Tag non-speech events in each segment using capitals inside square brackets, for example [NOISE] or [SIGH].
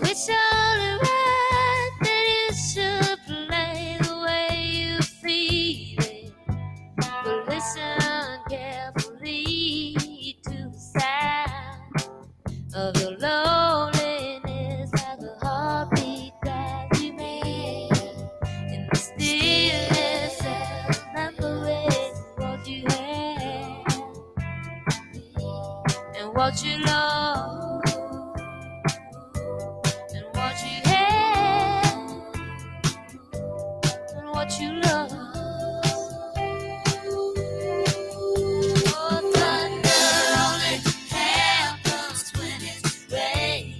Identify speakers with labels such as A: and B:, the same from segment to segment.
A: It's only right that you should play the way you feel it. But listen carefully to the sound of your loneliness, like a heartbeat that you made in the stillness and remembering what you had and what you love and what you had and what you love. Oh, thunder only happens when it's raining.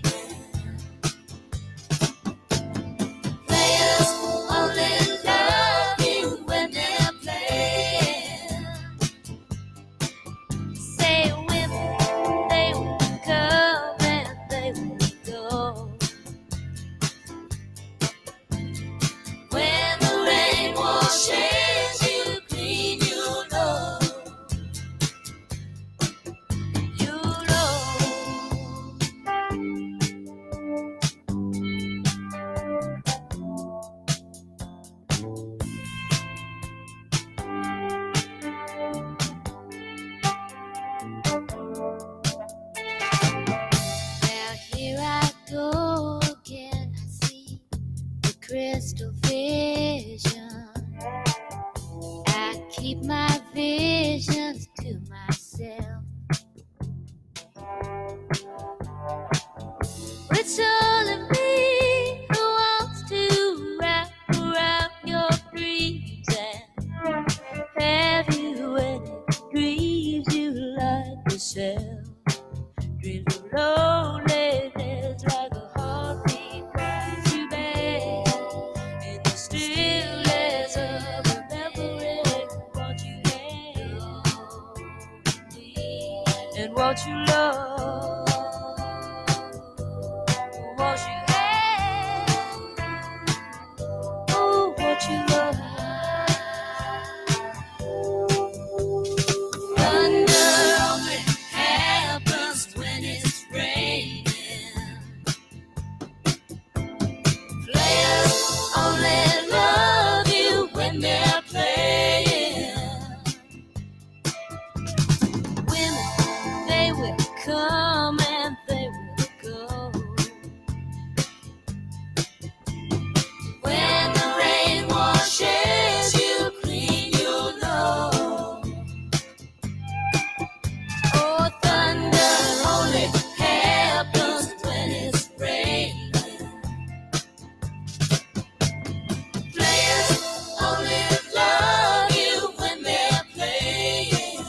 A: Players only love you when they're playing. Say women, they will come and they will go. When the rain washes you clean, you know, you know. Now here I go again. I see the crystal vision. I keep my visions to myself. It's only me who wants to wrap around your dreams and have you when it grieves you like yourself. Dreams of loneliness like a heartbeat that you made in the stillness of remembering what you had and what you love, what you had, oh what you love. Thunder only happens when it's raining. Players only love you when they're playing. Women, they will come and they will go. When the rain washes you clean, you know. Oh, thunder only happens when it's raining. Players only love you when they're playing.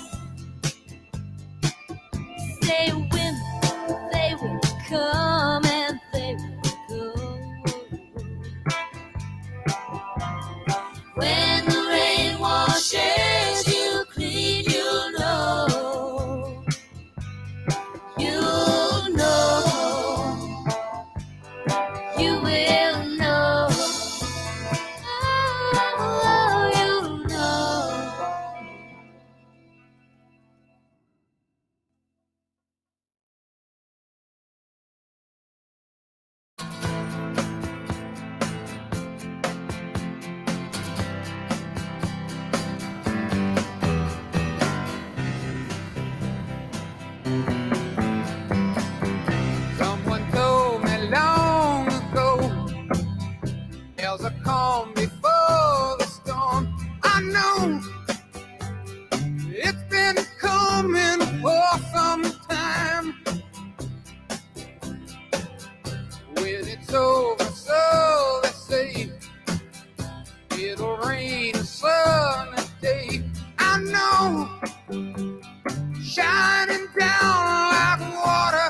A: They win, they will come and they will go. When the rain washes you clean, you know, you know, you will know. Oh, you know.
B: Someone told me long ago there's a calm before the storm. I know it's been coming for some time. When it's over, so they say it'll rain a sunny day. I know, shining down like water.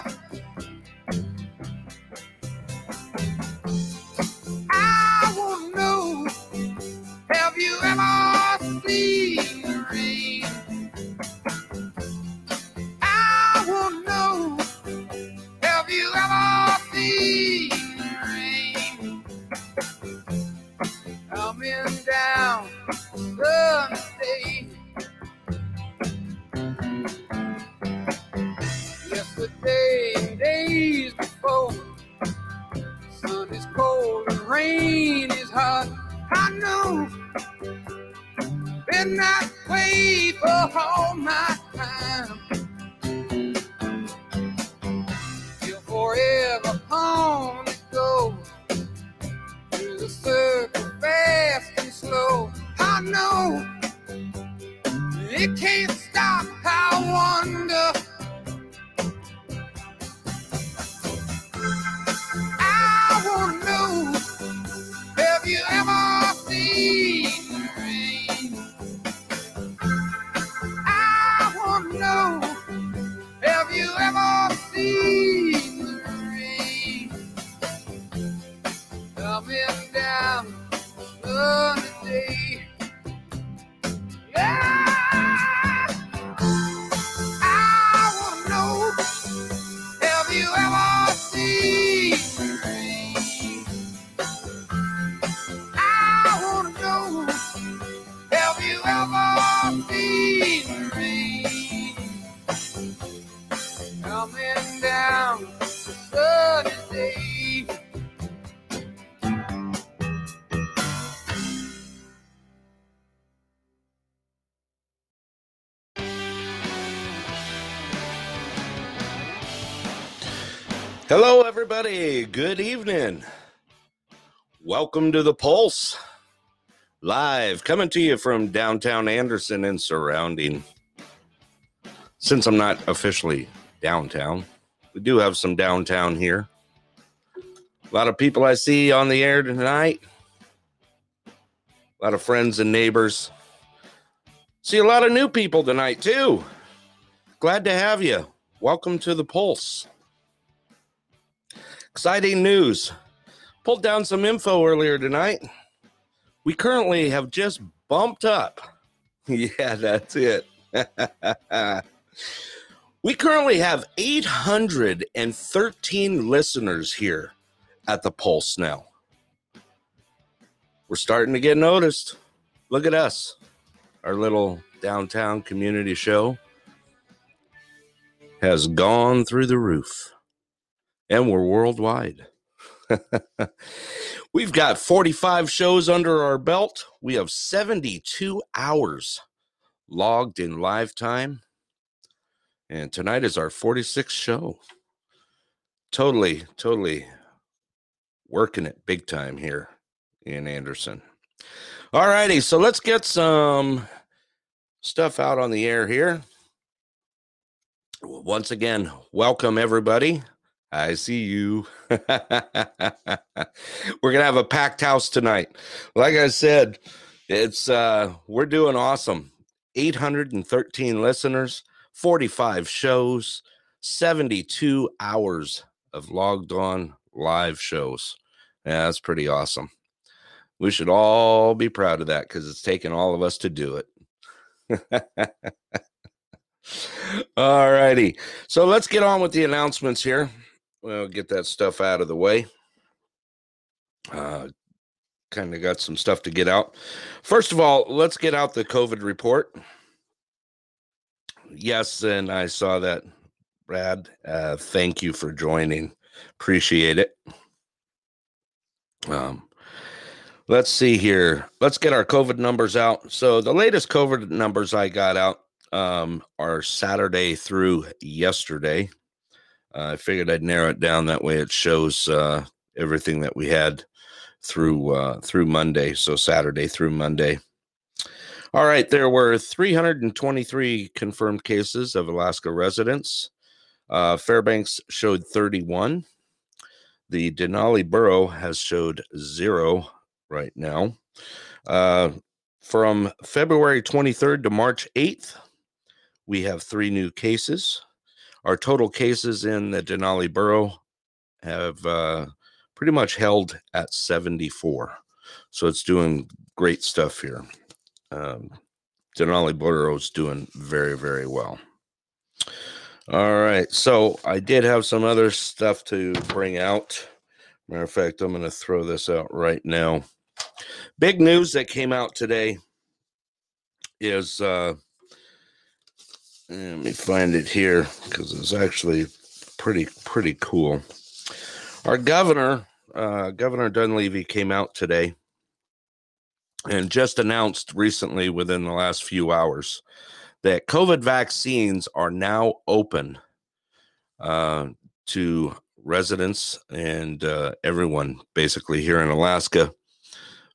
B: I won't know. Have you ever seen the rain? I won't know. Have you ever seen rain? rain is hard. I know been that way for all my time. You're forever on the go through the circle, fast and slow. I know it can't stop. I wonder. I wanna know. Have you ever seen the rain? I wanna know. Have you ever seen the rain coming down on the day? Yeah, I wanna know. Have you ever seen the rain? I wanna know. Have you ever seen the rain coming down on the day?
C: Hello, everybody. Good evening. Welcome to the Pulse Live, coming to you from downtown Anderson and surrounding. Since I'm not officially downtown, we do have some downtown here. A lot of people I see on the air tonight, a lot of friends and neighbors. See a lot of new people tonight, too. Glad to have you. Welcome to the Pulse. Exciting news. Pulled down some info earlier tonight. We currently have just bumped up. [LAUGHS] Yeah, that's it. [LAUGHS] we currently have 813 listeners here at the Pulse now. We're starting to get noticed. Look at us, our little downtown community show has gone through the roof, and we're worldwide. We've got 45 shows under our belt. We have 72 hours logged in live time, and tonight is our 46th show. Totally, totally working it big time here in Anderson. All righty, so let's get some stuff out on the air here. Once again, welcome everybody. I see you. [LAUGHS] We're going to have a packed house tonight. Like I said, it's uh we're doing awesome. 813 listeners, 45 shows, 72 hours of logged on live shows. Yeah, that's pretty awesome. We should all be proud of that cuz it's taken all of us to do it. [LAUGHS] All righty. So let's get on with the announcements here. We'll get that stuff out of the way. Uh, kind of got some stuff to get out. First of all, let's get out the COVID report. Yes, and I saw that, Brad. Uh, thank you for joining. Appreciate it. Um, let's see here. Let's get our COVID numbers out. So the latest COVID numbers I got out um, are Saturday through yesterday. Uh, I figured I'd narrow it down that way. It shows uh, everything that we had through uh, through Monday, so Saturday through Monday. All right, there were 323 confirmed cases of Alaska residents. Uh, Fairbanks showed 31. The Denali Borough has showed zero right now. Uh, from February 23rd to March 8th, we have three new cases. Our total cases in the Denali Borough have uh, pretty much held at 74. So it's doing great stuff here. Um, Denali Borough is doing very, very well. All right. So I did have some other stuff to bring out. Matter of fact, I'm going to throw this out right now. Big news that came out today is uh, let me find it here because it's actually pretty, pretty cool. Our governor uh, Governor Dunleavy came out today and just announced recently within the last few hours that COVID vaccines are now open uh, to residents and uh, everyone basically here in Alaska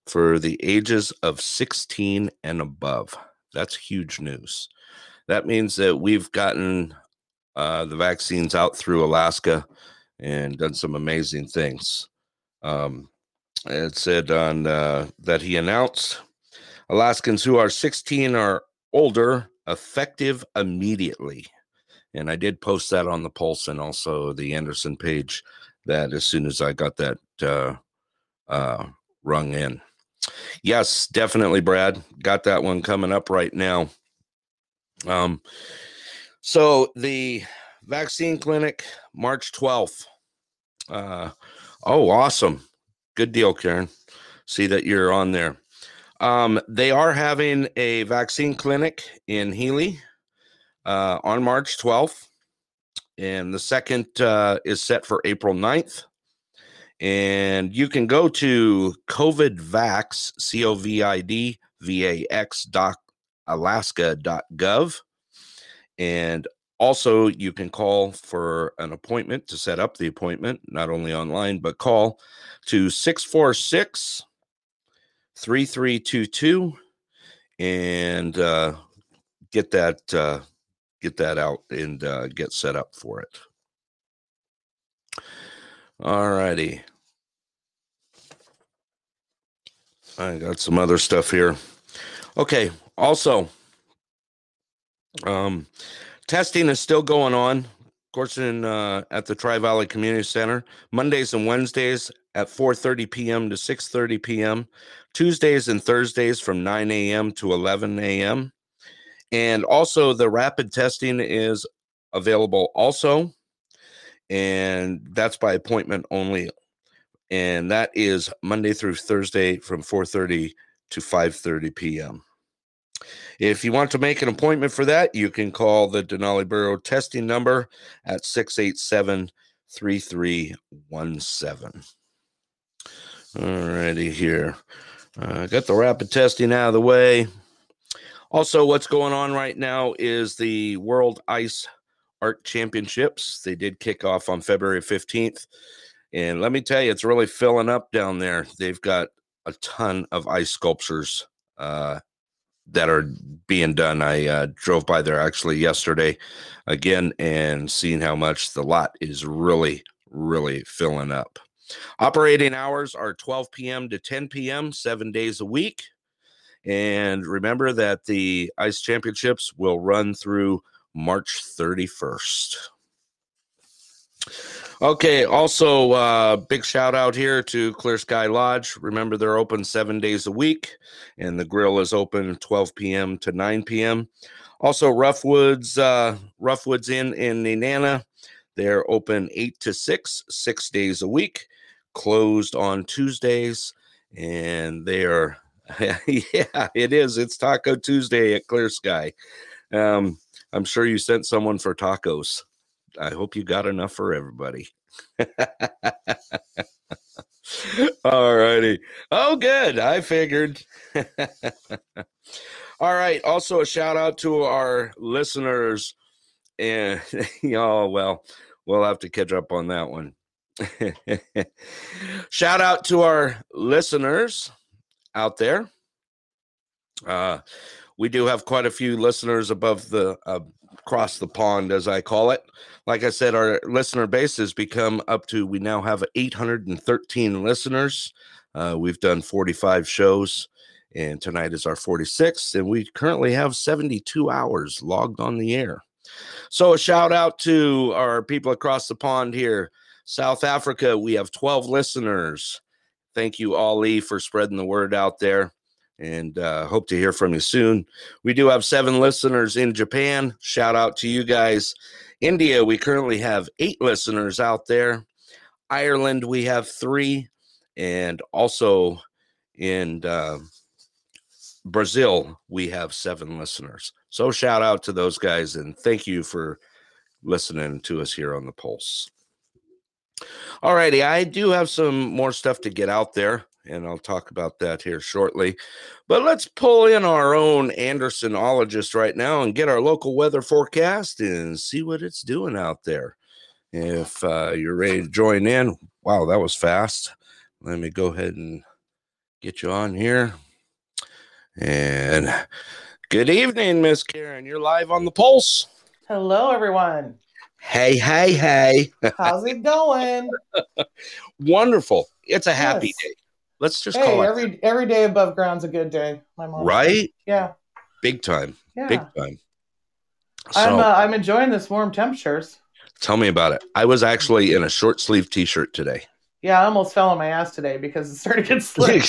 C: for the ages of 16 and above. That's huge news. That means that we've gotten uh, the vaccines out through Alaska and done some amazing things. Um, it said on uh, that he announced Alaskans who are 16 or older effective immediately. And I did post that on the Pulse and also the Anderson page that as soon as I got that uh, uh, rung in. Yes, definitely, Brad. Got that one coming up right now. Um, so the vaccine clinic, March 12th. Uh, oh, awesome. Good deal, Karen. See that you're on there. Um, they are having a vaccine clinic in Healy uh, on March 12th. And the second uh, is set for April 9th. And you can go to COVIDVAX, C O V I D V A X dot alaska.gov. And also, you can call for an appointment to set up the appointment, not only online, but call to 646 3322 and uh, get that. Uh, Get that out and uh, get set up for it. All righty. I got some other stuff here. Okay. Also, um, testing is still going on. Of course, in uh, at the Tri Valley Community Center, Mondays and Wednesdays at 4:30 p.m. to 6:30 p.m., Tuesdays and Thursdays from 9 a.m. to 11 a.m., and also the rapid testing is available also, and that's by appointment only, and that is Monday through Thursday from 4:30 to 5:30 p.m. If you want to make an appointment for that, you can call the Denali Borough testing number at 687 3317. All righty, here. Uh, got the rapid testing out of the way. Also, what's going on right now is the World Ice Art Championships. They did kick off on February 15th. And let me tell you, it's really filling up down there. They've got a ton of ice sculptures. Uh, that are being done. I uh, drove by there actually yesterday again and seen how much the lot is really, really filling up. Operating hours are 12 p.m. to 10 p.m., seven days a week. And remember that the ICE Championships will run through March 31st. Okay, also, uh, big shout out here to Clear Sky Lodge. Remember, they're open seven days a week and the grill is open 12 p.m. to 9 p.m. Also, Roughwoods, uh, Roughwoods Inn in Nenana, they're open eight to six, six days a week, closed on Tuesdays, and they are, [LAUGHS] yeah, it is. It's Taco Tuesday at Clear Sky. Um, I'm sure you sent someone for tacos. I hope you got enough for everybody. [LAUGHS] All righty. Oh, good. I figured. [LAUGHS] All right. Also, a shout out to our listeners. And [LAUGHS] y'all, well, we'll have to catch up on that one. [LAUGHS] shout out to our listeners out there. Uh, we do have quite a few listeners above the uh, across the pond, as I call it like I said, our listener base has become up to we now have 813 listeners. Uh, we've done 45 shows, and tonight is our 46th, and we currently have 72 hours logged on the air. So, a shout out to our people across the pond here. South Africa, we have 12 listeners. Thank you, Ali, for spreading the word out there. And uh, hope to hear from you soon. We do have seven listeners in Japan. Shout out to you guys. India, we currently have eight listeners out there. Ireland, we have three. And also in uh, Brazil, we have seven listeners. So shout out to those guys and thank you for listening to us here on The Pulse. All righty, I do have some more stuff to get out there, and I'll talk about that here shortly. But let's pull in our own Andersonologist right now and get our local weather forecast and see what it's doing out there. If uh, you're ready to join in, wow, that was fast. Let me go ahead and get you on here. And good evening, Miss Karen. You're live on the Pulse.
D: Hello, everyone.
C: Hey, hey, hey.
D: How's it
C: [LAUGHS]
D: going?
C: Wonderful. It's a happy
D: Yes.
C: day. Let's just
D: hey,
C: call it
D: every every day above ground's a good day. My mom.
C: right.
D: Yeah.
C: Big time.
D: Yeah.
C: Big time. So
D: I'm uh, I'm enjoying this warm temperatures.
C: tell me about it. I was actually in a short sleeve t shirt today.
D: [LAUGHS] Yeah, I almost fell on my ass today because it started
C: [LAUGHS]
D: to get slick.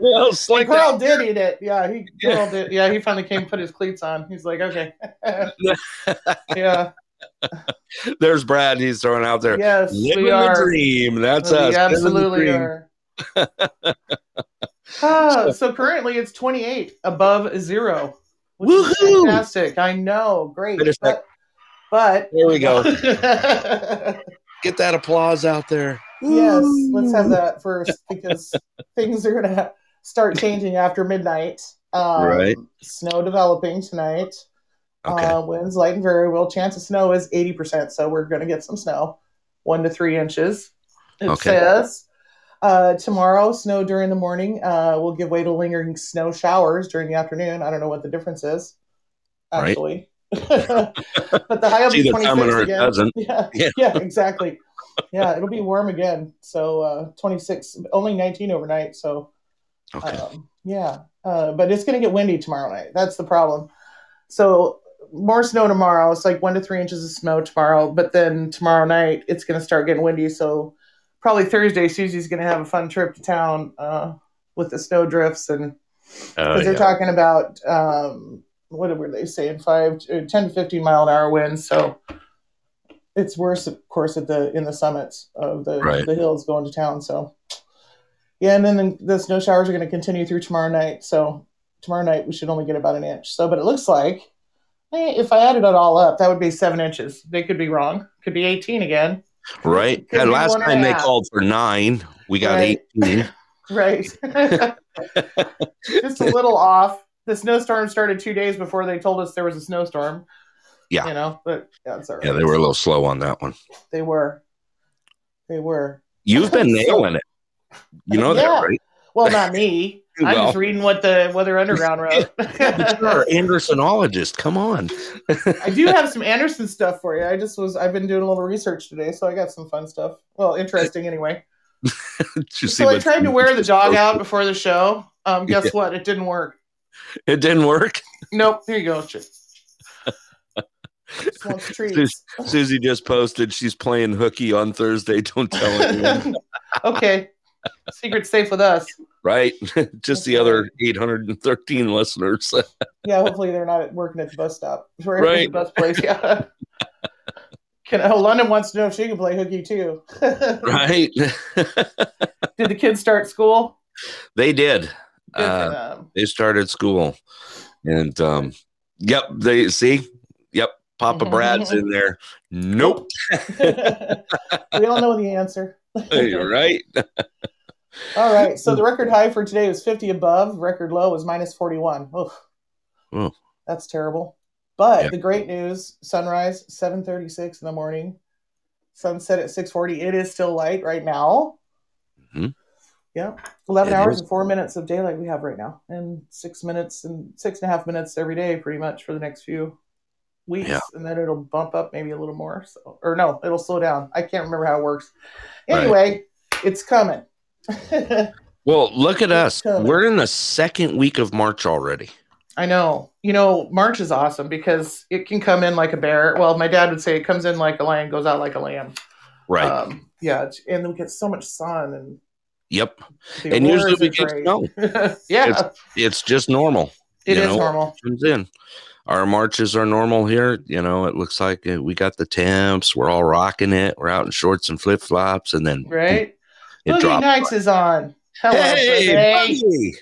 C: well, slick that-
D: Carl did eat it. Yeah,
C: [LAUGHS]
D: he Carl did. Yeah, he finally came, put his cleats on. He's like, okay. yeah.
C: There's Brad. He's throwing out there.
D: Yes,
C: Living
D: we
C: the
D: are.
C: dream. That's
D: we
C: us. living the
D: absolutely
C: dream. [LAUGHS]
D: are. Ah, so currently it's 28 above zero. Which is
C: Woohoo!
D: fantastic. I know. Great.
C: Wait a sec.
D: But, but
C: There we go.
D: [LAUGHS] yes,
C: Get that applause out there.
D: let's have that first because things are going to start changing after midnight. Um,
C: Right.
D: Snow developing tonight.
C: Okay.
D: Uh, winds light and variable. Chance of snow is 80%, so we're going to get some snow, one to three inches. It
C: Okay.
D: says uh, tomorrow, snow during the morning uh, will give way to lingering snow showers during the afternoon. I don't know what the difference is,
C: Right.
D: actually. [LAUGHS] but the high will
C: It's
D: be
C: either coming
D: 26
C: or it
D: again.
C: doesn't.
D: [LAUGHS] Yeah,
C: [LAUGHS] Yeah.
D: yeah. exactly. Yeah, it'll be warm again. So uh, 26, only 19 overnight. So
C: Okay. Oh,
D: um, yeah, uh, but it's going to get windy tomorrow night. That's the problem. So more snow tomorrow. It's like one to three inches of snow tomorrow. But then tomorrow night, it's going to start getting windy. So probably Thursday, Susie's going to have a fun trip to town uh, with the snow drifts and
C: Oh,
D: because they're
C: yeah.
D: talking about um, what were they saying five uh, 10 to 15 mile an hour winds so it's worse of course at the in the summits of the,
C: Right.
D: the hills going to town so yeah and then the, the snow showers are going to continue through tomorrow night so tomorrow night we should only get about an inch so but it looks like eh, if i added it all up that would be seven inches they could be wrong could be 18 again
C: Right.
D: Could
C: and
D: be
C: last
D: one and
C: time
D: a
C: they
D: half.
C: called for nine, we got
D: Right.
C: 18. [LAUGHS]
D: Right. Just a little off. The snowstorm started two days before they told us there was a snowstorm.
C: Yeah.
D: You know, but that's all right.
C: Yeah, they were a little slow on that one.
D: They were. They were. [LAUGHS]
C: You've been nailing it. You know
D: Yeah.
C: that, right? [LAUGHS]
D: Well, not me. I'm
C: Well.
D: just reading what the Weather Underground
C: [LAUGHS]
D: wrote.
C: You're our Andersonologist. Come on. [LAUGHS]
D: I do have some Anderson stuff for you. I just was, I've been doing a little research today, so I got some fun stuff. Well, interesting anyway.
C: Did you see
D: So I
C: what-
D: tried to wear the
C: [LAUGHS]
D: jog out before the show. Um, guess what? It didn't work.
C: It didn't work.
D: Nope. Here you
C: [LAUGHS]
D: go. Just wants treats.
C: Susie just posted she's playing hooky on Thursday. [LAUGHS] Don't tell anyone.
D: [LAUGHS] okay. Secret's safe with us.
C: right? [LAUGHS] Just the other
D: [LAUGHS]
C: 813 listeners. [LAUGHS]
D: Yeah, hopefully they're not working at the bus stop. [LAUGHS] Right.
C: Right.
D: The bus place. Yeah. Can, oh, London wants to know if she can play hooky too. [LAUGHS] Did
C: right?
D: the kids start school?
C: they did.
D: Good
C: Uh,
D: for them. [LAUGHS]
C: they started school. And um, yep, they see. Yep, Papa
D: Mm-hmm.
C: Brad's in there. Nope.
D: we all know the answer.
C: right?
D: All right. So the
C: Mm.
D: record high for today was 50 above. Record low was minus 41. Oof.
C: Ooh.
D: That's terrible. But
C: Mm. Yeah.
D: the great news: sunrise 7:36 in the morning, sunset at 6:40. It is still light right now.
C: Mhm.
D: Yep. 11
C: It
D: hours
C: is.
D: and four minutes of daylight we have right now, and six minutes and six and a half minutes every day, pretty much for the next few weeks,
C: Yeah.
D: and then it'll bump up maybe a little more. So, or no, it'll slow down. I can't remember how it works.
C: Right.
D: Anyway, it's coming. [LAUGHS]
C: Well, look at us.
D: Tell me.
C: We're in the second week of March already.
D: I know. You know, March is awesome because it can come in like a bear. Well, my dad would say it comes in like a lion, goes out like a lamb.
C: Right.
D: Um, yeah, it's- and we get so much sun and
C: yep.
D: the
C: And usually
D: auroras
C: we
D: are
C: get
D: great.
C: snow.
D: [LAUGHS] yeah,
C: It's- It's just normal.
D: it
C: you
D: is
C: know,
D: normal.
C: Comes in. Our marches are normal here. You know, it looks like uh, we got the temps. We're all rocking it. We're out in shorts and flip flops, and then
D: Right?
C: it
D: Boogie
C: drops.
D: Nights is on. Hello,
C: Hey,
D: hey,
C: buddy.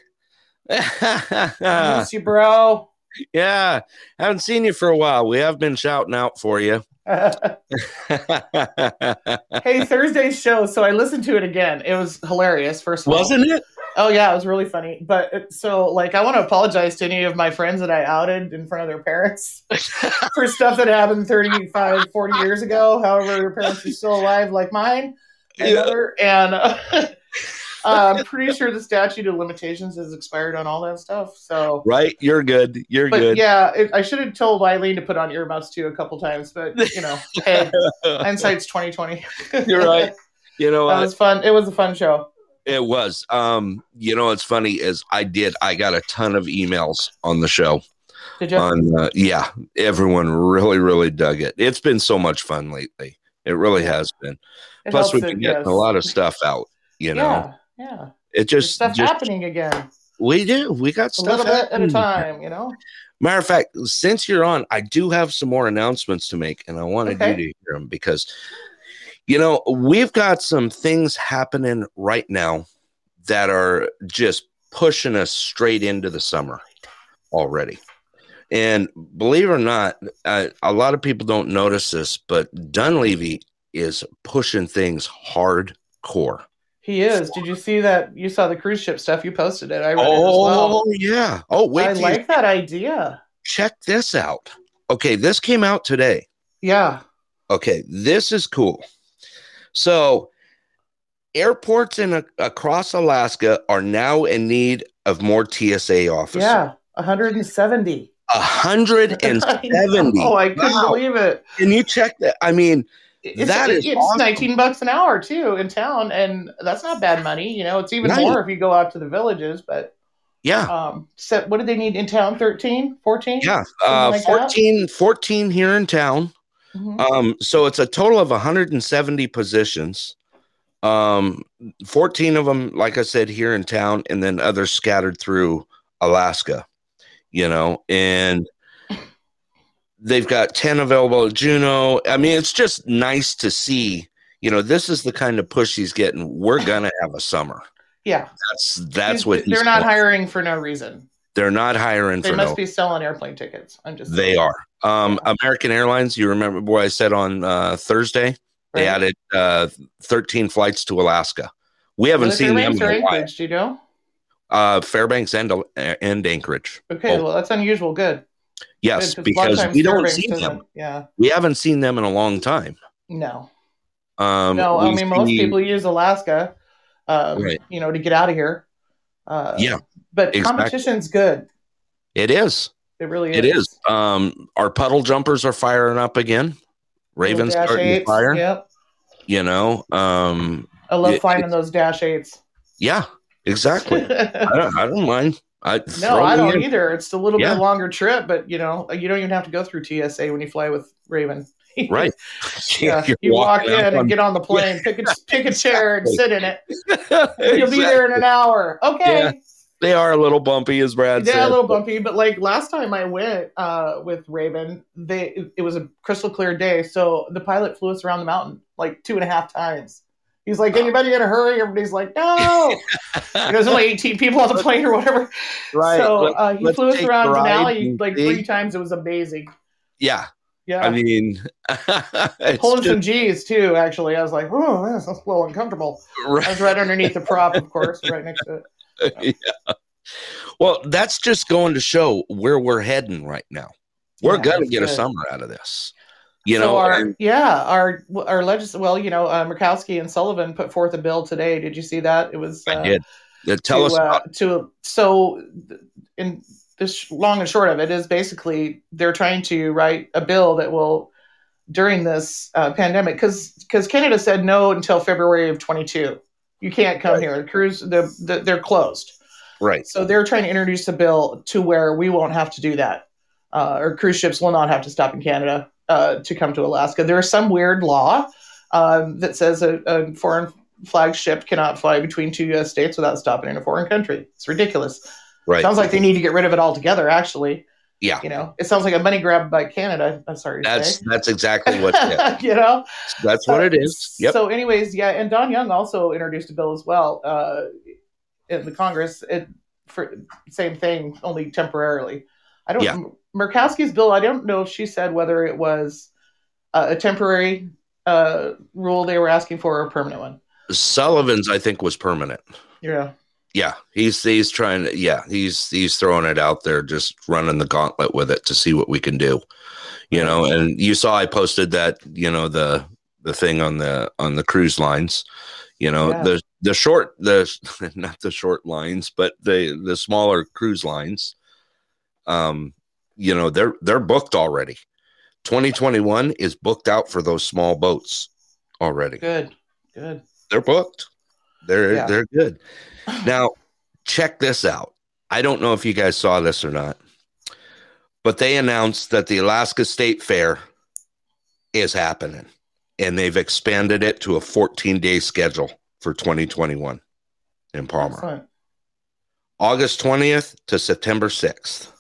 C: [LAUGHS]
D: miss you, bro. Mm-hmm. [LAUGHS] [LAUGHS]
C: yeah, haven't seen you for a while. We have been shouting out for you.
D: hey, Thursday's show. So I listened to it again. It was hilarious. First of all,
C: Wasn't it?
D: Oh yeah, it was really funny. But it- so like, I want to apologize to any of my friends that I outed in front of their
C: [LAUGHS]
D: parents for stuff that happened 35, 40 years ago. However, your parents are still alive, like mine. And,
C: Yeah.
D: other- and [LAUGHS] uh, I'm pretty sure the statute of limitations has expired on all that stuff. So.
C: Right? You're good. You're
D: But
C: good.
D: yeah, it, I should have told Eileen to put on earmuffs too a couple times, but you
C: [LAUGHS]
D: know, hey, hindsight's twenty twenty.
C: You're right. You know
D: that
C: what?
D: was fun. It was a fun show.
C: It was. Um, you know what's funny is I did. I got a ton of emails on the show.
D: Did you?
C: On uh, yeah, everyone really, really dug it. It's been so much fun lately. It really has been.
D: It
C: Plus,
D: helps
C: we've
D: that-
C: been getting
D: yes.
C: a lot of stuff out. You know,
D: Yeah, yeah.
C: it
D: There's
C: just,
D: stuff
C: just-
D: happening again,
C: we do. We got
D: a
C: stuff
D: little bit at a
C: happening.
D: time. You know,
C: Matter of fact, since you're on, I do have some more announcements to make, and I wanted
D: Okay.
C: you to hear them because, you know, we've got some things happening right now that are just pushing us straight into the summer already. And believe it or not, uh, a lot of people don't notice this, but Dunleavy is pushing things hardcore.
D: he is. Did you see that? You saw the cruise ship stuff. You posted it. I read it as
C: Oh,
D: well.
C: yeah. Oh, wait.
D: I
C: till you
D: like that idea.
C: check this out. Okay, this came out today.
D: Yeah.
C: Okay, this is cool. So, airports in across Alaska are now in need of more TSA officers.
D: Yeah. 170.
C: 170.
D: Oh, [LAUGHS] I couldn't
C: Wow.
D: believe it.
C: Can you check that? I mean,
D: It's,
C: That is
D: it's
C: awesome.
D: 19 bucks an hour too in town, and that's not bad money. You know, it's even
C: Right.
D: more if you go out to the villages. But
C: yeah.
D: um, so what did they need in town? 13, 14?
C: Yeah. Uh,
D: Something like that?
C: 14, 14 here in town.
D: Mhm.
C: Um, so it's a total of 170 positions. Um, 14 of them, like I said, here in town, and then others scattered through Alaska, you know, and they've got 10 available at Juno. I mean, it's just nice to see, you know, this is the kind of push he's
D: [LAUGHS]
C: getting. We're gonna have a summer.
D: Yeah.
C: That's that's what
D: they're
C: he's
D: not
C: doing.
D: hiring for no reason.
C: they're not hiring
D: They
C: for
D: must
C: no
D: be selling airplane tickets. I'm just
C: they are. Um, American Airlines, you remember what I said on uh, Thursday? They
D: Right?
C: added uh, 13 flights to Alaska. We haven't
D: Well,
C: seen them
D: Fairbanks
C: in a
D: or
C: while.
D: Anchorage, do you know?
C: Uh, Fairbanks and, uh, and Anchorage.
D: Okay,
C: Oh.
D: well that's unusual. Good.
C: Yes,
D: Good, 'cause a lot of
C: because
D: times
C: we don't
D: Fairbanks
C: see
D: doesn't-
C: them.
D: Yeah.
C: We haven't seen them in a long time.
D: No.
C: Um,
D: No. I
C: we
D: mean, most
C: see-
D: people use Alaska, um,
C: Right.
D: you know, to get out of here. Uh,
C: Yeah,
D: But
C: exactly.
D: competition's good.
C: It is.
D: It really is.
C: It is. Um, our puddle jumpers are firing up again.
D: Little
C: Ravens
D: dash
C: starting to
D: eights,
C: fire.
D: Yep.
C: You know. Um,
D: I love
C: It-
D: finding those dash eights.
C: yeah.
D: [LAUGHS]
C: Exactly. I don't. I don't mind. I
D: No,
C: throw
D: I
C: me
D: don't
C: in.
D: either. It's a little
C: Yeah.
D: bit longer trip, but you know, you don't even have to go through TSA when you fly with Raven. [LAUGHS]
C: Right. [LAUGHS]
D: Yeah.
C: You're
D: You walk
C: walking out
D: in
C: on-
D: and get
C: [LAUGHS]
D: on the plane, pick a pick a chair and sit in it. [LAUGHS] You'll be there in an hour.
C: Yeah,
D: Okay.
C: They are a little bumpy, as Brad
D: Yeah,
C: said.
D: a little bumpy, but like last time I went uh, with Raven, they it was a crystal clear day, so the pilot flew us around the mountain like two and a half times. He's like, "Anybody in a hurry?" Everybody's like,
C: [LAUGHS]
D: "No." There's only 18 people on the plane or whatever.
C: right.
D: So
C: Let-
D: uh, he
C: let's
D: flew us
C: take
D: around
C: pride
D: Denali
C: and
D: like
C: see.
D: three times. It was amazing.
C: yeah.
D: Yeah.
C: I mean, [LAUGHS] it's
D: Pulling
C: just-
D: some G's too, actually. I was like, oh, that's a little uncomfortable.
C: [LAUGHS]
D: I was right underneath the prop, of course, right next to it.
C: yeah. Well, that's just going to show where we're heading right now. We're
D: Yeah,
C: gonna
D: that's
C: get a
D: good.
C: summer out of this. You
D: So
C: know,
D: our,
C: and-
D: yeah, our our legis- well, you know, uh, Murkowski and Sullivan put forth a bill today. Did you see that? It was uh,
C: I did. Uh, Tell
D: to,
C: us
D: uh,
C: about
D: to so th- in this long and short of it is basically they're trying to write a bill that will during this uh, pandemic because because Canada said no until February of 22. You can't come
C: Right.
D: here. The cruise the, the, they're closed.
C: right.
D: So they're trying to introduce a bill to where we won't have to do that, uh, or cruise ships will not have to stop in Canada uh, to come to Alaska. There is some weird law um, that says a, a foreign flag ship cannot fly between two U.S. states without stopping in a foreign country. It's ridiculous.
C: Right.
D: Sounds like they need to get rid of it altogether. Actually,
C: yeah.
D: you know, it sounds like a money grab by Canada. I'm sorry to
C: That's
D: say. [LAUGHS]
C: that's exactly what it is.
D: you know,
C: That's what it is. Yep.
D: so, anyways, yeah, and Don Young also introduced a bill as well uh, in the Congress. It for same thing, only temporarily. I don't.
C: Yeah.
D: Murkowski's bill. I don't know if she said whether it was uh, a temporary uh, rule they were asking for or a permanent one.
C: Sullivan's, I think, was permanent.
D: Yeah.
C: Yeah, he's he's trying to. Yeah, he's he's throwing it out there, just running the gauntlet with it to see what we can do. You know, and you saw I posted that. You know the the thing on the on the cruise lines. You know
D: Yeah.
C: the the short the [LAUGHS] not the short lines, but the the smaller cruise lines. Um, you know they're they're booked already. Twenty twenty one is booked out for those small boats already
D: Good. Good.
C: they're booked. They're
D: Yeah.
C: they're good. Now, check this out. I don't know if you guys saw this or not, but they announced that the Alaska State Fair is happening and they've expanded it to a 14-day schedule for 2021 in Palmer.
D: Excellent.
C: August 20th to September 6th.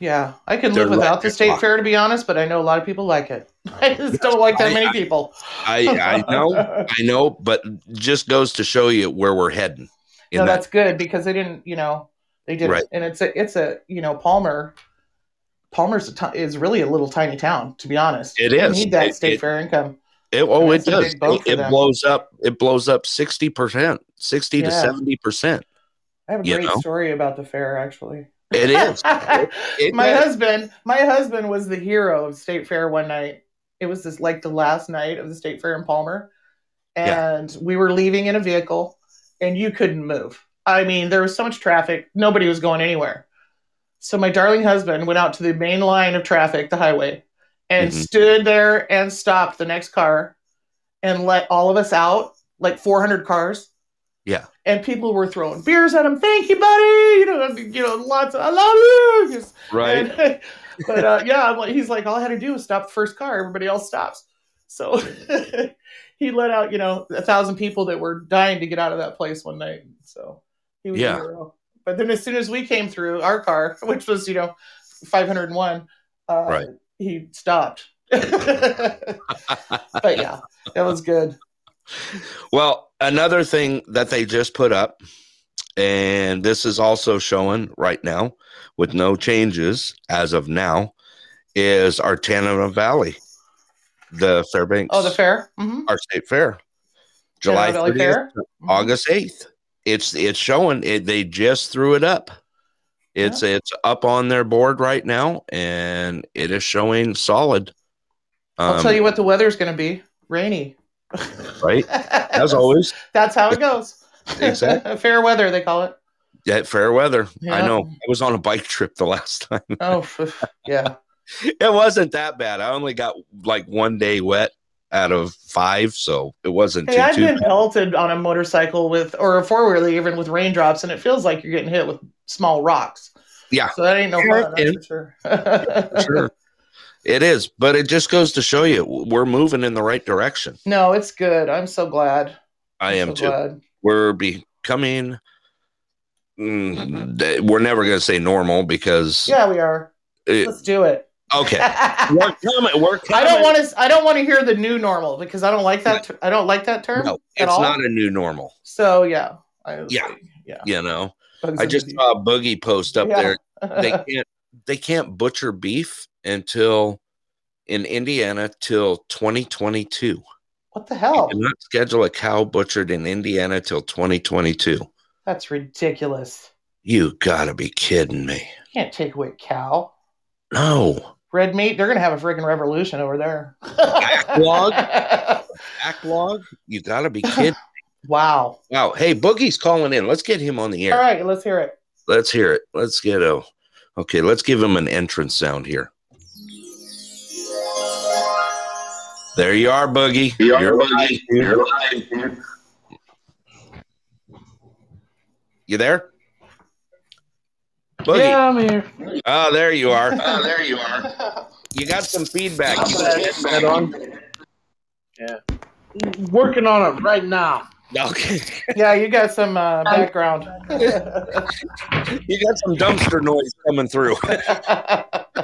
D: Yeah. I could
C: They're
D: live without
C: like-
D: the state fair, to be honest, but I know a lot of people like it. [LAUGHS] I just don't like that
C: I-
D: many people.
C: I
D: [LAUGHS]
C: I know, I know, but just goes to show you where we're heading. in
D: no,
C: that-
D: that's good because they didn't, you know, they didn't,
C: Right.
D: and it's a, it's a, you know, Palmer, Palmer's a ti- is really a little tiny town, to be honest.
C: It
D: They
C: is.
D: need that
C: It-
D: state
C: it-
D: fair income.
C: It, oh, it
D: That's a big
C: does.
D: boat
C: It,
D: for
C: it
D: them.
C: blows up. It blows up sixty percent, sixty to
D: Yeah.
C: seventy percent.
D: I have a
C: You
D: great
C: know?
D: story about the fair, actually. [LAUGHS]
C: It is. It- it
D: my
C: does.
D: husband, my husband was the hero of state fair one night. It was this like the last night of the state fair in Palmer, and we were leaving in a vehicle, and you couldn't move. I mean, there was so much traffic; nobody was going anywhere. So my darling husband went out to the main line of traffic, the highway, and
C: Mhm.
D: stood there and stopped the next car, and let all of us out, like 400 cars
C: Yeah,
D: and people were throwing beers at him. Thank you, buddy. You know, and, you know, lots of I love you. Just-
C: right.
D: and- [LAUGHS] but uh, yeah, I'm like, he's like, all I had to do was stop the first car. Everybody else stops. So [LAUGHS] he let out, you know, a thousand people that were dying to get out of that place one night. So he was a
C: Yeah.
D: hero. But then as soon as we came through our car, [LAUGHS] which was you know 501, uh,
C: Right.
D: he stopped. [LAUGHS] but yeah, that was good.
C: Well, another thing that they just put up, and this is also showing right now with no changes as of now, is our Tanana Valley, the Fairbanks,
D: Oh, the fair. Mm-hmm.
C: our state fair, July
D: Valley
C: 30th,
D: Fair?
C: August 8th. It's it's showing it they just threw it up. It's it's up on their board right now and it is showing solid. Um,
D: I'll tell you what the weather's going to be rainy.
C: right.
D: [LAUGHS]
C: As
D: As
C: always,
D: That's how it goes. [LAUGHS]
C: Exactly.
D: Fair weather, they call it.
C: that fair weather. I
D: Yeah.
C: know. I was on a bike trip the last [LAUGHS] time.
D: Oh, pff, yeah.
C: [LAUGHS] It wasn't that bad. I only got like one day wet out of five, so it wasn't
D: Hey,
C: too
D: I've
C: too
D: been
C: bad.
D: pelted on a motorcycle with, or a four wheeler even with raindrops, and it feels like you're getting hit with small rocks.
C: Yeah.
D: So that ain't no
C: Sure
D: fun, that's for sure. [LAUGHS]
C: sure. It is, but it just goes to show you we're moving in the right direction.
D: no, it's good. I'm so glad.
C: I
D: I'm
C: am
D: so
C: too.
D: Glad.
C: we're becoming mm, th- we're never going to say normal because
D: Yeah, we are.
C: it-
D: Let's do it.
C: okay [LAUGHS]
D: [LAUGHS]
C: we're coming we're
D: I
C: coming.
D: don't want to. I don't want to hear the new normal because I don't like that. ter- I don't like that term.
C: no
D: at
C: it's
D: all.
C: not a new normal
D: So yeah, I was
C: Yeah.
D: like, yeah.
C: you know
D: Bugs
C: i
D: and
C: just
D: bees.
C: saw a boogie post up
D: Yeah.
C: there they can't they can't butcher beef until in indiana till 2022
D: [LAUGHS] what the
C: you [LAUGHS]
D: hell?
C: cannot schedule a cow butchered in indiana till 2022
D: That's ridiculous.
C: you gotta be kidding me
D: You can't take away cow.
C: no
D: Red meat, they're gonna have a freaking revolution over there. [LAUGHS]
C: backlog you gotta be kidding
D: wow.
C: Wow. Hey, Boogie's calling in. Let's get him on the air.
D: All right, let's hear it.
C: Let's hear it. Let's get a. Okay, let's give him an entrance sound here. There you are, Boogie. You're live. You're live. You there? Boogie.
D: Yeah, I'm here.
C: Oh, there you are.
E: Oh, there you are.
C: You got some feedback. You
E: Head on.
F: working on it right now.
C: Okay.
D: Yeah, you got some [LAUGHS] uh,
F: [LAUGHS]
D: background.
C: You got some dumpster noise coming through.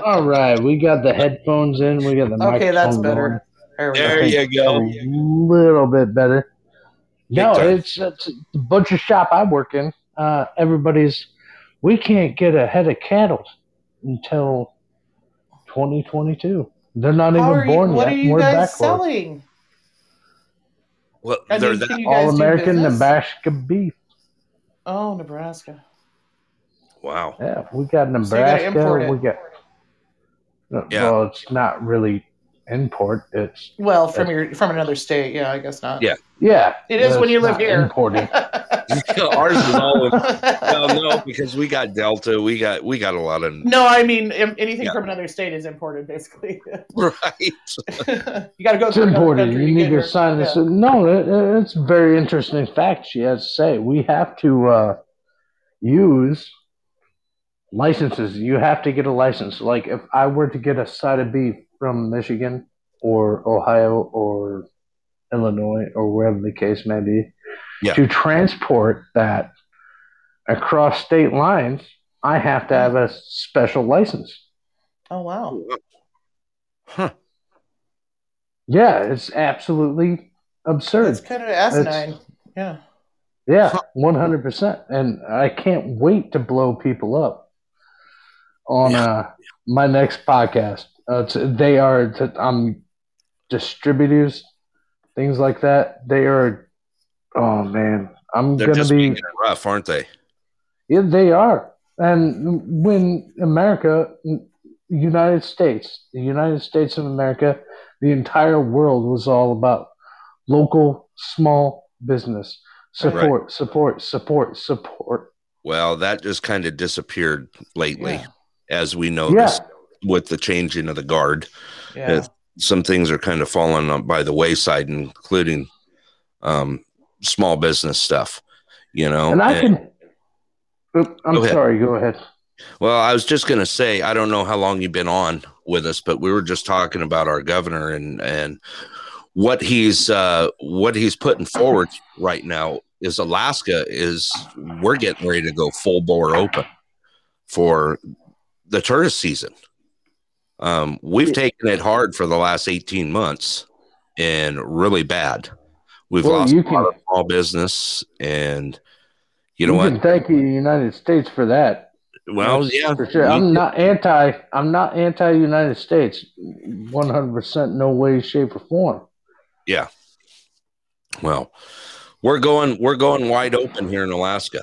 F: All right, we got the headphones in. We got the
D: okay, that's
F: microphone going.
D: better. There we
C: There
D: go.
C: you
F: A
C: go.
F: little bit better. No,
C: time.
F: it's, it's the butcher shop I work in. Uh, everybody's we can't get a head of cattle until 2022. They're not
D: How are
F: even
D: you,
F: born
D: what
F: yet.
D: are you
F: We're
D: guys
F: backward.
D: selling?
C: Well,
D: I
C: they're
D: mean,
C: that
D: can you guys
F: All
D: do
F: American
D: business?
F: Nebraska beef.
D: Oh, Nebraska.
C: wow.
F: Yeah, we got
D: So you gotta
F: Nebraska.
D: import it.
F: we got. uh,
C: Yeah.
F: Well, it's not really import. It's
D: Well, from your from another state, yeah, I guess not.
C: Yeah.
F: yeah.
D: It is when
F: it's
D: you live
F: not
D: here. [LAUGHS]
F: Imported.
C: [LAUGHS] Ours is all well, no, because we got Delta, we got we got a lot of [LAUGHS]
D: no, I mean im- anything
C: Yeah.
D: from another state is imported, basically.
C: [LAUGHS] right.
D: you got to go
F: It's
D: through another
F: important.
D: country
F: You need
D: get
F: to
D: your-
F: sign this.
D: yeah.
F: No, it, it- it's a very interesting fact she has to say. We have to uh, use licenses. You have to get a license. Like if I were to get a side of beef from Michigan or Ohio or Illinois or wherever the case may be,
C: Yeah.
F: to transport that across state lines, I have to have a special license.
D: Oh wow.
C: Huh.
F: Yeah, it's absolutely absurd.
D: That's kind of asinine. Yeah.
F: Yeah, one hundred percent. And I can't wait to blow people up on uh, my next podcast. Uh, it's, they are t- um, distributors, things like that. They are. Oh man, I'm
C: They're
F: gonna
C: just
F: be.
C: being rough, aren't they?
F: Yeah, they are. And when America, United States, the United States of America, the entire world was all about local small business support, support, support, support.
C: Well, that just kind of disappeared lately,
D: Yeah.
C: as we
F: Yeah,
C: noticed with the changing of the guard.
D: Yeah.
C: It's- Some things are kind of falling on by the wayside, including um, small business stuff. You know,
F: and I can. Oop, I'm
C: Go ahead.
F: sorry. Go ahead.
C: Well, I was just gonna say, I don't know how long you've been on with us, but we were just talking about our governor and and what he's uh, what he's putting forward right now is Alaska is we're getting ready to go full bore open for the tourist season. Um, we've taken it hard for the last eighteen months and really bad. We've
F: Well,
C: lost
F: you
C: a lot
F: can-
C: of small business and you know
F: can
C: what?
F: thank the United States for that.
C: Well, yeah,
F: For sure.
C: we-
F: I'm not anti. I'm not anti United States. One hundred percent. No way, shape, or form.
C: Well, we're going we're going wide open here in Alaska.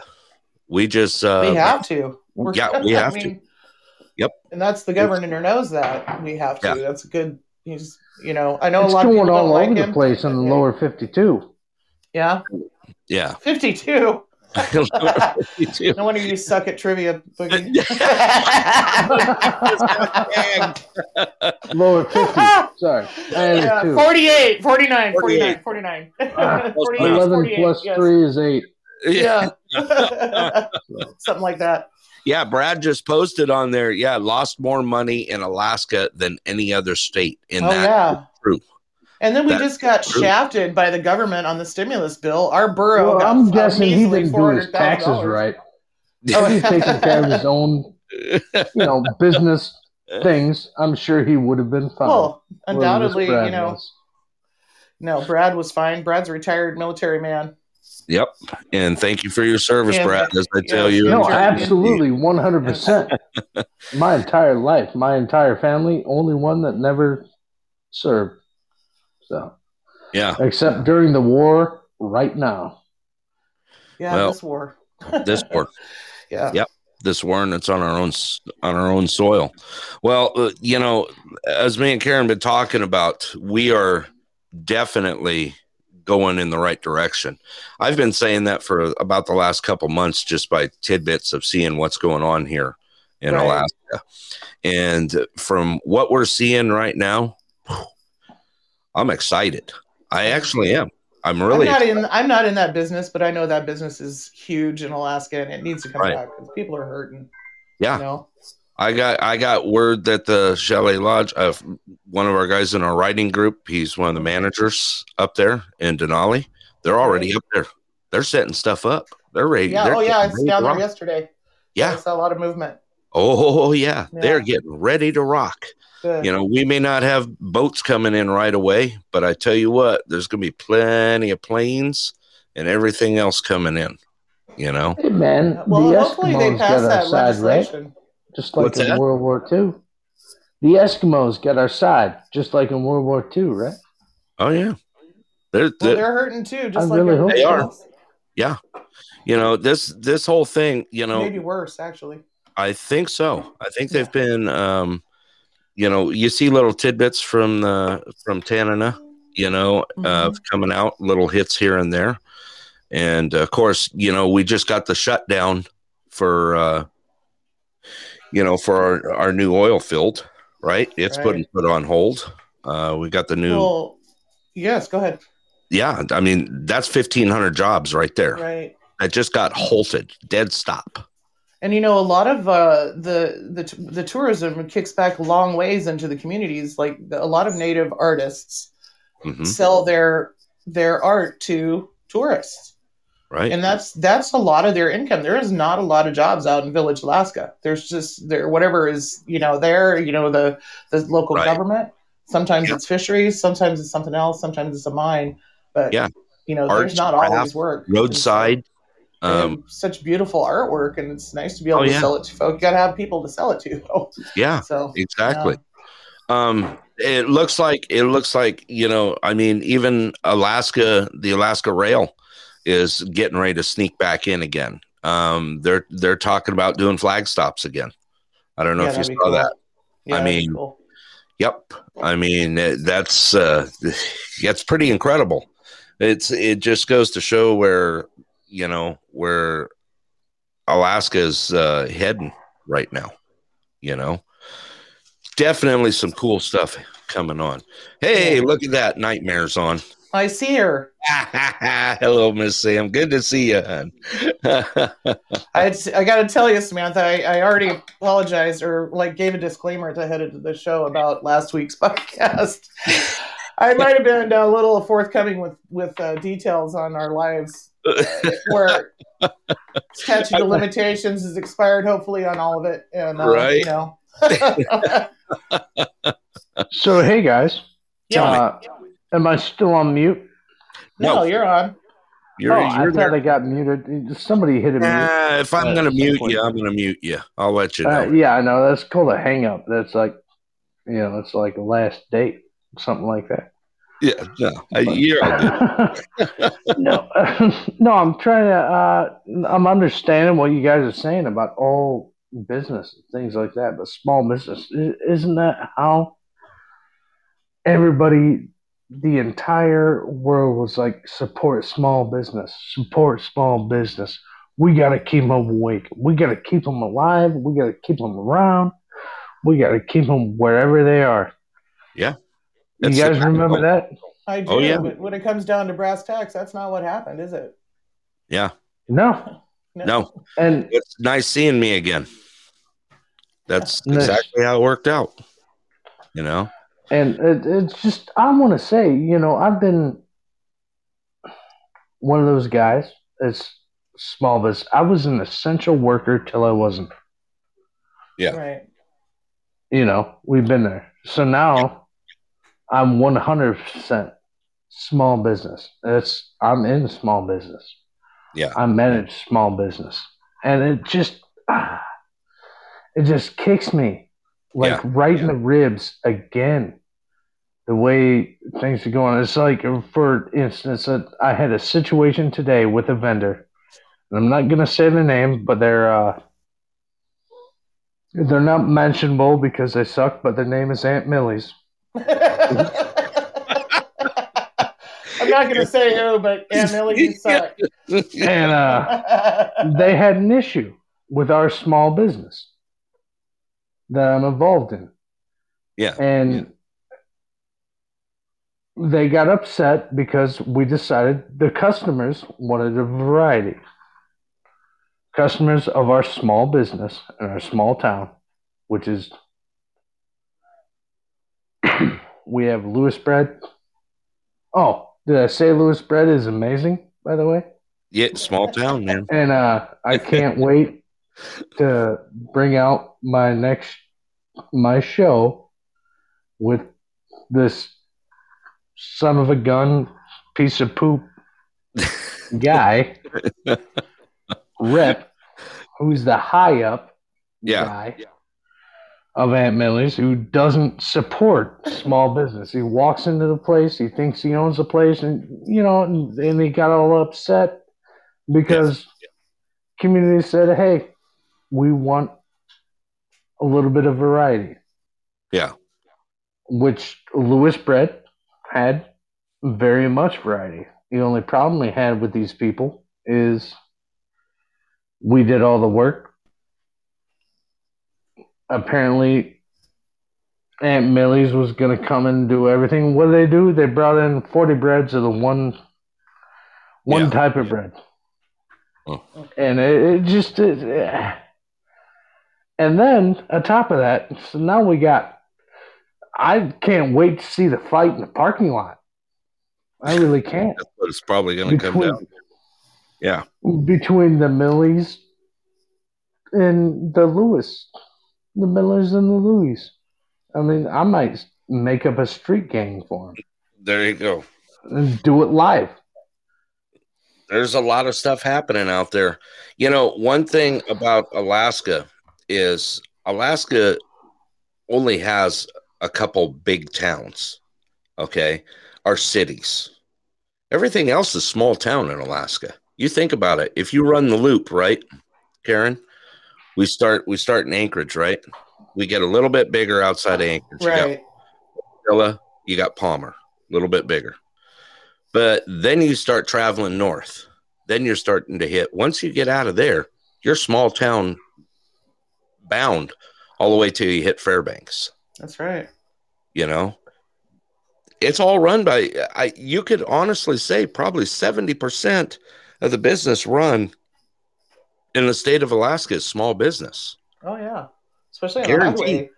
C: We just uh,
D: we have to.
C: yeah, we have to. Yep.
D: And that's the governor knows that we have to.
C: Yeah.
D: That's a good. He's you know I know
F: it's
D: a lot of
F: going
D: people
F: all
D: don't like
F: over
D: him.
F: the place in the
D: Okay.
F: lower 52.
D: Yeah, [LAUGHS]
C: yeah. [LAUGHS]
D: fifty two.
C: Me too.
D: No wonder you suck at trivia.
C: [LAUGHS]
D: Boogie. [LAUGHS]
F: [LAUGHS] lower 50. Sorry.
D: yeah,
F: 92.
D: 48, 49, 49,
C: 48.
D: 49. [LAUGHS]
F: Ah,
D: 48,
F: 11
D: 48,
F: plus
D: yes.
F: 3 is 8.
C: Uh, yeah.
D: Yeah.
C: [LAUGHS]
D: Something like that.
C: Yeah, Brad just posted on there. Yeah, lost more money in Alaska than any other state in
D: oh,
C: that.
D: yeah. Oh,
C: true.
D: And then we
C: That's
D: just got
C: true.
D: shafted by the government on the stimulus bill. Our borough
F: Well,
D: got
F: I'm guessing he
D: measly
F: didn't do his taxes
D: $400,000.
F: right.
D: Oh,
F: If he's taking care of his own, you know, business things, I'm sure he would have been fine.
D: Well,
F: Whereas
D: undoubtedly,
F: Brad
D: you know,
F: was.
D: no, Brad was fine. Brad's a retired military man.
C: Yep. [LAUGHS] And thank you for your service,
D: Yeah,
C: Brad. As I
D: yeah.
C: tell you,
F: No,
D: Sure.
F: absolutely, 100%. my entire life, my entire family, only one that never served. So,
C: Yeah.
F: except during the war, right now.
D: Yeah,
C: Well,
D: this war.
C: This war.
D: Yeah.
C: this war and it's on our own s- on our own soil. Well, uh, you know, as me and Karen been talking about, we are definitely going in the right direction. I've been saying that for about the last couple months, just by tidbits of seeing what's going on here in
D: Right.
C: Alaska, and from what we're seeing right now, I'm excited. I actually am. I'm really
D: I'm not in. I'm not in that business, but I know that business is huge in Alaska, and it needs to come
C: Right.
D: back because people are hurting.
C: Yeah.
D: You know?
C: I got I got word that the Chalet Lodge, uh, one of our guys in our writing group, he's one of the managers up there in Denali. They're already up there. They're setting stuff up. They're ready.
D: Yeah.
C: they're
D: Oh yeah. I was
C: getting ready
D: down
C: to
D: there
C: rock.
D: yesterday. I
C: Yeah.
D: saw a lot of movement.
C: Oh yeah.
D: Yeah.
C: They're getting ready to rock.
D: Good.
C: You know, we may not have boats coming in right away, but I tell you what, there's going to be plenty of planes and everything else coming in. You know.
F: Hey man,
D: well,
F: the
D: hopefully they
F: Eskimos
D: pass
F: got
D: that
F: our side, right?
D: legislation.
F: Just like
C: What's
F: in
C: that?
F: World War II. The Eskimos got our side, just like in World War II,
C: [LAUGHS]
F: right?
C: Oh yeah, they're,
D: Well,
C: they're-
D: they're hurting too, just
F: I
D: like
F: really hope
D: everybody
C: They are.
D: else.
C: you know this this whole thing. You know,
D: Maybe worse, actually.
C: I think so. I think they've
D: Yeah.
C: been, um, you know, you see little tidbits from the from Tanana, you know,
D: Mm-hmm.
C: of coming out, little hits here and there, and of course, you know, we just got the shutdown for, uh, you know, for our our new oil field, right? It's
D: Right.
C: putting put on hold. Uh, we got the new,
D: Well, yes, go ahead.
C: yeah. I mean, that's fifteen hundred jobs right there.
D: Right.
C: That just got halted, dead stop.
D: And you know, a lot of uh, the the t- the tourism kicks back long ways into the communities. Like the, a lot of native artists
C: Mhm,
D: sell their their art to tourists,
C: right.
D: and that's that's a lot of their income. There is not a lot of jobs out in Village Alaska. There's just there whatever is you know there. You know the the local
C: Right.
D: government. Sometimes
C: Yeah.
D: it's fisheries. Sometimes it's something else. Sometimes it's a mine. But
C: Yeah.
D: you know,
C: Arts,
D: there's not
C: craft,
D: always work
C: Roadside.
D: They have
C: Um,
D: such beautiful artwork, and it's nice to be able
C: Oh,
D: to
C: yeah.
D: sell it to folks. You got to have people to sell it to.
C: [LAUGHS]
D: though.
C: yeah.
D: So
C: exactly um it looks like it looks like you know i mean even alaska the alaska rail is getting ready to sneak back in again um they're they're talking about doing flag stops again i don't know if you saw that I mean, yep i mean eh, that's uh that's pretty incredible it's it just goes to show where you know where alaska's uh heading right now you know definitely some cool stuff coming on hey
D: Yeah.
C: look at that nightmares on [LAUGHS]
D: I see her.
C: hello miss sam good to see you hun. [LAUGHS]
F: Oh,
D: I had, I got to tell you, Samantha, I, I already apologized or like gave a disclaimer to head into the show about last week's [LAUGHS] podcast.
C: [LAUGHS]
D: I might have been a little forthcoming with with uh, details on our
C: [LAUGHS]
D: lives where statute of limitations has expired, hopefully on all of it, and uh,
C: Right.
D: you know. [LAUGHS]
F: So hey guys,
C: Tell me.
F: uh, am I still on mute?
D: no,
C: No.
D: you're on.
C: you're,
F: oh, I
C: you're
F: thought
C: there.
F: I got muted. Somebody hit a mute.
C: Nah, if i'm
F: Uh,
C: gonna
F: some
C: mute
F: point.
C: you i'm gonna mute you i'll let you know
F: Uh, yeah, I know. That's called a hang up. That's like, you know, it's like a last date, something like that.
C: Yeah, no, uh, you're all good.
F: no, [LAUGHS] no, I'm trying to. Uh, I'm understanding what you guys are saying about all business and things like that, but small business i- isn't that how everybody, the entire world was like support small business, support small business. We gotta keep them awake. We gotta keep them alive. We gotta keep them around. We gotta keep them wherever they are.
C: Yeah.
F: You
C: That's the
F: guys remember
C: backbone.
F: that?
D: I do,
C: Oh, yeah.
D: but when it comes down to brass tacks, that's not what happened, is it?
F: No.
C: no
F: And
C: it's nice seeing me again that's
F: Nice.
C: exactly how it worked out you know
F: and it, it's just I want to say, you know, I've been one of those guys. It's small business. I was an essential worker till I wasn't.
C: Yeah.
D: Right. [LAUGHS]
C: [LAUGHS]
F: You know, we've been there. So now I'm 100% small business. It's I'm in small business.
C: Yeah.
F: I manage small business, and it just [SIGHS] ah, it just kicks me like right in
C: yeah.
F: the ribs again. The way things are going, it's like for instance, uh, I had a situation today with a vendor, and I'm not gonna say the name, but they're uh, they're not mentionable because they suck. But their name is Aunt Millie's.
D: I'm not going to say who, but
C: [LAUGHS]
D: Aunt Millie, you suck.
F: And uh,
D: [LAUGHS]
F: they had an issue with our small business that I'm involved in.
C: Yeah,
F: And they got upset because we decided the customers wanted a variety. Customers of our small business and our small town, which is [CLEARS THROAT] we have Lewis bread. Oh, did I say Lewis bread is amazing, by the way?
C: yeah small town man
F: And uh, I can't wait to bring out my next my show with this son of a gun piece of poop guy rep who's the high up
C: Yeah.
F: guy of Aunt Millie's who doesn't support small business. He walks into the place, he thinks he owns the place, and you know, and, and he got all upset because community said, "Hey, we want a little bit of variety."
C: Yeah.
F: Which Lewis Brett had very much variety. The only problem we had with these people is we did all the work. Apparently, Aunt Millie's was going to come and do everything. What did they do? They brought in 40 breads of the one one
C: Yeah.
F: type of bread.
C: Oh.
F: And it, it just is. eh. And then, on top of that, so now we got. I can't wait to see the fight in the parking lot. I
C: [LAUGHS]
F: really can't
C: That's what it's probably going to come down. Yeah.
F: between the Millies and the Lewis, the Millers and the Louis. I mean, I might make up a street gang for
C: There you go.
F: them and do it live.
C: there's a lot of stuff happening out there. You know, one thing about Alaska is Alaska only has a couple big towns, okay, or cities. Everything else is small town in Alaska. You think about it. If you run the loop, right, Karen? We start we start in Anchorage, right? We get a little bit bigger outside of Anchorage. You got
D: Right.
C: Manila, you got Palmer, a little bit bigger. But then you start traveling north. Then you're starting to hit. Once you get out of there, you're small town bound all the way till you hit Fairbanks.
D: That's right.
C: You know, it's all run by. I you could honestly say probably seventy percent of the business run in the state of Alaska is small business.
D: Oh yeah. Especially on the
C: Guaranteed.
D: highway.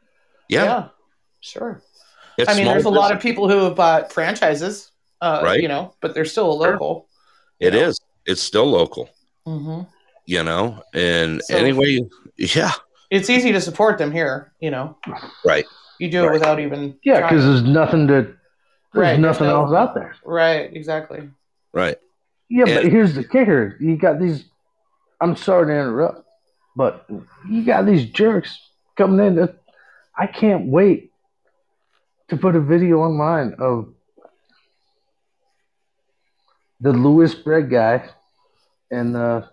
C: Yeah,
D: Sure.
C: it's
D: I mean,
C: small
D: there's a lot of
C: business.
D: people who have bought franchises, uh,
C: Right.
D: you know, but they're still a local.
C: It is. It's still local.
D: hmm
C: You know, and
D: So-
C: anyway, yeah.
D: It's easy to support them here, you know.
C: Right.
D: You do it
C: Right.
D: without even
F: Yeah,
D: trying.
F: because there's nothing to, there's
D: Right,
F: nothing
D: no.
F: else out there.
D: right, exactly.
C: Right.
F: Yeah, but
C: And-
F: here's the kicker: you got these. I'm sorry to interrupt, but you got these jerks coming in. That, I can't wait to put a video online of the Lewis bread guy and the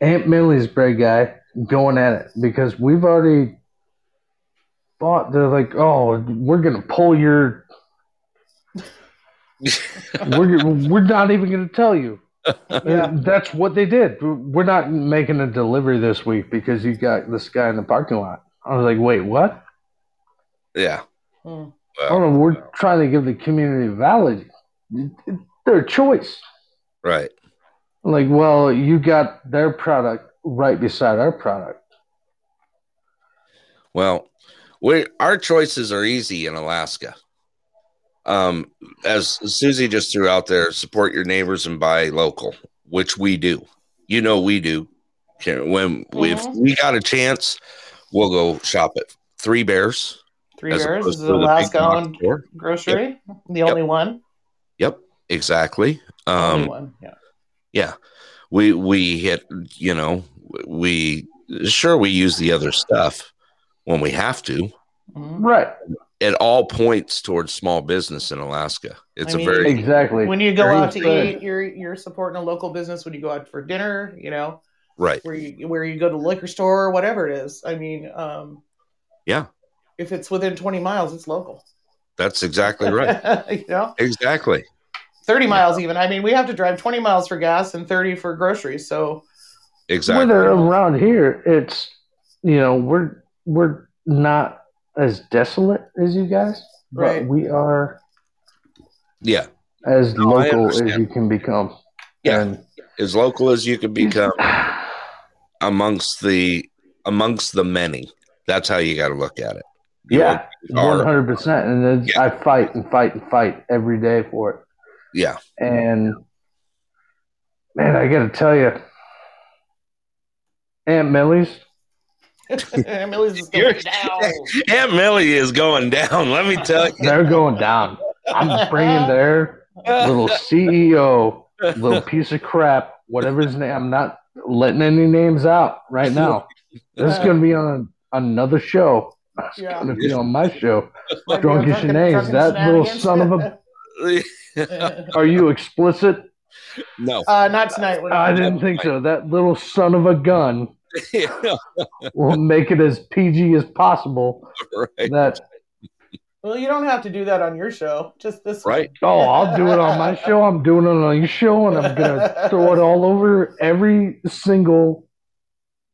F: Aunt Millie's bread guy going at it because we've already bought. They're like, oh, we're gonna pull your we're, we're not even going to tell you.
D: Yeah.
F: That's what they did. We're not making a delivery this week because you got this guy in the parking lot. I was like, wait, what?
C: Yeah.
D: Mm.
F: Oh, no, we're trying to give the community valid, their choice.
C: Right.
F: Like, well, you got their product right beside our product.
C: Well, we our choices are easy in Alaska. Um, as Susie just threw out there, support your neighbors and buy local, which we do. You know we do. Karen, When we if
D: Mhm.
C: we got a chance, we'll go shop at Three Bears.
D: Three
C: as
D: Bears
C: opposed
D: is
C: to
D: an
C: the big
D: Alaska
C: box
D: owned
C: store.
D: grocery, the only one.
C: Yep, exactly.
D: only
C: Um,
D: one. Yeah.
C: yeah we we hit you know we sure we use the other stuff when we have to
D: Mhm.
F: Right.
C: it all points towards small business in alaska it's
D: I
C: a
D: mean-
C: very
F: Exactly.
D: When you go
F: Very
D: out to
F: good.
D: eat, you're you're supporting a local business. When you go out for dinner, you know,
C: right
D: where you where you go to the liquor store or whatever it is. I mean, um,
C: Yeah.
D: If it's within 20 miles, it's local.
C: that's
F: [LAUGHS]
C: exactly right
D: [LAUGHS] you know,
C: exactly
D: 30 miles even. I mean, we have to drive 20 miles for gas and 30 for groceries. So [LAUGHS]
C: exactly
F: Whether around here, it's you know we're we're not as desolate as you guys, but
D: Right.
F: we are
C: yeah
F: as
C: No, I
F: local as
C: understand.
F: you can become.
C: Yeah.
F: And- [SIGHS]
C: as local as you can become amongst the amongst the many that's how you got to look at it You
F: yeah,
C: are-
F: one hundred percent. And then
C: Yeah.
F: I fight and fight and fight every day for it.
C: yeah
F: And man, I got to tell you, Aunt Millie's.
D: Emily's just
C: You're-
D: going down.
C: aunt millie is going down [LAUGHS] let me tell you
F: They're going down. I'm bringing their [LAUGHS] little CEO, little piece of crap, whatever his name. I'm not letting any names out right now. This is going to be on another show. That's
D: Yeah.
F: gonna be on my show. Drunken
D: Drunken-
F: Shenanigans,
D: drunken
F: that little son of a.
D: shenanigans.
F: Are you explicit?
C: [LAUGHS] no.
D: [LAUGHS]
C: [LAUGHS]
D: uh, not tonight. We're not.
F: I didn't think so. That little son of a gun
C: yeah,
F: will make it as PG as possible.
C: right.
F: That
D: Well, you don't have to do that on your show. Just this.
C: Right.
F: oh, I'll do it on my show. I'm doing it on your show, and I'm gonna throw it all over every single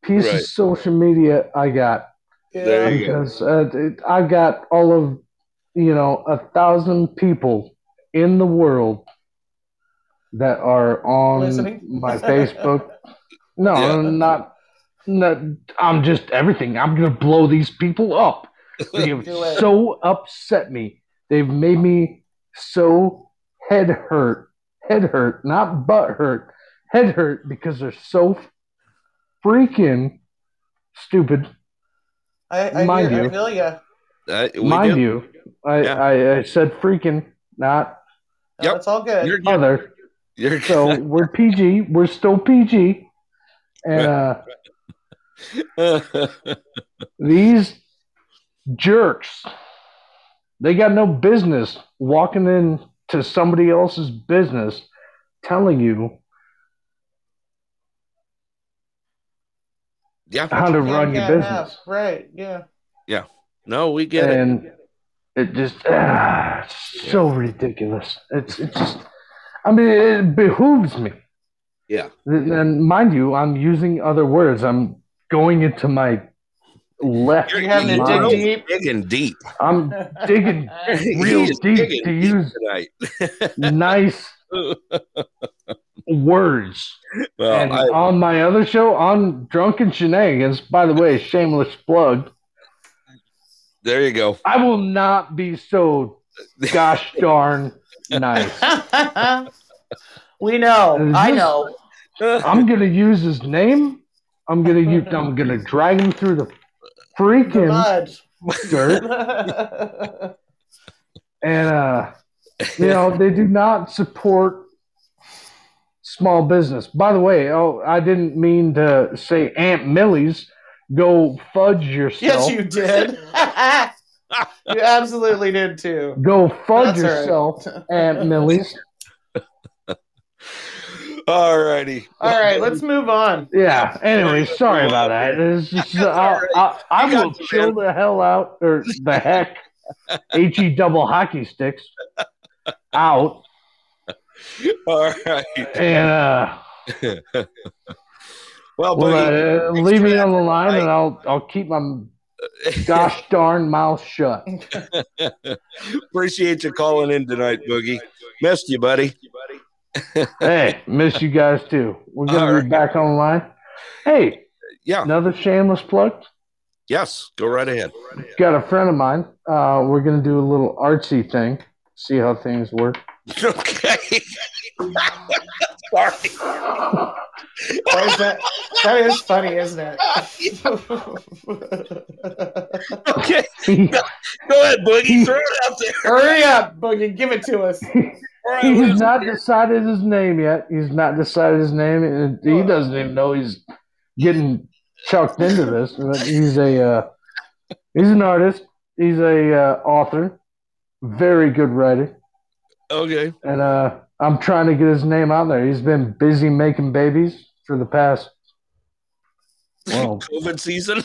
F: piece
C: Right.
F: of social media I got.
D: Yeah.
C: There
D: [LAUGHS]
C: you go.
F: because uh, it- I've got all of you know a thousand people in the world that are on
D: Listening?
F: my Facebook. No,
C: Yeah.
F: I'm not. No, I'm just everything. I'm gonna blow these people up.
C: [LAUGHS]
F: They have
D: Do it.
F: so upset me. They've made me so head hurt, head hurt, not butt hurt, head hurt because they're so freaking stupid.
D: [LAUGHS] I, I,
F: Mind
D: hear, I
F: you.
D: feel ya.
C: Uh, we
F: Mind
C: do.
F: you, I,
C: Yeah.
F: I, I said freaking, not
D: No,
C: Yep.
D: It's all good.
C: You're, good.
F: other.
C: you're
F: So
C: good.
F: we're PG. We're still PG. And uh, these jerks, they got no business walking into somebody else's business telling you
C: [LAUGHS] yeah.
F: how
D: Yeah,
F: to run
D: yeah,
F: your
D: yeah.
F: business.
D: Right. Yeah.
C: No, we get it.
F: and it just ah, it's so ridiculous. It's it's just I mean it behooves me.
C: Yeah.
F: And mind you, I'm using other words. I'm going into my left.
C: You're
D: You having to
F: mind.
D: dig deep.
C: Digging deep.
F: I'm digging [LAUGHS] real
C: [LAUGHS] He is
F: deep
C: digging
F: to use
C: tonight.
F: nice words.
C: Well,
F: and
C: I,
F: on my other show, on Drunken Shenanigans, by the way, shameless plug,
C: there you go. [LAUGHS]
F: I will not be so gosh darn nice.
D: [LAUGHS] we know.
F: Is
D: I
F: this-
D: know.
F: I'm gonna use his name. I'm gonna use, I'm gonna drag him through the
D: The
F: freaking
D: mud.
F: dirt, and uh, you know they do not support small business. By the way, oh, I didn't mean to say Aunt Millie's. Go fudge
D: [LAUGHS]
F: yourself.
D: yes, you did. [LAUGHS] you absolutely did too.
F: Go fudge
D: That's all right. [LAUGHS]
F: yourself, Aunt Millie's.
C: All righty.
D: All right, let's move on.
F: Yeah. Anyway, sorry about that.
D: [LAUGHS]
F: It's just, I, I, I
C: You got
F: will
C: it,
F: chill the hell out or
D: [LAUGHS]
F: the heck, he double hockey sticks out,
C: [LAUGHS] All right.
F: and uh, well,
C: Well, buddy,
F: uh, leave me on the line, and I'll I'll keep
C: [LAUGHS]
F: my gosh darn mouth shut. uh,
C: [LAUGHS] appreciate you calling in tonight, Boogie. Missed you, buddy.
F: Hey, miss you guys too. We're gonna
C: All
F: be
C: right.
F: back online. Hey,
C: Yeah.
F: another shameless plug.
C: Yes. Go right ahead. [LAUGHS]
F: Got a friend of mine. Uh, we're gonna do a little artsy thing. See how things work. [LAUGHS]
C: okay. [LAUGHS] Sorry.
D: Why is that? That is funny, isn't
C: [LAUGHS]
D: it?
C: Okay. Go ahead, Boogie. Throw it out there.
D: [LAUGHS] Hurry up, Boogie. Give it to us.
C: All right,
F: He's
C: let's-
F: not decided his name yet. He's not decided his name, and he doesn't even know he's getting chucked into this. But he's a uh, he's an artist. He's a uh, author, very good writer,
C: Okay.
F: and uh, I'm trying to get his name out there. He's been busy making babies for the past. Well,
C: COVID season.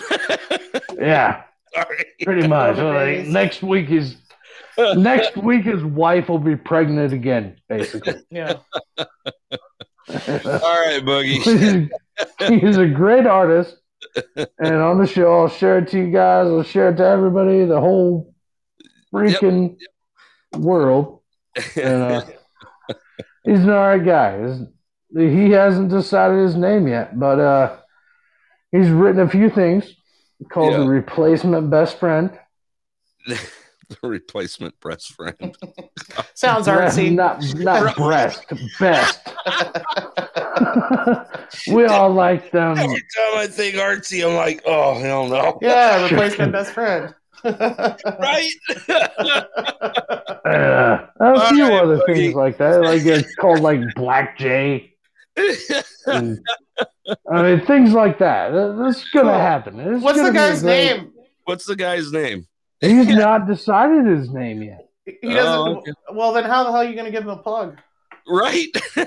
C: [LAUGHS]
F: yeah,
C: Sorry.
F: pretty much. Like, next week is next week his wife will be pregnant again,
D: [LAUGHS]
F: basically.
D: Yeah.
C: All right,
F: he's,
C: Boogie.
F: [LAUGHS] he's a great artist. And on the show, I'll share it to you guys. I'll share it to everybody, the whole freaking world. And,
C: [LAUGHS]
F: uh, he's an all right guy. He's- he hasn't decided his name yet, but uh, he's written a few things called
C: Yeah.
F: The Replacement Best Friend.
C: [LAUGHS] the replacement breast friend.
D: Sounds artsy.
F: Not, not breast, best. [LAUGHS] we all like them.
C: [LAUGHS] Every time I think artsy, I'm like, oh hell
F: [LAUGHS]
C: no.
D: Yeah, replacement best [LAUGHS] friend.
C: Right?
F: Uh, a few
C: right,
F: other
C: buddy.
D: [LAUGHS]
F: things like that. Like it's called like Black Jay and I mean, things like that. That's gonna happen. It's
D: What's
F: gonna
D: the
F: be a
D: guy's
F: great-
D: name?
C: [LAUGHS] What's the guy's name?
D: [LAUGHS]
F: He's not decided his name yet.
D: He doesn't.
C: Oh, okay.
D: Well, then how the hell are you going to give him a plug?
C: Right? [LAUGHS]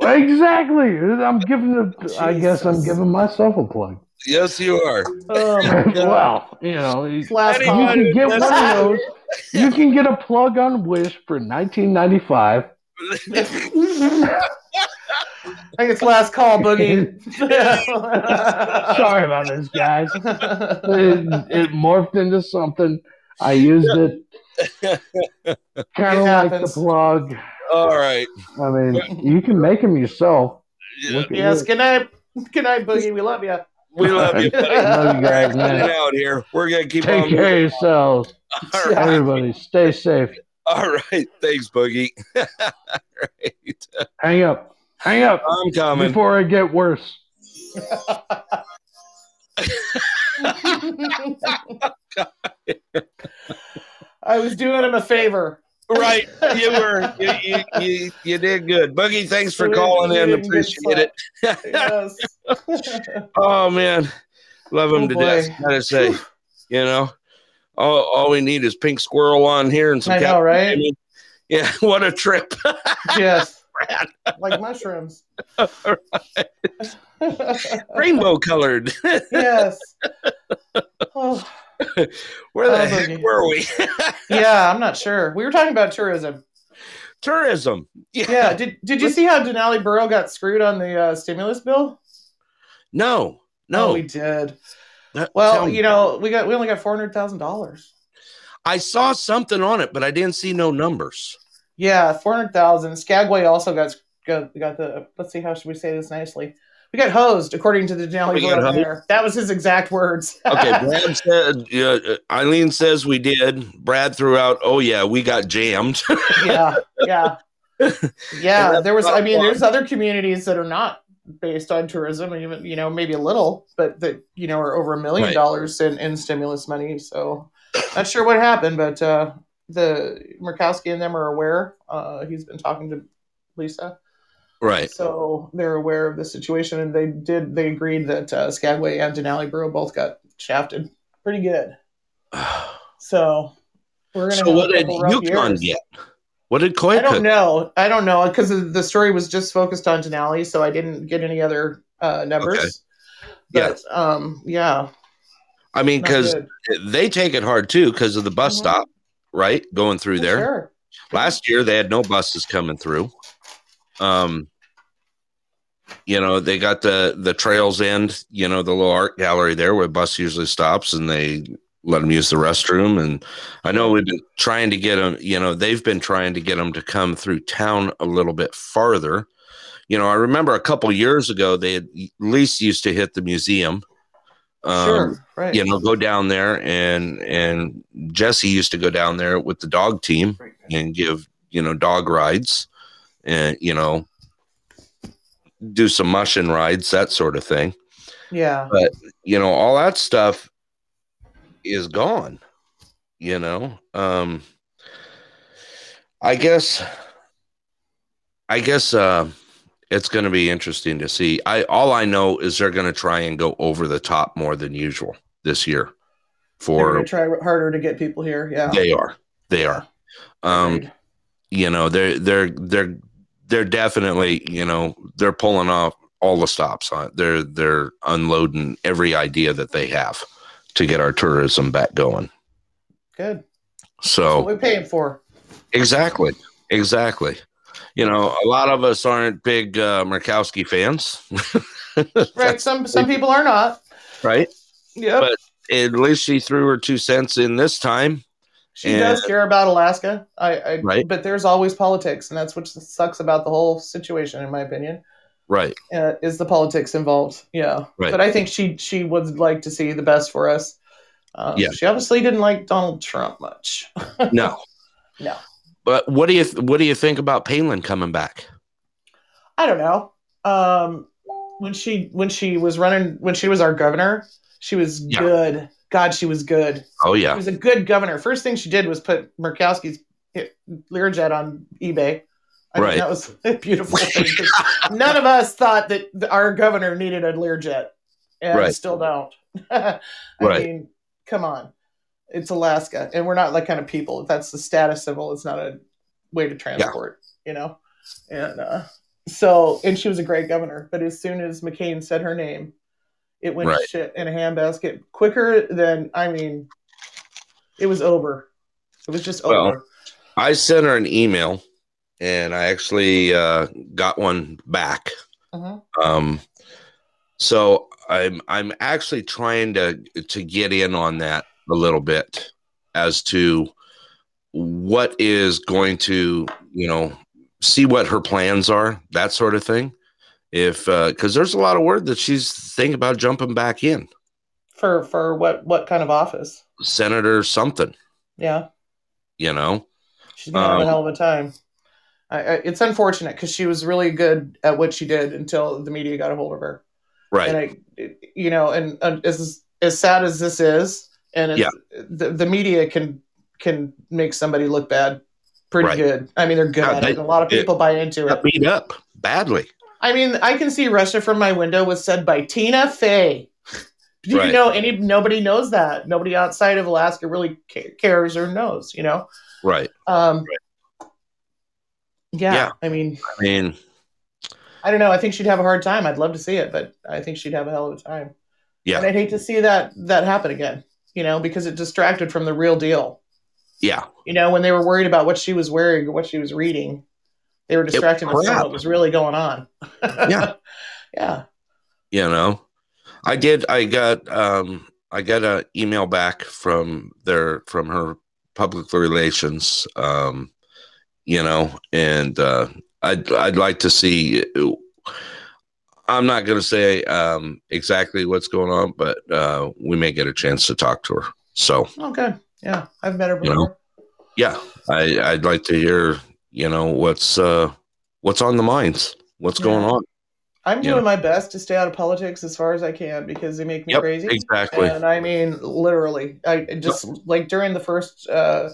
F: Exactly. I'm giving the. I guess I'm
D: Jesus.
F: giving myself a
D: [LAUGHS]
F: plug.
C: yes, you
F: [LAUGHS]
C: are.
D: Oh
C: [LAUGHS]
D: my god!
F: well, you know,
D: It's last
F: you
D: call.
C: Anyone-
F: can get one of
D: That's-
F: those. You can get a plug on Wish for 1995.
D: [LAUGHS] I think it's last call, Boogie.
F: [LAUGHS]
D: [LAUGHS]
F: Sorry about this, guys. It, it morphed into something. I used
C: [LAUGHS]
F: it. Kind
D: It
F: of like the
D: happens.
F: plug.
C: All right.
F: I mean, you can make them yourself.
C: Yeah,
F: Look at
D: yes.
F: you.
D: Good night. Good night, Boogie. We love [LAUGHS] you.
C: we love you.
F: Love you guys,
C: Get
F: man.
C: out here. We're gonna keep
F: Take
C: on.
F: care of yourselves.
C: All right.
F: Everybody, stay safe.
C: All right. Thanks, Boogie. [LAUGHS] All right.
F: Hang up. Hang up
C: I'm coming.
F: before I get worse.
D: I was doing him a favor.
C: right. You were you, you, you, you did good. Boogie, thanks for
D: We
C: calling in.
D: didn't get
C: Appreciate it.
D: Yes.
F: [LAUGHS]
C: Oh man. Love him
D: Oh,
C: to
D: boy.
C: death. Gotta say.
D: Phew.
C: You know. All, all we need is pink squirrel on here and [LAUGHS] some
D: I know,
C: Captain
D: right?
C: Jamie. Yeah, [LAUGHS] what
D: [LAUGHS]
C: a trip. [LAUGHS]
D: yes. Like mushrooms.
C: Rainbow colored.
D: [LAUGHS] yes. Oh,
C: Where the
D: Oh,
C: heck
D: Boogie.
C: were we?
D: yeah, I'm not sure. We were talking about tourism.
C: Tourism.
D: Yeah. Did Did you see how Denali Burrow got screwed on the uh, stimulus bill?
C: No. No.
D: Oh, we did.
C: That- tell
D: Well,
C: me.
D: you know, we got we only got four hundred thousand dollars.
C: I saw something on it, but I didn't see no numbers.
D: Yeah, four hundred thousand. Skagway also got got got the. Let's see, how should we say this nicely? We got hosed, according to the
C: We
D: Denali
C: got
D: Burrow
C: hosed?
D: mayor. That was his exact words. [LAUGHS]
C: Okay, Brad said, uh, Eileen says we did. Brad threw out, oh, yeah, we got jammed. [LAUGHS]
D: yeah, yeah,
C: And
D: yeah.
C: that's
D: There was, I
C: not
D: mean,
C: why.
D: there's other communities that are not based on tourism, and even you know maybe a little, but that you know are over a million
C: Right.
D: dollars in, in stimulus money. So not sure what happened, but uh, the Murkowski and them are aware. Uh, he's been talking to Lisa,
C: right.
D: so they're aware of the situation, and they did. They agreed that uh, Skagway and Denali Brew both got shafted pretty
C: [SIGHS]
D: good. So we're gonna.
C: So,
D: have a
C: what did
D: couple rough
C: Yukon
D: years.
C: get? What did
D: I don't
C: Coyca?
D: know. I don't know because the story was just focused on Denali, so I didn't get any other uh, numbers.
C: Okay.
D: But, um, yeah,
C: I mean,
D: not
C: because
D: good.
C: they take it hard too because of the bus
D: Mhm.
C: stop, right? Going through there.
D: Sure.
C: Last year, they had no buses coming through. Um, you know, they got the the trails end, you know, the little art gallery there where the bus usually stops, and they let them use the restroom. And I know we've been trying to get them. You know, they've been trying to get them to come through town a little bit farther. You know, I remember a couple years ago they had at least used to hit the museum. Um,
D: sure. Right.
C: you know, go down there and and Jesse used to go down there with the dog team and give you know dog rides and you know do some mushing rides that sort of thing
D: Yeah.
C: you know all that stuff is gone you know um i guess i guess uh it's going to be interesting to see i all i know is they're going to try and go over the top more than usual this year
D: They're
C: for
D: gonna try harder to get people here. Yeah.
C: they are they are um
D: Agreed.
C: you know they're they're they're they're definitely you know they're pulling off all the stops on it. they're they're unloading every idea that they have to get our tourism back going
D: good. That's what
C: so
D: we're paying
C: [LAUGHS]
D: for.
C: exactly exactly you know a lot of us aren't big uh, murkowski fans
D: Right. Some some people are not.
C: right
D: Yep.
C: But- at least she threw her two cents in this time
D: she does care about Alaska. I, I
C: Right.
D: but there's always politics, and that's what sucks about the whole situation, in my opinion.
C: right
D: uh, is the politics involved. Yeah,
C: Right.
D: but I think she she would like to see the best for us. Uh,
C: Yeah.
D: she obviously didn't like Donald Trump much. [LAUGHS]
C: no
D: No.
C: but what do you what do you think about palin coming back
D: I don't know. Um, when she when she was running when she was our governor, she was
C: Yeah.
D: good. God, she was good.
C: oh
D: She
C: yeah
D: was a good governor. First thing she did was put Murkowski's Learjet on eBay. I mean,
C: Right.
D: that was [LAUGHS] a beautiful thing. 'cause None of us thought that th- our governor needed a Learjet, and
C: Right.
D: still don't. [LAUGHS] I
C: Right.
D: mean, come on, it's Alaska, and we're not that kind of people. If that's the status symbol, it's not a way to transport, you know. And uh, so, and she was a great governor, but as soon as McCain said her name, it went
C: Right.
D: shit in a handbasket quicker than I mean, it was over. It was just
C: Well,
D: over.
C: I sent her an email, and I actually uh, got one back.
D: Mhm.
C: Um, so I'm I'm actually trying to to get in on that a little bit as to what is going to you know see what her plans are that sort of thing. If because there's a lot of word that she's thinking about jumping back in
D: For for what what kind of office?
C: senator something
D: Yeah.
C: you know
D: She's gonna have a
C: Um,
D: hell of a time. I, I, it's unfortunate because she was really good at what she did until the media got a hold of her.
C: right
D: And I, it- you know, and, and as as sad as this is, and it's, the the media can can make somebody look bad pretty
C: Right.
D: good. I mean, they're good
C: Yeah,
D: at
C: they-
D: it. And a lot of
C: it-
D: people buy into
C: got
D: it.
C: beat up badly
D: I mean, I can see Russia from my window was said by Tina Fey. Do you
C: Right.
D: know any? Nobody knows that. Nobody outside of Alaska really ca- cares or knows. You know.
C: right
D: Um, yeah,
C: Yeah.
D: I mean,
C: I mean
D: I don't know. I think she'd have a hard time. I'd love to see it, but I think she'd have a hell of a time.
C: Yeah.
D: and I'd hate to see that that happen again. You know, because it distracted from the real deal.
C: yeah
D: You know, when they were worried about what she was wearing or what she was reading, they were distracted from
C: crap.
D: what was really going on.
C: Yeah.
D: [LAUGHS] yeah.
C: you know i did i got um i got an email back from their from her public relations um you know and uh i'd i'd like to see i'm not going to say um exactly what's going on but uh we may get a chance to talk to her so
D: Oh, good. Yeah, I've met her
C: You
D: before.
C: know? yeah i i'd like to hear you know what's uh what's on the minds what's going
D: Yeah.
C: on
D: I'm
C: Yeah.
D: doing my best to stay out of politics as far as I can because they make me
C: yep
D: crazy.
C: exactly
D: And I mean, literally, I it just like during the first, uh,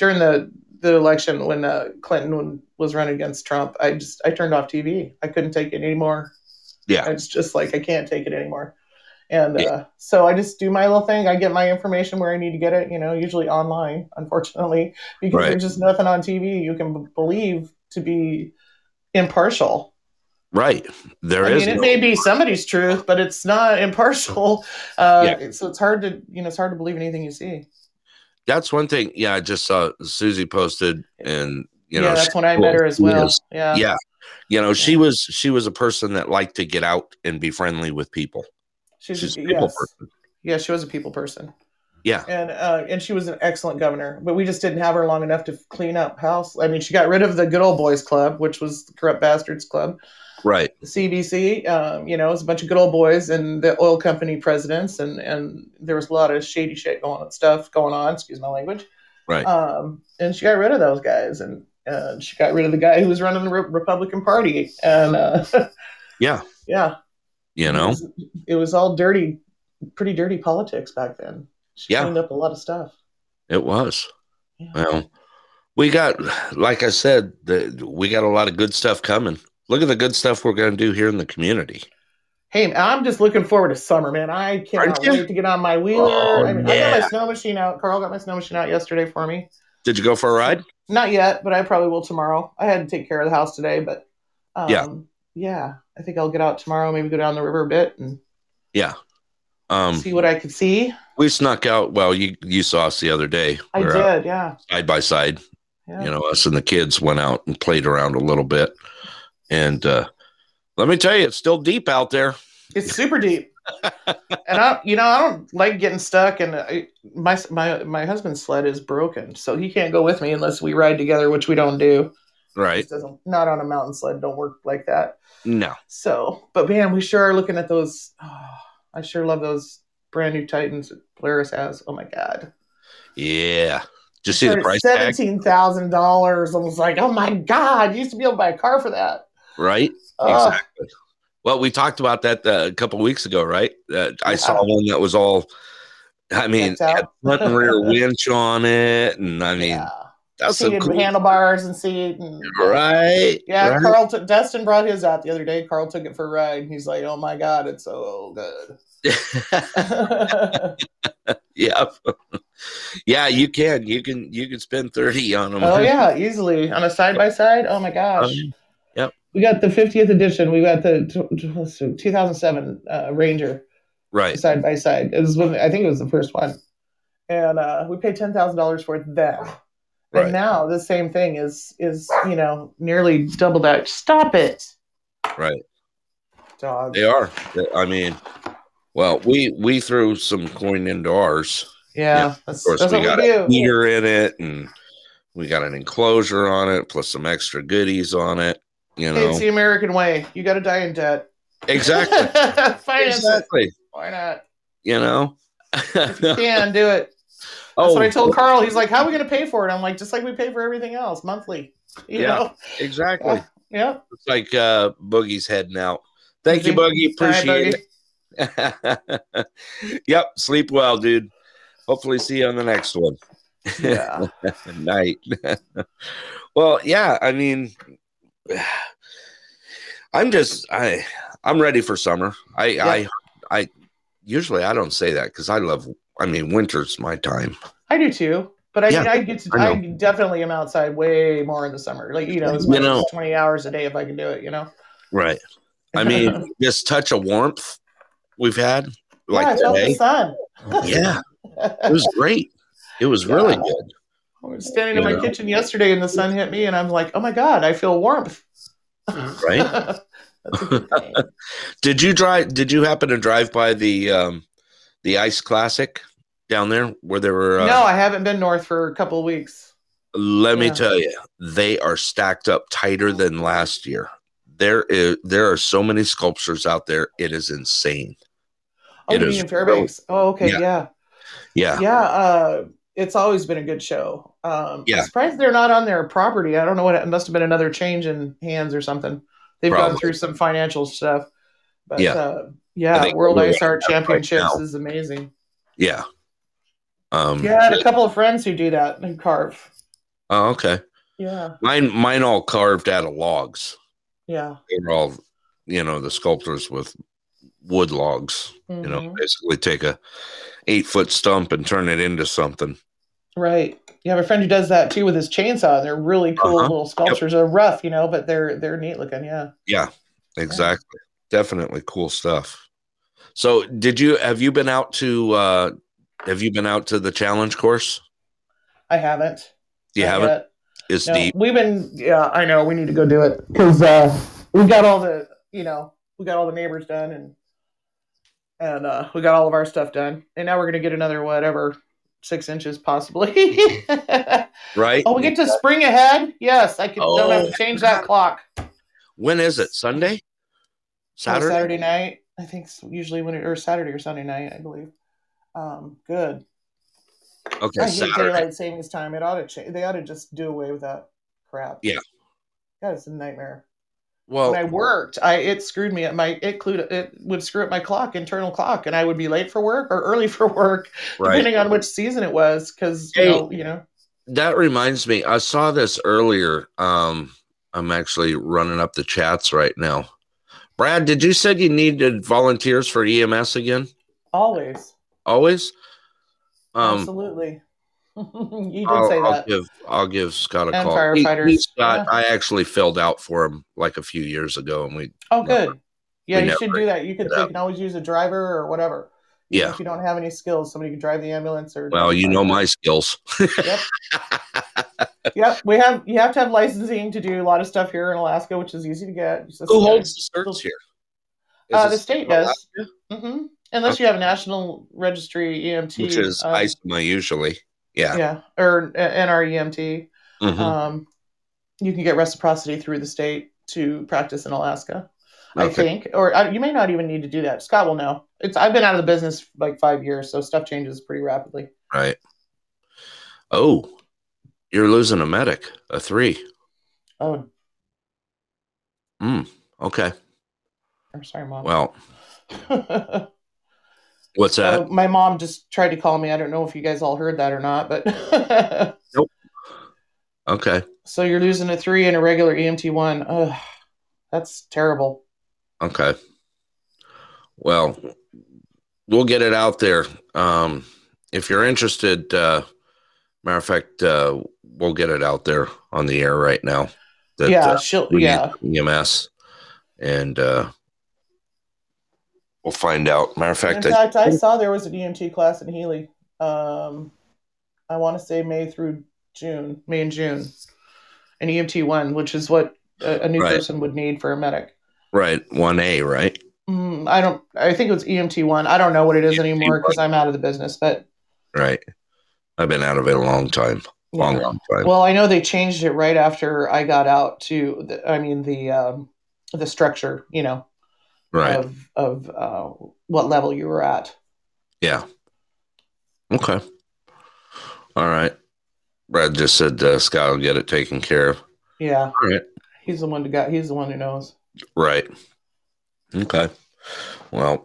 D: during the the election when uh, Clinton was running against Trump, I just I turned off TV. I couldn't take it anymore.
C: Yeah.
D: it's just like I can't take it anymore. And
C: Yeah.
D: uh, so I just do my little thing. I get my information where I need to get it. You know, usually online, unfortunately, because
C: Right.
D: there's just nothing on TV you can b- believe to be impartial.
C: right There is.
D: I mean, it
C: no-
D: may be somebody's truth, but it's not impartial. [LAUGHS] Uh, So it's hard to, you know, it's hard to believe anything you see.
C: That's one thing. Yeah, I just saw Susie posted, and you know,
D: yeah,
C: she-
D: that's uh, when I met her as
C: she
D: well.
C: is-
D: Yeah.
C: yeah, you know, she was she was a person that liked to get out and be friendly with people.
D: She's,
C: She's a people
D: yes.
C: person.
D: Yeah, she was a people person.
C: Yeah.
D: And uh, and she was an excellent governor, but we just didn't have her long enough to clean up house. I mean, she got rid of the good old boys club, which was the corrupt bastards club.
C: Right.
D: The CBC, um, you know, it was a bunch of good old boys and the oil company presidents, and and there was a lot of shady shit going on, stuff going on. Excuse my language.
C: Right.
D: um, and she got rid of those guys, and uh, she got rid of the guy who was running the Re- Republican Party, and uh,
C: [LAUGHS] yeah.
D: yeah,
C: You
D: it
C: know.
D: was, it was all dirty, pretty dirty politics back then. She
C: Yeah.
D: cleaned up a lot of stuff.
C: It was.
D: Yeah.
C: Well, we got, like I said, the, we got a lot of good stuff coming. Look at the good stuff we're going to do here in the community.
D: Hey, I'm just looking forward to summer, man. I cannot
C: Aren't you?
D: wait to get on my wheeler.
C: Oh,
D: I, mean, I got
C: yeah.
D: my snow machine out. Carl got my snow machine out yesterday for me.
C: Did you go for a ride?
D: Not yet, but I probably will tomorrow. I had to take care of the house today, but um,
C: Yeah.
D: yeah, I think I'll get out tomorrow. Maybe go down the river a bit and
C: Yeah. Um,
D: see what I can see.
C: we snuck out. Well, you you saw us the other day. uh,
D: I
C: We were
D: did,
C: out
D: yeah.
C: side by side.
D: yeah.
C: you know us and the kids went out and played around a little bit and uh let me tell you it's still deep out there
D: It's super
C: [LAUGHS]
D: deep. and I, you know, I don't like getting stuck. And I, my my my husband's sled is broken, so he can't go with me unless we ride together, which we don't do.
C: right
D: Just doesn't not on a mountain sled. Don't work like that.
C: no
D: So, but man, we sure are looking at those. [SIGHS] oh, I sure love those brand new Titans that Polaris has. Oh my god!
C: yeah did you see the price tag
D: Seventeen thousand dollars. I was like, oh my god! You used to be able to buy a car for that.
C: right
D: Ugh.
C: exactly well we talked about that uh, a couple weeks ago right uh, i saw
D: Yeah.
C: one that was all i mean
D: Decked out. [LAUGHS]
C: had front and rear winch on it and i mean
D: yeah.
C: That's
D: seated
C: some cool.
D: handlebars and seat. And,
C: Right?
D: yeah,
C: right?
D: Carl. Took, Dustin brought his out the other day. Carl took it for a ride. and He's like, "Oh my god, it's so good." [LAUGHS]
C: [LAUGHS] yeah. [LAUGHS] yeah, you can. You can you can spend 30 on them.
D: oh yeah, easily on a side by side. Oh my gosh.
C: Um, yep.
D: We got the 50th edition. We got the tw- tw- let's see, 2007 uh, Ranger
C: Right.
D: side by side. It was when I think it was the first one, and uh, we paid ten thousand dollars for it then.
C: Right.
D: And now the same thing is is you know nearly double that. Stop it,
C: Right.
D: dog.
C: They are. They- I mean, well, we we threw some coin into ours.
D: Yeah,
C: Yeah,
D: that's,
C: Of course,
D: that's
C: we
D: what
C: got
D: we do.
C: a heater in it, and we got an enclosure on it, plus some extra goodies on it. You
D: It's
C: know,
D: the American way. You got to die in debt. [LAUGHS]
C: exactly,
D: Finance it.
C: exactly.
D: Why not?
C: You know. [LAUGHS]
D: Can do it. That's
C: oh,
D: what I told Carl. He's like, "How are we going to pay for it?" I'm like, "Just like we pay for everything else, monthly." You
C: Yeah.
D: know?
C: exactly.
D: Yeah.
C: It's like uh, Boogie's heading out. Thank you,
D: All right,
C: Boogie. Appreciate it. [LAUGHS] yep. Sleep well, dude. Hopefully, see you on the next one. [LAUGHS]
D: Yeah.
C: at night. [LAUGHS] well, yeah, I mean, I'm just I I'm ready for summer. I
D: Yeah.
C: I I usually I don't say that because I love. I mean, winter's my time.
D: I do too. But I,
C: Yeah,
D: mean, I get to,
C: I
D: I, definitely am outside way more in the summer. Like, you know, as
C: You
D: much
C: know.
D: as 20 hours a day if I can do it, you know?
C: Right.
D: [LAUGHS]
C: I mean, this touch of warmth we've had
D: yeah, I
C: like
D: felt the
C: today.
D: sun.
C: Yeah, it was great. It was really
D: Yeah.
C: good.
D: I was standing in
C: You
D: my
C: know.
D: kitchen yesterday and the sun hit me, and I'm like, oh my God, I feel warmth. [LAUGHS]
C: Right? [LAUGHS]
D: That's a good thing.
C: Did you drive? Did you happen to drive by the um the Ice Classic down there where there were? Uh,
D: no, I haven't been north for a couple of weeks.
C: Let me
D: Yeah.
C: tell you, they are stacked up tighter than last year. There is there are so many sculptures out there. It is insane.
D: Oh,
C: It
D: you
C: is
D: mean in Fairbanks? Oh, okay.
C: Yeah.
D: Yeah.
C: Yeah.
D: Yeah. uh, it's always been a good show. Um,
C: Yeah.
D: I'm surprised they're not on their property. I don't know what it must have been another change in hands or something. They've
C: Probably.
D: gone through some financial stuff. But
C: Yeah.
D: yeah, uh,
C: I
D: yeah
C: think
D: World
C: we're
D: Ice Art
C: right
D: Championships
C: now.
D: is amazing.
C: Yeah. Um
D: Yeah, I had a couple of friends who do that and carve.
C: oh, okay.
D: Yeah.
C: Mine mine all carved out of logs.
D: Yeah.
C: They were all you know, the sculptors with wood logs. You know,
D: Mhm.
C: basically take a eight foot stump and turn it into something.
D: Right. You have a friend who does that too with his chainsaw. They're really cool
C: Uh-huh.
D: little sculptures. They're rough, you know, but they're they're neat looking. Yeah.
C: Yeah, exactly. Definitely cool stuff. So, did you have you been out to uh have you been out to the challenge course?
D: I haven't.
C: You
D: Not
C: haven't?
D: yet.
C: It's
D: No,
C: deep.
D: We've been, yeah, I know. We need to go do it because uh, we got all the, you know, we got all the neighbors done and and uh, we got all of our stuff done, and now we're gonna get another whatever six inches possibly. [LAUGHS]
C: right?
D: oh, we get to spring ahead. Yes, I can. Don't have
C: Oh.
D: to change that clock.
C: when is it? Sunday?
D: Saturday,
C: Saturday?
D: Saturday night. I think it's usually when it or Saturday or Sunday night, I believe. Um, good.
C: Okay,
D: I hate
C: Saturday.
D: daylight savings time. It ought to. Cha- they ought to just do away with that crap.
C: Yeah. Oh.
D: God, it's a nightmare.
C: Well,
D: when I worked, I it screwed me at my it clued it would screw up my clock, internal clock, and I would be late for work or early [LAUGHS] for work,
C: [LAUGHS] right.
D: depending on which season it was. Because
C: Hey.
D: you know, you know,
C: That reminds me. I saw this earlier. Um, I'm actually running up the chats right now. Brad, did you said you needed volunteers for EMS again?
D: always,
C: Always? Um,
D: absolutely. [LAUGHS] you did
C: I'll,
D: say
C: I'll
D: that.
C: give I'll give Scott a
D: And
C: call. He-
D: firefighters,
C: he's got-
D: yeah.
C: I actually filled out for him like a few years ago, and we
D: Oh,
C: never-
D: good. Yeah,
C: we
D: you
C: never
D: should do that. You could
C: it up.
D: they can always use a driver or whatever. You know,
C: Yeah.
D: If you don't have any skills, somebody can drive the ambulance or.
C: well, you know my skills.
D: Yep, we have. You have to have licensing to do a lot of stuff here in Alaska, which is easy to get. It's just-
C: Who holds the certs here? Is
D: Uh,
C: it
D: the state
C: Alaska,
D: does. hmm Unless you have a national registry EMT,
C: which is
D: um,
C: ISMA usually. Yeah.
D: yeah, or uh, NREMT.
C: Mhm.
D: Um, you can get reciprocity through the state to practice in Alaska, I
C: Okay.
D: think, or uh, you may not even need to do that. Scott will know. It's I've been out of the business for, like five years, so stuff changes pretty rapidly.
C: Right. Oh, you're losing a medic, a three.
D: Oh,
C: Okay.
D: I'm sorry, mom.
C: Well,
D: [LAUGHS]
C: what's that?
D: So my mom just tried to call me. I don't know if you guys all heard that or not, but
C: Nope. Okay.
D: [LAUGHS] So you're losing a three and a regular EMT one. Ugh, that's terrible.
C: Okay. Well, we'll get it out there. Um, if you're interested, uh, matter of fact, uh, we'll get it out there on the air right now. that,
D: yeah,
C: uh,
D: she'll.
C: we need
D: Yeah,
C: EMS, and uh, we'll find out. Matter of
D: in
C: fact, I,
D: fact, I saw there was an EMT class in Healy. Um, I want to say May through June, May and June, an EMT one, which is what a, a new
C: Right.
D: person would need for a medic.
C: right one A, right?
D: Mm, I don't. I think it was EMT one. I don't know what it is
C: EMT1.
D: anymore because I'm out of the business. But
C: Right. I've been out of it a long time,
D: yeah.
C: long, long time.
D: well, I know they changed it right after I got out to. The, I mean the um, the structure, you know,
C: right.
D: of of uh, what level you were at.
C: Yeah. Okay. All right. Brad just said uh, Scott will get it taken care of.
D: Yeah,
C: All right.
D: he's the one who got. He's the one who knows.
C: Right. Okay. Well,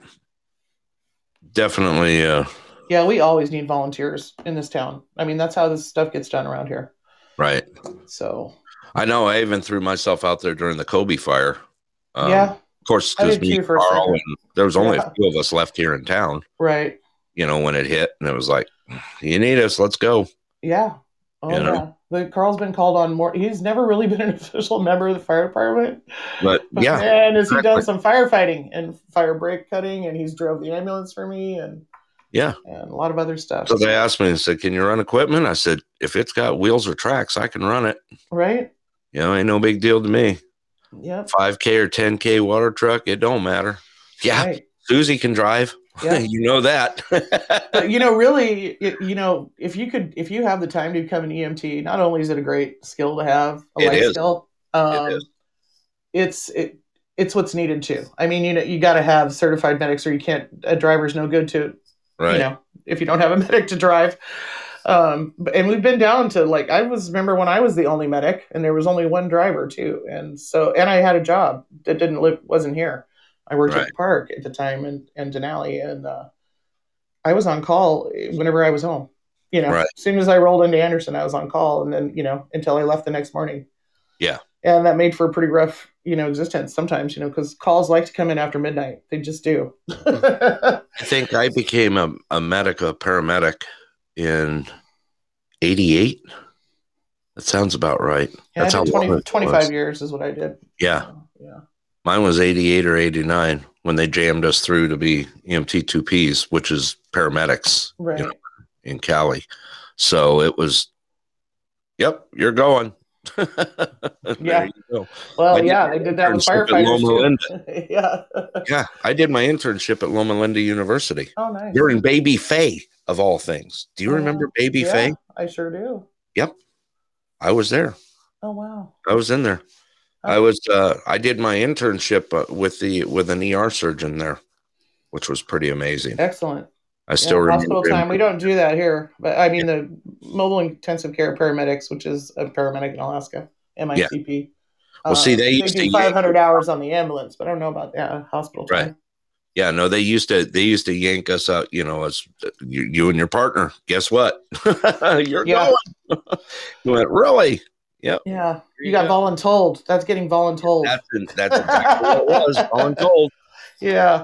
C: definitely. Uh,
D: Yeah, we always need volunteers in this town. I mean, that's how this stuff gets done around here.
C: right.
D: So
C: I know. I even threw myself out there during the Kobe fire. Um,
D: yeah,
C: Of course,
D: I
C: 'cause
D: did
C: me
D: too
C: and
D: for a
C: Carl
D: second.
C: and there was only
D: Yeah.
C: a few of us left here in town.
D: right.
C: You know, when it hit, and it was like, "You need us? Let's go."
D: Yeah. Oh
C: You
D: yeah.
C: know?
D: The Carl's been called on more. He's never really [LAUGHS] been an official member of the fire department.
C: But
D: But
C: yeah,
D: man, has he
C: exactly.
D: done some firefighting and fire brake cutting, and he's drove the ambulance for me, and
C: yeah.
D: and a lot of other stuff.
C: So they asked me and said, "Can you run equipment?" I said, "If it's got wheels or tracks, I can run it.
D: right?
C: You know, ain't no big deal to me.
D: Yep.
C: Five k or ten k water truck, it don't matter. Yeah, [LAUGHS]
D: Right.
C: Susie can drive.
D: Yeah.
C: [LAUGHS] you know that.
D: But you know, really, y- you know, if you could, if you have the time to become an EMT, not only is it a great skill to have, a
C: It
D: life
C: is.
D: skill, um,
C: It is.
D: it's it, it's what's needed too. I mean, you know, you got to have certified medics, or you can't. A driver's no good to
C: right.
D: you know if you don't have a [LAUGHS] medic to drive. Um, but- and we've been down to like I was remember when I was the only medic, and there was only one driver too, and so and I had a job that didn't live wasn't here. I worked at
C: Right.
D: the park at the time and and Denali, and uh, I was on call whenever I was home. You know,
C: Right.
D: as soon as I rolled into Anderson, I was on call, and then you know until I left the next morning.
C: Yeah.
D: and that made for a pretty rough you know existence sometimes. You know, because calls like to come in after midnight; they just do. [LAUGHS]
C: I think I became a, a medic, a paramedic in 88. That sounds about right.
D: Yeah,
C: That's
D: I
C: how
D: did
C: long
D: 20,
C: it
D: 25
C: was.
D: years is what I did.
C: Yeah.
D: So, yeah.
C: Mine was 88 or 89 when they jammed us through to be E EMT2Ps, which is paramedics
D: Right.
C: know. in Cali. So it was, yep, you're going. [LAUGHS]
D: Yeah.
C: There you go. I
D: Well,
C: did
D: yeah,
C: my
D: they did that with
C: internship at Loma
D: firefighters. Too. [LAUGHS] yeah.
C: Yeah. I did my internship at Loma Linda University
D: Oh, nice.
C: during Baby Faye, of all things. Do you
D: Oh,
C: remember Baby
D: yeah,
C: Faye?
D: I sure do.
C: I was there.
D: Oh, wow.
C: I was in there. I
D: Oh.
C: was. Uh, I did my internship uh, with the with an ER surgeon there, which was pretty amazing.
D: Excellent.
C: I
D: yeah,
C: still remember.
D: hospital
C: him.
D: time. We don't do that here, but I mean the mobile intensive care paramedics, which is a paramedic in Alaska, MICP.
C: Well, see, they used
D: Um, do
C: to-
D: 500 hours on the ambulance, but I don't know about that hospital
C: Right.
D: time.
C: Yeah, no, they used to. They used to yank us out. You know, as uh, you, you and your partner. Guess what? [LAUGHS] You're
D: Yeah.
C: [LAUGHS] going. you went really.
D: Yeah,
C: There
D: you got voluntold. That's getting voluntold.
C: That's that's exactly what it was. All in told.
D: yeah.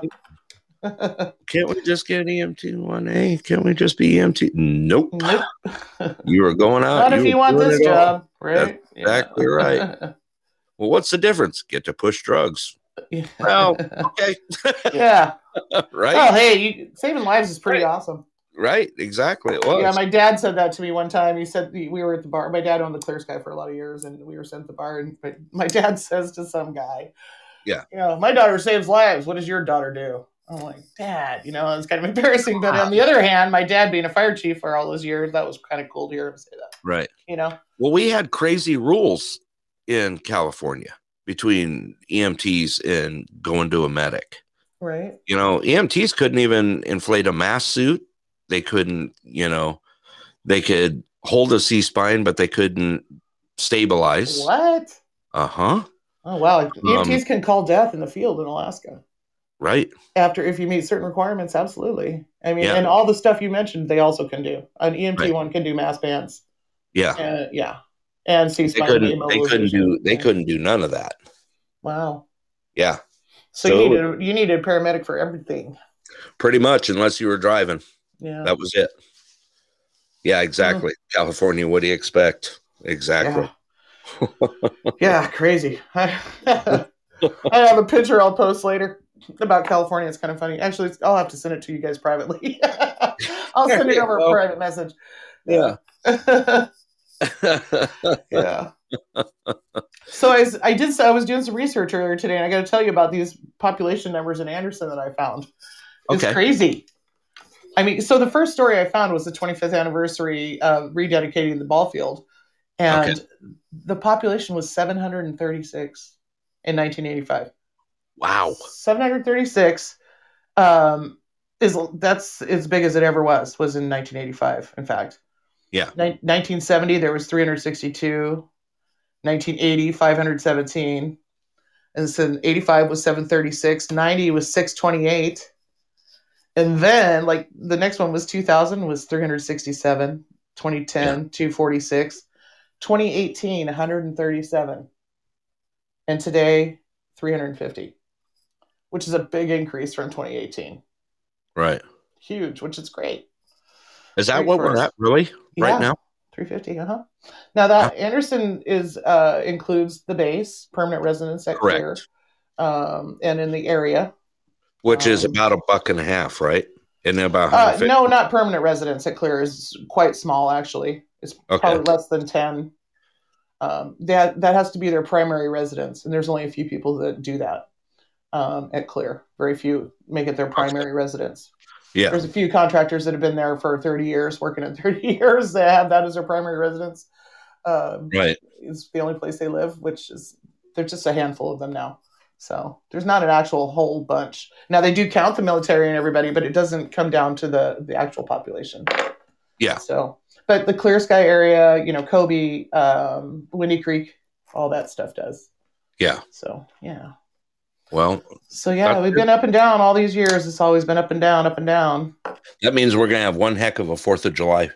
C: Can't we just get an EMT one A? Can't we just be EMT? Nope.
D: Nope.
C: You were going out.
D: Not if
C: were
D: you want
C: doing
D: this
C: it all.
D: job, right? [LAUGHS]
C: exactly right. Well, what's the difference? Get to push drugs.
D: yeah.
C: Well, Okay.
D: yeah.
C: right.
D: Oh, hey, you, saving lives is pretty awesome.
C: Right, exactly. It was.
D: Oh. Yeah, my dad said that to me one time. He said we were at the bar. My dad owned the Clear Sky for a lot of years, and we were sent to the bar. And but my [LAUGHS] dad says to some guy,
C: Yeah.
D: you know, my daughter saves lives. What does your daughter do?" I'm like, "Dad," you know, it's kind of [LAUGHS] embarrassing. But on the other hand, my dad being a fire chief for all those years, that was kind of cool to hear him say that.
C: right.
D: You know,
C: Well, we had crazy rules in California between EMTs and going to a medic.
D: right?
C: You know, EMTs couldn't even inflate a mask suit. They couldn't, you know, they could hold a C spine, but they couldn't stabilize.
D: What?
C: Uh huh.
D: Oh wow, EMTs can call death in the field in Alaska.
C: Right.
D: after if you meet certain requirements absolutely i mean
C: Yeah.
D: and all the stuff you mentioned they also can do an E emt
C: Right.
D: one can do mass bands
C: Yeah.
D: uh, yeah and see
C: They couldn't. They couldn't do. They couldn't do none of that.
D: Wow.
C: Yeah,
D: So,
C: So-
D: you needed you needed a paramedic for everything.
C: pretty much, unless you were driving.
D: Yeah.
C: That was it. Yeah, exactly. California, what do you expect? Exactly. [LAUGHS]
D: Yeah, yeah crazy. [LAUGHS] I have a picture I'll post later about California. It's kind of funny. Actually, it's- I'll have to send it to you guys privately. [LAUGHS] I'll send it
C: Yeah,
D: over
C: well-
D: a private message. [LAUGHS]
C: [LAUGHS] Yeah.
D: yeah. So I, s- I did s- I was doing some research earlier today, and I got to tell you about these population numbers in Anderson that I found. It's
C: Okay.
D: crazy. I mean, so the first story I found was the 25th anniversary of rededicating the ball field, and the population was 736 in 1985.
C: wow.
D: 736 um, is that's as big as it ever was. Was in 1985, in fact.
C: Yeah.
D: Nin- 1970 there was 362. 1980 517. And then 85 was 736. 90 was 628. And then like the next one was 2000 was 367. 2010 246. 2018 137. And today 350 which is a big increase from 2018.
C: Right.
D: Huge, which is great.
C: Is that
D: Great
C: what we're
D: first.
C: at really
D: Yeah.
C: right now?
D: 350, uh-huh. Now that Anderson is uh includes the base, permanent residents at
C: Correct.
D: Clear, um, and in the area.
C: Which is
D: Um,
C: about a buck and a half, right? And then about
D: Uh,
C: 150.
D: no, not permanent residents at Clear is quite small actually. It's
C: Okay.
D: probably less than 10. Um, that that has to be their primary residence, and there's only a few people that do that um, at Clear. Very few make it their primary residence.
C: yeah.
D: There's a few contractors that have been there for 30 years, working [LAUGHS] at 30 years. They have that as their primary residence. Um,
C: Right.
D: It's the only place they live, which is there's just a handful of them now. So there's not an actual whole bunch. Now they do count the military and everybody, but it doesn't come down to the the actual population.
C: Yeah.
D: So, but the Clear Sky area, you know, Kobe, um, Windy Creek, all that stuff does.
C: Yeah.
D: So yeah.
C: Well,
D: So yeah,
C: That's
D: we've
C: good.
D: been up and down all these years. It's always been up and down, up and down.
C: that means we're going to have one heck of a 4th of July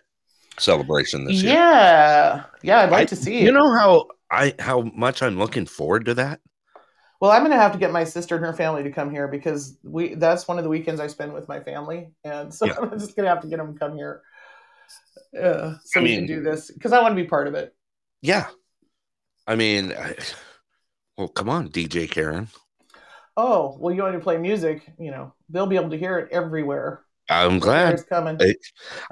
C: celebration this year.
D: Yeah, yeah, I'd like
C: I-
D: to see it.
C: You know how I how much I'm looking forward to that?
D: well, I'm gonna have to get my sister and her family to come here because we that's one of the weekends I spend with my family, and so
C: Yeah.
D: [LAUGHS] I'm just gonna have to get them to come here. Uh, so
C: I
D: we can
C: mean-
D: do this because I want to be part of it.
C: Yeah. I mean, [SIGHS] I, well, come on, DJ Karen.
D: Oh, well, you want to play music? You know, they'll be able to hear it everywhere.
C: I'm glad.
D: It's coming.
C: I-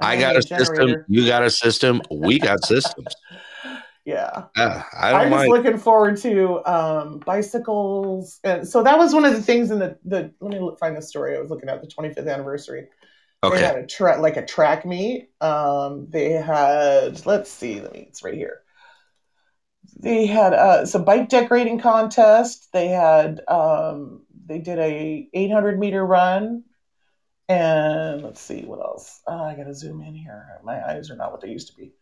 C: I
D: I'm
C: got
D: gonna
C: a
D: need
C: system.
D: generator.
C: You got a system. We got systems.
D: Yeah,
C: Yeah, I don't
D: I'm just
C: mind.
D: looking forward to um, bicycles, and so that was one of the things in the the. Let me look- find the story I was looking at the 25th anniversary. They
C: okay.
D: had a tra- like a track meet. Um, they had let's see, let me it's right here. They had uh, it's a bike decorating contest. They had um, they did a 800 meter run, and let's see what else. Uh, I gotta zoom in here. My eyes are not what they used to be.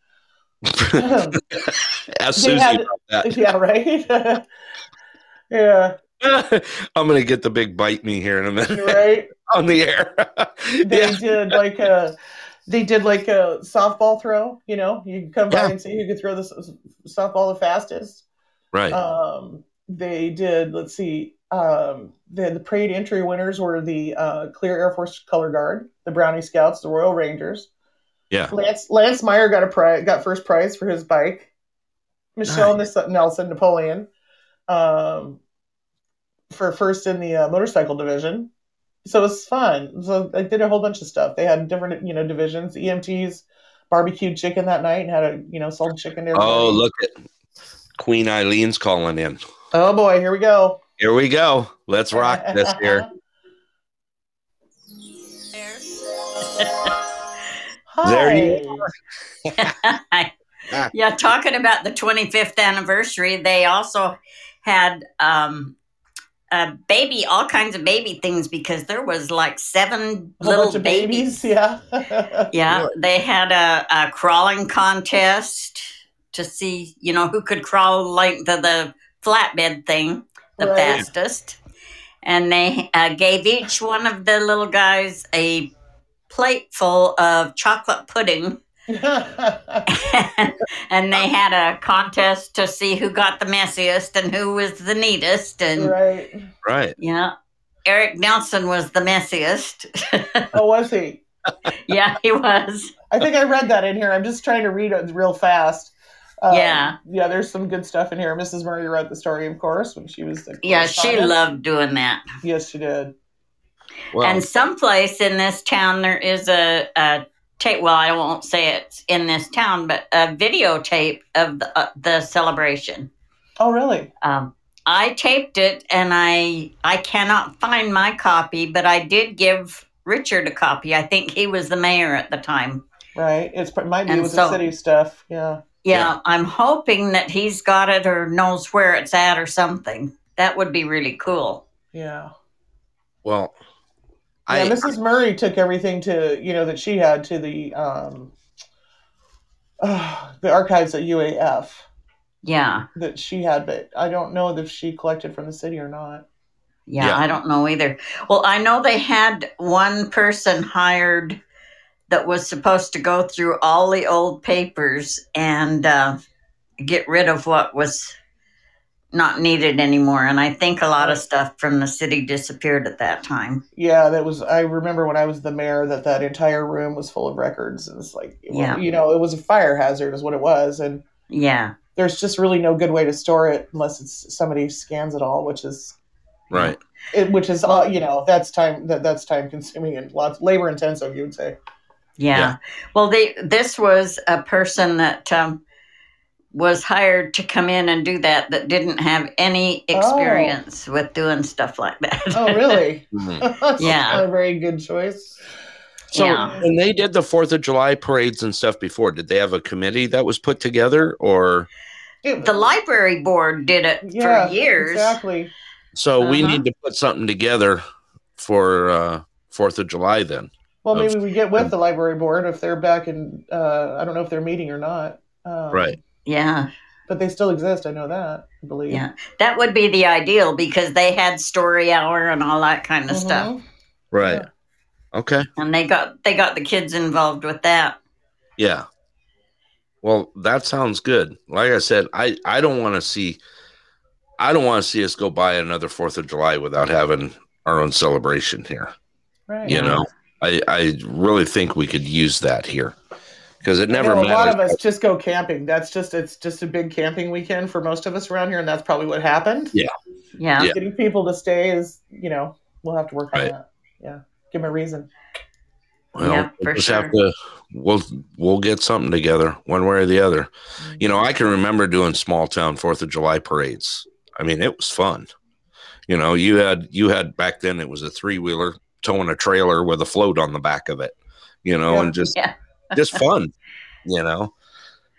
D: [LAUGHS]
C: Ask
D: They
C: Susie
D: had-
C: about
D: yeah, right. [LAUGHS] yeah,
C: that. [LAUGHS] I'm gonna get the big bite me here in a minute [LAUGHS]
D: right.
C: on the air. [LAUGHS]
D: they
C: yeah.
D: did like a they did like a softball throw you know you could come by
C: Yeah.
D: and see who could throw the s- softball the fastest
C: Right.
D: um they did let's see um the, the parade entry winners were the uh, clear air force color guard the brownie scouts the royal rangers
C: yeah.
D: lance lance meyer got a prize got first prize for his bike michelle Nis- nelson napoleon um for first in the uh, motorcycle division so it was fun so they did a whole bunch of stuff they had different you know divisions emts barbecued chicken that night and had a you know sold chicken to everybody.
C: Oh, look at Queen Eileen's calling in.
D: oh boy here we go
C: Here we go. Let's rock this here.
D: [LAUGHS] Hi.
C: There you
G: yeah, talking about the 25th anniversary, they also had um, a baby, all kinds of baby things, because there was like seven
D: A whole
G: little
D: bunch of
G: babies.
D: babies, yeah. [LAUGHS]
G: Yeah,
C: What?
G: they had a, a crawling contest to see, you know, who could crawl length of the flatbed thing the
D: Right.
G: fastest. And they uh, gave each one of the little guys a plate full of chocolate pudding and they had a contest to see who got the messiest and who was the neatest. And
D: right.
C: Right.
G: yeah, Eric Nelson was the messiest. [LAUGHS]
D: Oh, was he?
G: yeah, he was.
D: I think I read that in here. I'm just trying to read it real fast. Um,
G: Yeah.
D: Yeah, there's some good stuff in here. Mrs. Murray wrote the story, of course, when she was the.
G: Yeah, she
D: correspondent.
G: loved doing that.
D: Yes, she did.
C: Well,
G: And someplace in this town, there is a, a tape. Well, I won't say it's in this town, but a videotape of the, uh, the celebration.
D: Oh, really?
G: Um, I taped it, and I I cannot find my copy, but I did give Richard a copy. I think he was the mayor at the time.
D: Right. It's it might be
G: And
D: with
G: so-
D: the city stuff. Yeah.
G: Yeah,
C: Yeah.
G: I'm hoping that he's got it or knows where it's at or something. That would be really cool.
D: Yeah.
C: well,
D: Yeah,
C: I
D: Mrs. Murray took everything to you know that she had to the um, [SIGHS] the archives at UAF
G: Yeah,
D: that she had, but I don't know if she collected from the city or not.
G: yeah,
C: Yeah.
G: I don't know either. Well, I know they had one person hired that was supposed to go through all the old papers and uh, get rid of what was not needed anymore. And I think a lot of stuff from the city disappeared at that time.
D: Yeah, that was. I remember when I was the mayor that that entire room was full of records, and it's like,
G: Yeah.
D: you know, it was a fire hazard, is what it was, and
G: Yeah,
D: there's just really no good way to store it unless it's somebody scans it all, which is
C: right.
D: it, which is uh, you know that's time that that's time consuming and lots labor intensive, you would say.
G: yeah.
C: Yeah.
G: Well, they this was a person that um, was hired to come in and do that that didn't have any
D: Oh.
G: experience with doing stuff like that. [LAUGHS]
D: Oh, really? [LAUGHS]
C: Mhm.
D: That's
G: Yeah.
D: not a very good choice.
C: So
G: Yeah.
C: when they did the Fourth of July parades and stuff before, did they have a committee that was put together, or
D: It-
G: the library board did it
D: yeah,
G: for years.
D: Exactly.
C: so we
G: Uh-huh.
C: need to put something together for uh Fourth of July then?
D: Well,
C: Of-
D: maybe we get with the library board if they're back in. Uh, I don't know if they're meeting or not. Um,
C: Right.
G: Yeah,
D: But they still exist. I know that. I believe.
G: yeah. That would be the ideal because they had story hour and all that kind of
D: Mhm.
G: stuff.
C: Right. Okay.
D: Mm-hmm.
G: And they got they got the kids involved with that.
C: Yeah. Well, that sounds good. Like I said, I I don't want to see I don't want to see us go by another 4th of July without having our own celebration here,
D: Right.
C: you know. I I really think we could use that here. Cuz it
D: I
C: never
D: know a lot
C: matters.
D: of us just go camping. That's just it's just a big camping weekend for most of us around here, and that's probably what happened.
G: Yeah.
C: Yeah.
D: Getting people to stay is, you know, we'll have to work on
C: Right.
D: that. Yeah, give them a reason.
C: Well,
G: Yeah,
C: we'll
G: for
C: just
G: sure.
C: have to we'll we'll get something together one way or the other.
G: Mm-hmm.
C: You know, I can remember doing small town Fourth of July parades. I mean, it was fun. You know, you had you had back then it was a three wheeler towing a trailer with a float on the back of it. You know,
D: Yeah.
C: and just
G: Yeah.
C: just fun. You know,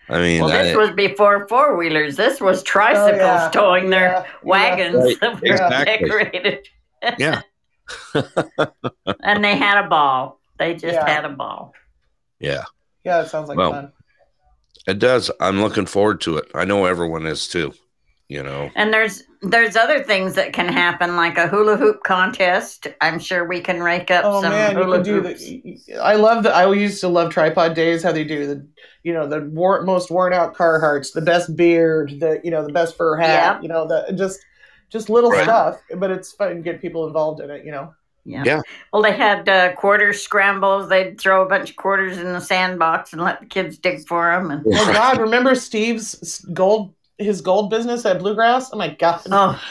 C: I mean,
G: Well,
C: I-
G: this was before four wheelers. This was tricycles
D: Oh, yeah.
G: towing their
D: Yeah,
G: wagons
C: Right,
G: that were
C: exactly.
G: decorated,
C: [LAUGHS] yeah,
G: [LAUGHS] and they had a ball. They just
D: Yeah.
G: had a ball.
C: yeah,
D: Yeah, yeah it sounds like
C: Well,
D: fun.
C: it does. I'm looking forward to it. I know everyone is too. You know,
G: And there's there's other things that can happen, like a hula hoop contest. I'm sure we can rake up
D: Oh
G: some
D: man, you
G: hula
D: can do
G: hoops.
D: the. I love the. I used to love tripod days. How they do the, you know, the war, most worn out Carhartts, the best beard, the you know, the best fur hat.
G: Yeah.
D: You know, the just just little
C: Right.
D: stuff, but it's fun to get people involved in it. You know,
G: Yeah.
C: Yeah.
G: Well, they had uh, quarter scrambles. They'd throw a bunch of quarters in the sandbox and let the kids dig for them. And
C: [LAUGHS]
D: oh God, remember Steve's gold his gold business at Bluegrass? Oh my God,
G: oh,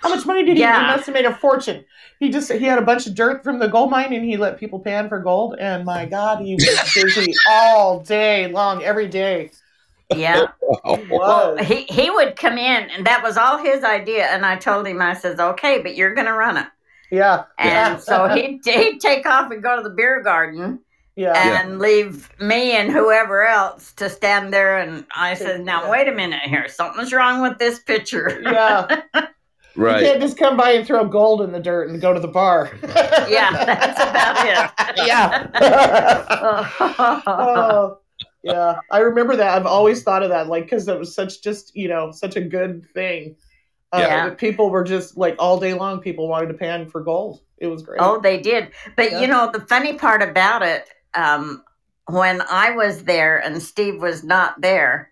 D: how much money did he?
G: Yeah.
D: He must have made a fortune. He just he had a bunch of dirt from the gold mine, and he let people pan for gold. And my God, he was busy [LAUGHS] all day long, every day. [LAUGHS]
G: yeah.
D: He was.
G: he he would come in, and that was all his idea. And I told him, I says, okay, but you're gonna run it.
D: Yeah.
G: And so he'd, he'd take off and go to the beer garden
D: Yeah.
G: and leave me and whoever else to stand there. And I said, now,
D: Yeah.
G: wait a minute here. Something's wrong with this picture.
D: Yeah. You
C: right?
D: can't just come by and throw gold in the dirt and go to the bar.
G: [LAUGHS] yeah, that's
D: [LAUGHS]
G: about it. [LAUGHS]
D: yeah.
G: Oh,
D: oh, yeah. I remember that. I've always thought of that, like, because it was such just, you know, such a good thing. Uh,
G: Yeah.
D: that People were just like all day long, people wanted to pan
G: [LAUGHS]
D: for gold. It was great.
G: Oh, they did. But
D: Yeah.
G: you know, the funny part about it, um, when I was there and Steve was not there,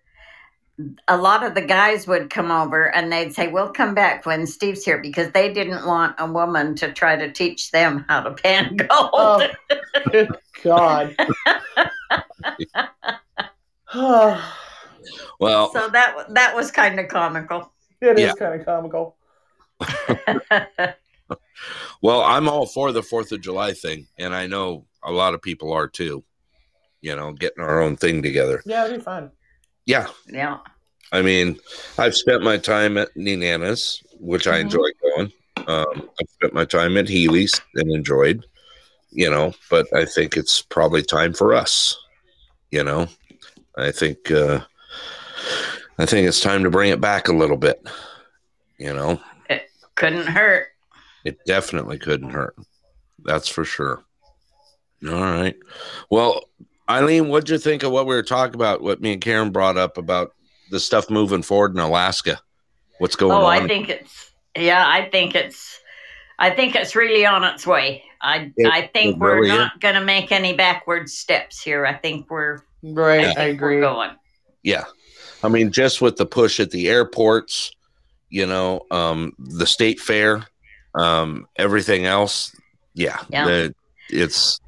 G: a lot of the guys would come over and they'd say, We'll come back when Steve's here because they didn't want a woman to try to teach them how to [LAUGHS] pan gold.
D: Oh, good God. [SIGHS]
C: Well,
D: Oh.
G: so that wa- that was kind of comical.
D: it is
C: Yeah.
D: kind of comical.
C: well, I'm all for the Fourth of July thing, and I know a lot of people are too. You know, getting our own thing together.
D: Yeah, it'd be fun.
C: Yeah,
G: yeah.
C: I mean, I've spent my time at Ninana's, which I
D: Mhm.
C: enjoy going. Um, I've spent my time at Healy's and enjoyed, you know, but I think it's probably time for us, you know. I think uh, I think it's time to bring it back a little bit. You know,
G: Couldn't hurt.
C: it definitely couldn't hurt. That's for sure. All right. Well, Eileen, what'd you think of what we were talking about? What me and Karen brought up about the stuff moving forward in Alaska? What's going
G: oh,
C: on?
G: I think it's yeah, I think it's I think it's really on its way. I
C: It-
G: I think
C: it
G: we're
C: really
G: not going to make any backward steps here. I think we're
D: Right, I
G: think we're
D: agree.
G: going.
C: yeah i mean just with the push at the airports you know um the state fair um everything else yeah,
G: Yeah.
C: the- it's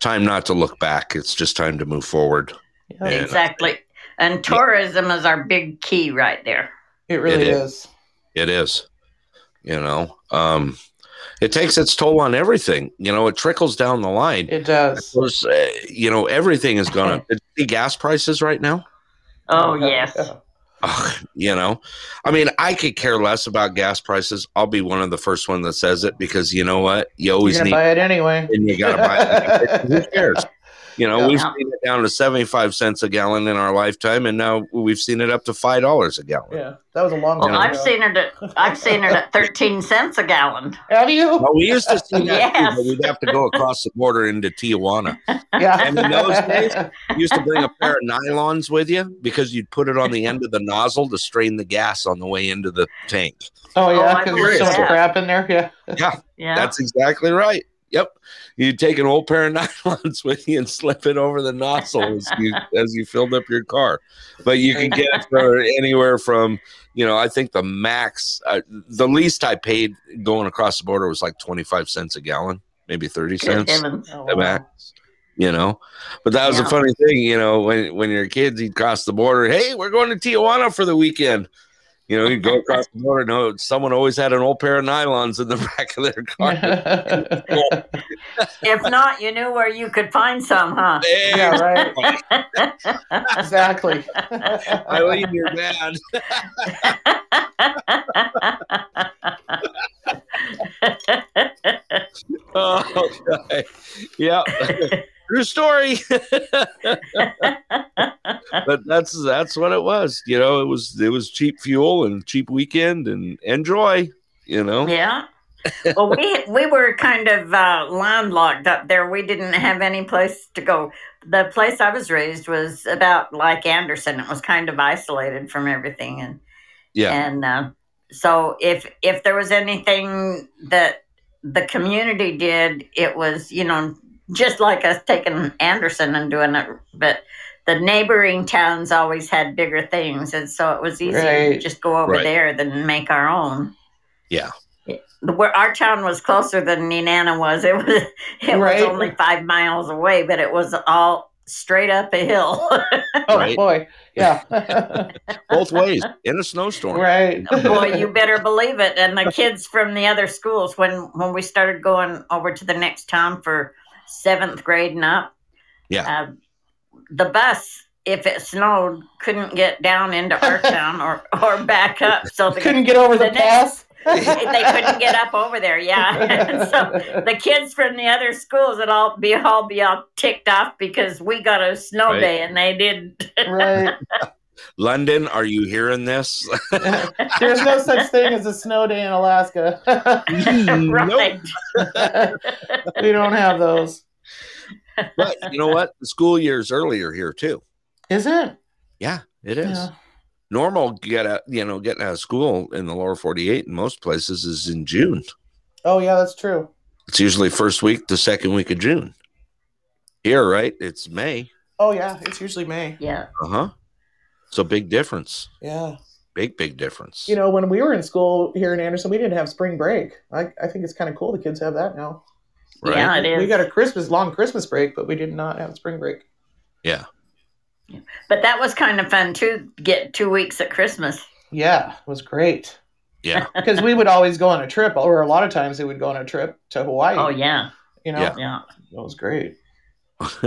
C: time not to look back it's just time to move forward
D: Yeah,
C: Yeah.
G: Exactly. And tourism is our big key right there.
D: It really
C: It
D: is.
C: it is you know um it takes its toll on everything you know it trickles down the line
D: It does.
C: Those, uh, you know everything
D: [LAUGHS]
C: has gone up Did you see gas prices right now
G: Oh, yes.
C: Ugh, you know, I mean, I could care less about gas prices. I'll be one of the first one that says it because you know what? You
D: You're
C: [LAUGHS] always
D: gonna
C: need,
D: buy it anyway.
C: and [LAUGHS] you gotta buy. It. [LAUGHS] Who cares? You know,
D: Yeah.
C: we've seen it down to seventy-five cents a gallon in our lifetime, and now we've seen it up to five dollars a gallon.
D: [LAUGHS] Yeah, that was a long
C: Oh,
D: time
G: Well, I've
D: ago.
G: seen it at I've seen it at thirteen cents a gallon.
D: Have you?
G: [LAUGHS]
C: Well, we used to see that,
G: Yes.
C: too, but we'd have to go across the border into Tijuana.
D: Yeah.
C: [LAUGHS] And in those days- You used to bring a
G: [LAUGHS]
C: pair of nylons with you because you'd put it on the end of the nozzle to strain the gas on the way into the tank.
D: [LAUGHS] oh
G: Oh,
D: yeah,
G: I
D: because there's so much
G: believe that.
D: crap in there. Yeah.
G: Yeah.
C: That's exactly right. Yep. You take an old pair of [LAUGHS] nylons with you and slip it over the nozzle as
G: [LAUGHS]
C: you as you filled up your car. But you can get it
G: [LAUGHS]
C: for anywhere from, you know, I think the max, uh, the least I paid going across the border was like 25 cents a gallon, maybe 30
G: Good
C: cents
G: heavens.
D: Oh,
C: [LAUGHS] the
D: wow.
C: max. You know, but that was a
G: Yeah.
C: funny thing. You know, when when you're kids, you'd cross the border. Hey, we're going to Tijuana for the weekend. You know, you'd go across the border. No, someone always had an old pair of nylons in the [LAUGHS] back of their car.
G: If not, you knew where you could find some, huh? [LAUGHS]
C: Hey,
D: [LAUGHS] yeah. Right. exactly. [LAUGHS]
C: Eileen, you're bad. [LAUGHS] Oh, okay. Yeah. [LAUGHS] True story. [LAUGHS] but that's that's what it was. You know, it was it was cheap fuel and cheap weekend and enjoy. You know.
G: yeah. Well, we we were kind of uh, landlocked up there. We didn't have any place to go. The place I was raised was about like Anderson. It was kind of isolated from everything, and
C: Yeah.
G: and uh, so if if there was anything that the community did it was you know just like us taking anderson and doing it but the neighboring towns always had bigger things and so it was easier to
D: Right.
G: just go over
C: Right.
G: there than make our own
C: Yeah.
G: The- where our town was closer than Nenana was it was [LAUGHS] it
D: Right.
G: was only five miles away but it was all straight up a hill [LAUGHS]
D: Oh
C: Right.
D: boy.
C: [LAUGHS]
D: Yeah.
C: Both ways in a snowstorm.
D: right.
G: Oh, Boy,
C: [LAUGHS]
G: you better believe it. And the kids from the other schools, when when we started going over to the next town for seventh grade and up,
C: Yeah.
G: uh, the bus, if it snowed, couldn't get down into
C: [LAUGHS]
G: our town or or back up. So the,
D: couldn't get over the,
G: The
D: pass.
G: next- [LAUGHS] they couldn't get up over there. Yeah, [LAUGHS] And so. The kids from the other schools would all be all be all ticked off because we got a snow
C: Right.
G: day and they didn't. [LAUGHS]
D: [LAUGHS] right.
C: London, are you
D: [LAUGHS]
C: hearing this?
D: There's no such thing as a snow day in
G: [LAUGHS]
D: Alaska. [LAUGHS]
G: right.
D: we don't have those.
C: But you know what? The school year's earlier here too.
D: Is it?
C: Yeah, it is.
D: Yeah.
C: Normal get out, you know, getting out of school in the lower 48 in most places is in June.
D: Oh yeah, that's true.
C: It's usually first week, the second week of June. Here, right? It's May.
D: Oh yeah, it's usually May.
G: Yeah.
C: Uh huh. So big difference.
D: Yeah.
C: Big big difference.
D: You know, when we were in school here in Anderson, we didn't have spring break. I, I think it's kind of cool the kids have that now.
C: right?
G: Yeah, it is.
D: We got a Christmas long Christmas break, but we did not have spring break.
C: yeah.
G: but that was kind of fun too. Get two weeks at Christmas.
D: Yeah, it was
G: [LAUGHS]
D: great
C: Yeah.
D: because we would always go on a trip, or a lot of times they would go on a trip to Hawaii.
G: Oh yeah,
D: you know,
C: Yeah.
G: yeah.
D: that was great.
C: [LAUGHS]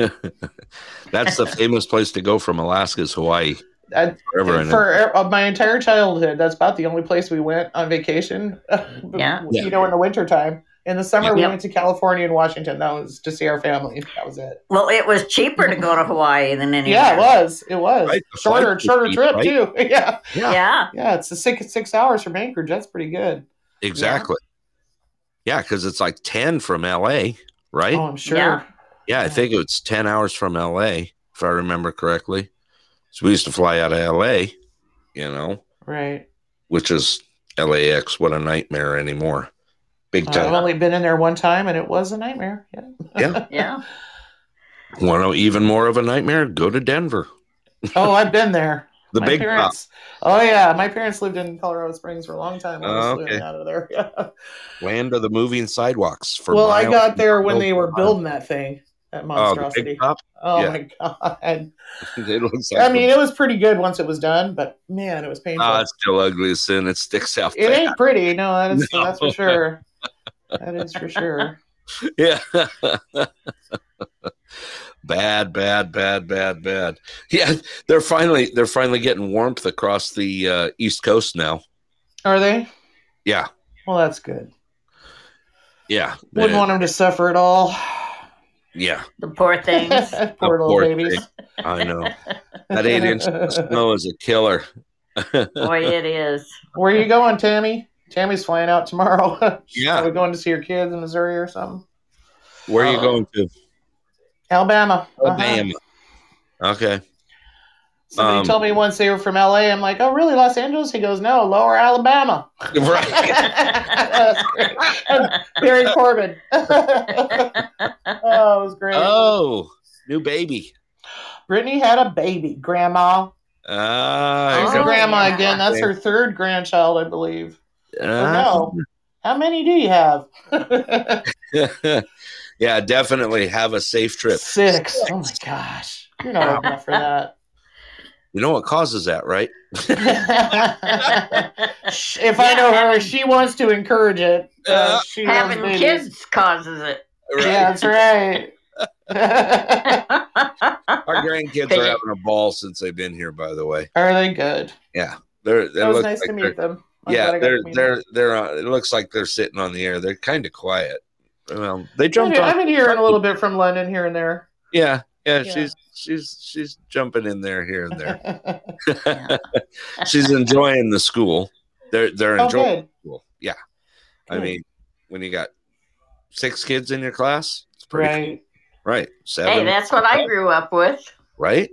C: That's the famous place to go from Alaska is Hawaii.
D: That-
C: Forever and
D: Uh, for e- my entire childhood, that's about the only place we went on vacation. [LAUGHS]
G: Yeah.
D: you know, in the wintertime. In the summer, we
G: Yeah.
D: went to California and Washington. That was to see our family. That was it.
G: Well, it was cheaper to go to Hawaii than anywhere.
D: Yeah, it was. It was
C: Right, the
D: shorter,
C: flights
D: shorter
C: were cheap,
D: trip
C: right?
D: too. [LAUGHS] Yeah,
C: Yeah.
D: [LAUGHS]
G: Yeah.
D: yeah. It's the six six hours from Anchorage. That's pretty good.
C: Exactly. Yeah, because it's like 10 from LA, right?
D: Oh, I'm sure.
G: Yeah.
C: yeah, I
D: yeah.
C: think it's 10 hours from LA, if I remember correctly. So we used to fly out of LA, you know,
D: Right.
C: which is LAX. What a nightmare anymore. Big
D: Uh, I've
C: time.
D: only been in there one time, and it was a nightmare. Yeah.
C: [LAUGHS]
G: Yeah.
C: Want to even more of a nightmare? Go to Denver.
D: Oh, I've been there.
C: The
D: my
C: big top.
D: parents. Oh yeah, my parents lived in Colorado Springs for a long time. I was
C: Oh,
D: living
C: okay.
D: out of there. [LAUGHS] Yeah.
C: land of the moving sidewalks. For
D: Well, I
C: miles
D: got
C: and
D: there when
C: miles
D: they
C: and
D: were
C: miles.
D: building that thing, that
C: Oh, the big
D: monstrosity.
C: top.
D: Oh,
C: yeah.
D: my god!
C: [LAUGHS] it looks like
D: I mean, it was pretty good once it was done, but man, it was painful.
C: Ah, it's still ugly as sin. It sticks out. [LAUGHS]
D: it
C: bad.
D: ain't pretty. No, that is
C: [LAUGHS] No.
D: that's for sure. That is for sure.
C: Yeah. [LAUGHS] bad, bad, bad, bad, bad. Yeah, they're finally they're finally getting warmth across the uh, East Coast now.
D: Are they?
C: Yeah,
D: Well, that's good.
C: yeah,
D: Wouldn't
C: Uh,
D: want them to suffer at all.
C: yeah.
G: The poor things.
D: poor
C: The
D: little
C: poor
D: babies.
C: thing. I
D: [LAUGHS]
C: know that eight inch of snow is a killer.
G: Boy, it is.
D: Where you going, Tammy? Tammy's flying out tomorrow. [LAUGHS] Are
C: Yeah,
D: we going to see your kids in Missouri or something?
C: where
D: Uh-huh.
C: are you going to?
D: Alabama.
C: Oh,
D: Uh-huh.
C: Alabama.
D: [LAUGHS]
C: Okay.
D: Somebody
C: Um,
D: told me once they were from LA. I'm like, oh, really? Los Angeles? He goes, no, Lower
C: [LAUGHS]
D: Alabama. [LAUGHS]
C: Right.
D: That's great. Barry Corbin. [LAUGHS]
C: [LAUGHS]
D: oh, it was great.
C: Oh, new baby.
D: Brittany had a baby, Grandma.
C: Ah,
D: She's
G: Oh,
D: a grandma
G: yeah.
D: again. That's her third grandchild, I believe.
C: Ah.
D: How many do you have?
C: [LAUGHS] yeah, definitely have a safe trip.
D: Six. Oh my gosh. You're not old enough for
C: [LAUGHS]
D: that.
C: You know what causes that, right?
D: Sh- if I know her, she wants to encourage it. Uh, she loves
G: Having
D: babies.
G: kids causes it. [LAUGHS]
D: Yeah, that's right. [LAUGHS]
C: Our grandkids are having a ball since they've been here, by the way.
D: Are they good?
C: They're, they
D: That was
C: look
D: Oh, nice
C: like
D: to
C: they're-
D: meet them. I'm glad
C: Yeah,
D: I got to meet
C: they're
D: them.
C: they're they're. Uh, it looks like they're sitting on the air. They're kind of quiet. Well, they
D: I've
C: jumped
D: been- I've
C: on.
D: been hearing a little bit from London here and there.
C: [LAUGHS] Yeah, yeah,
D: Yeah.
C: She's she's she's jumping in there here and there.
D: [LAUGHS] oh,
C: she's enjoying the school. They're they're enjoying
D: Oh, good.
C: school. Yeah, I
D: Good.
C: mean, when you got six kids in your class, it's pretty cool.
D: Right.
C: Right.
G: hey,
C: Seven.
G: that's what I grew up with.
C: right?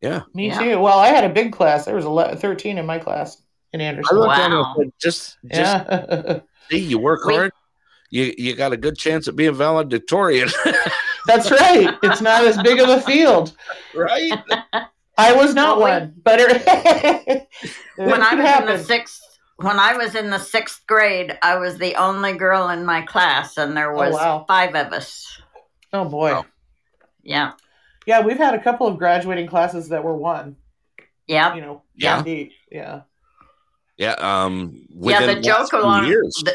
D: Me
G: Yeah.
D: too. Well, I had a big class. There was 11, 13 in my class in
C: I
D: Anderson.
C: looked down and
G: Wow.
C: said, just just
D: yeah. [LAUGHS]
C: see you work
G: We-
C: hard. You you got a good chance at being valedictorian. [LAUGHS]
D: That's right. It's not as big of a field.
C: right?
D: I was not
G: Well, we-
D: one, but it, [LAUGHS] it
G: when I
D: could
G: was
D: happen.
G: in the sixth when I was in the sixth grade, I was the only girl in my class and there was
D: Oh, wow.
G: five of us.
D: oh boy.
C: Oh.
G: Yeah.
D: Yeah, we've had a couple of graduating classes that were one.
G: Yeah.
D: You know,
C: Yeah.
D: down deep. Yeah. [LAUGHS]
G: [LAUGHS]
C: Yeah. Um
G: Yeah, the
C: within last
G: joke
C: few
G: along [LAUGHS]
C: years.
G: the,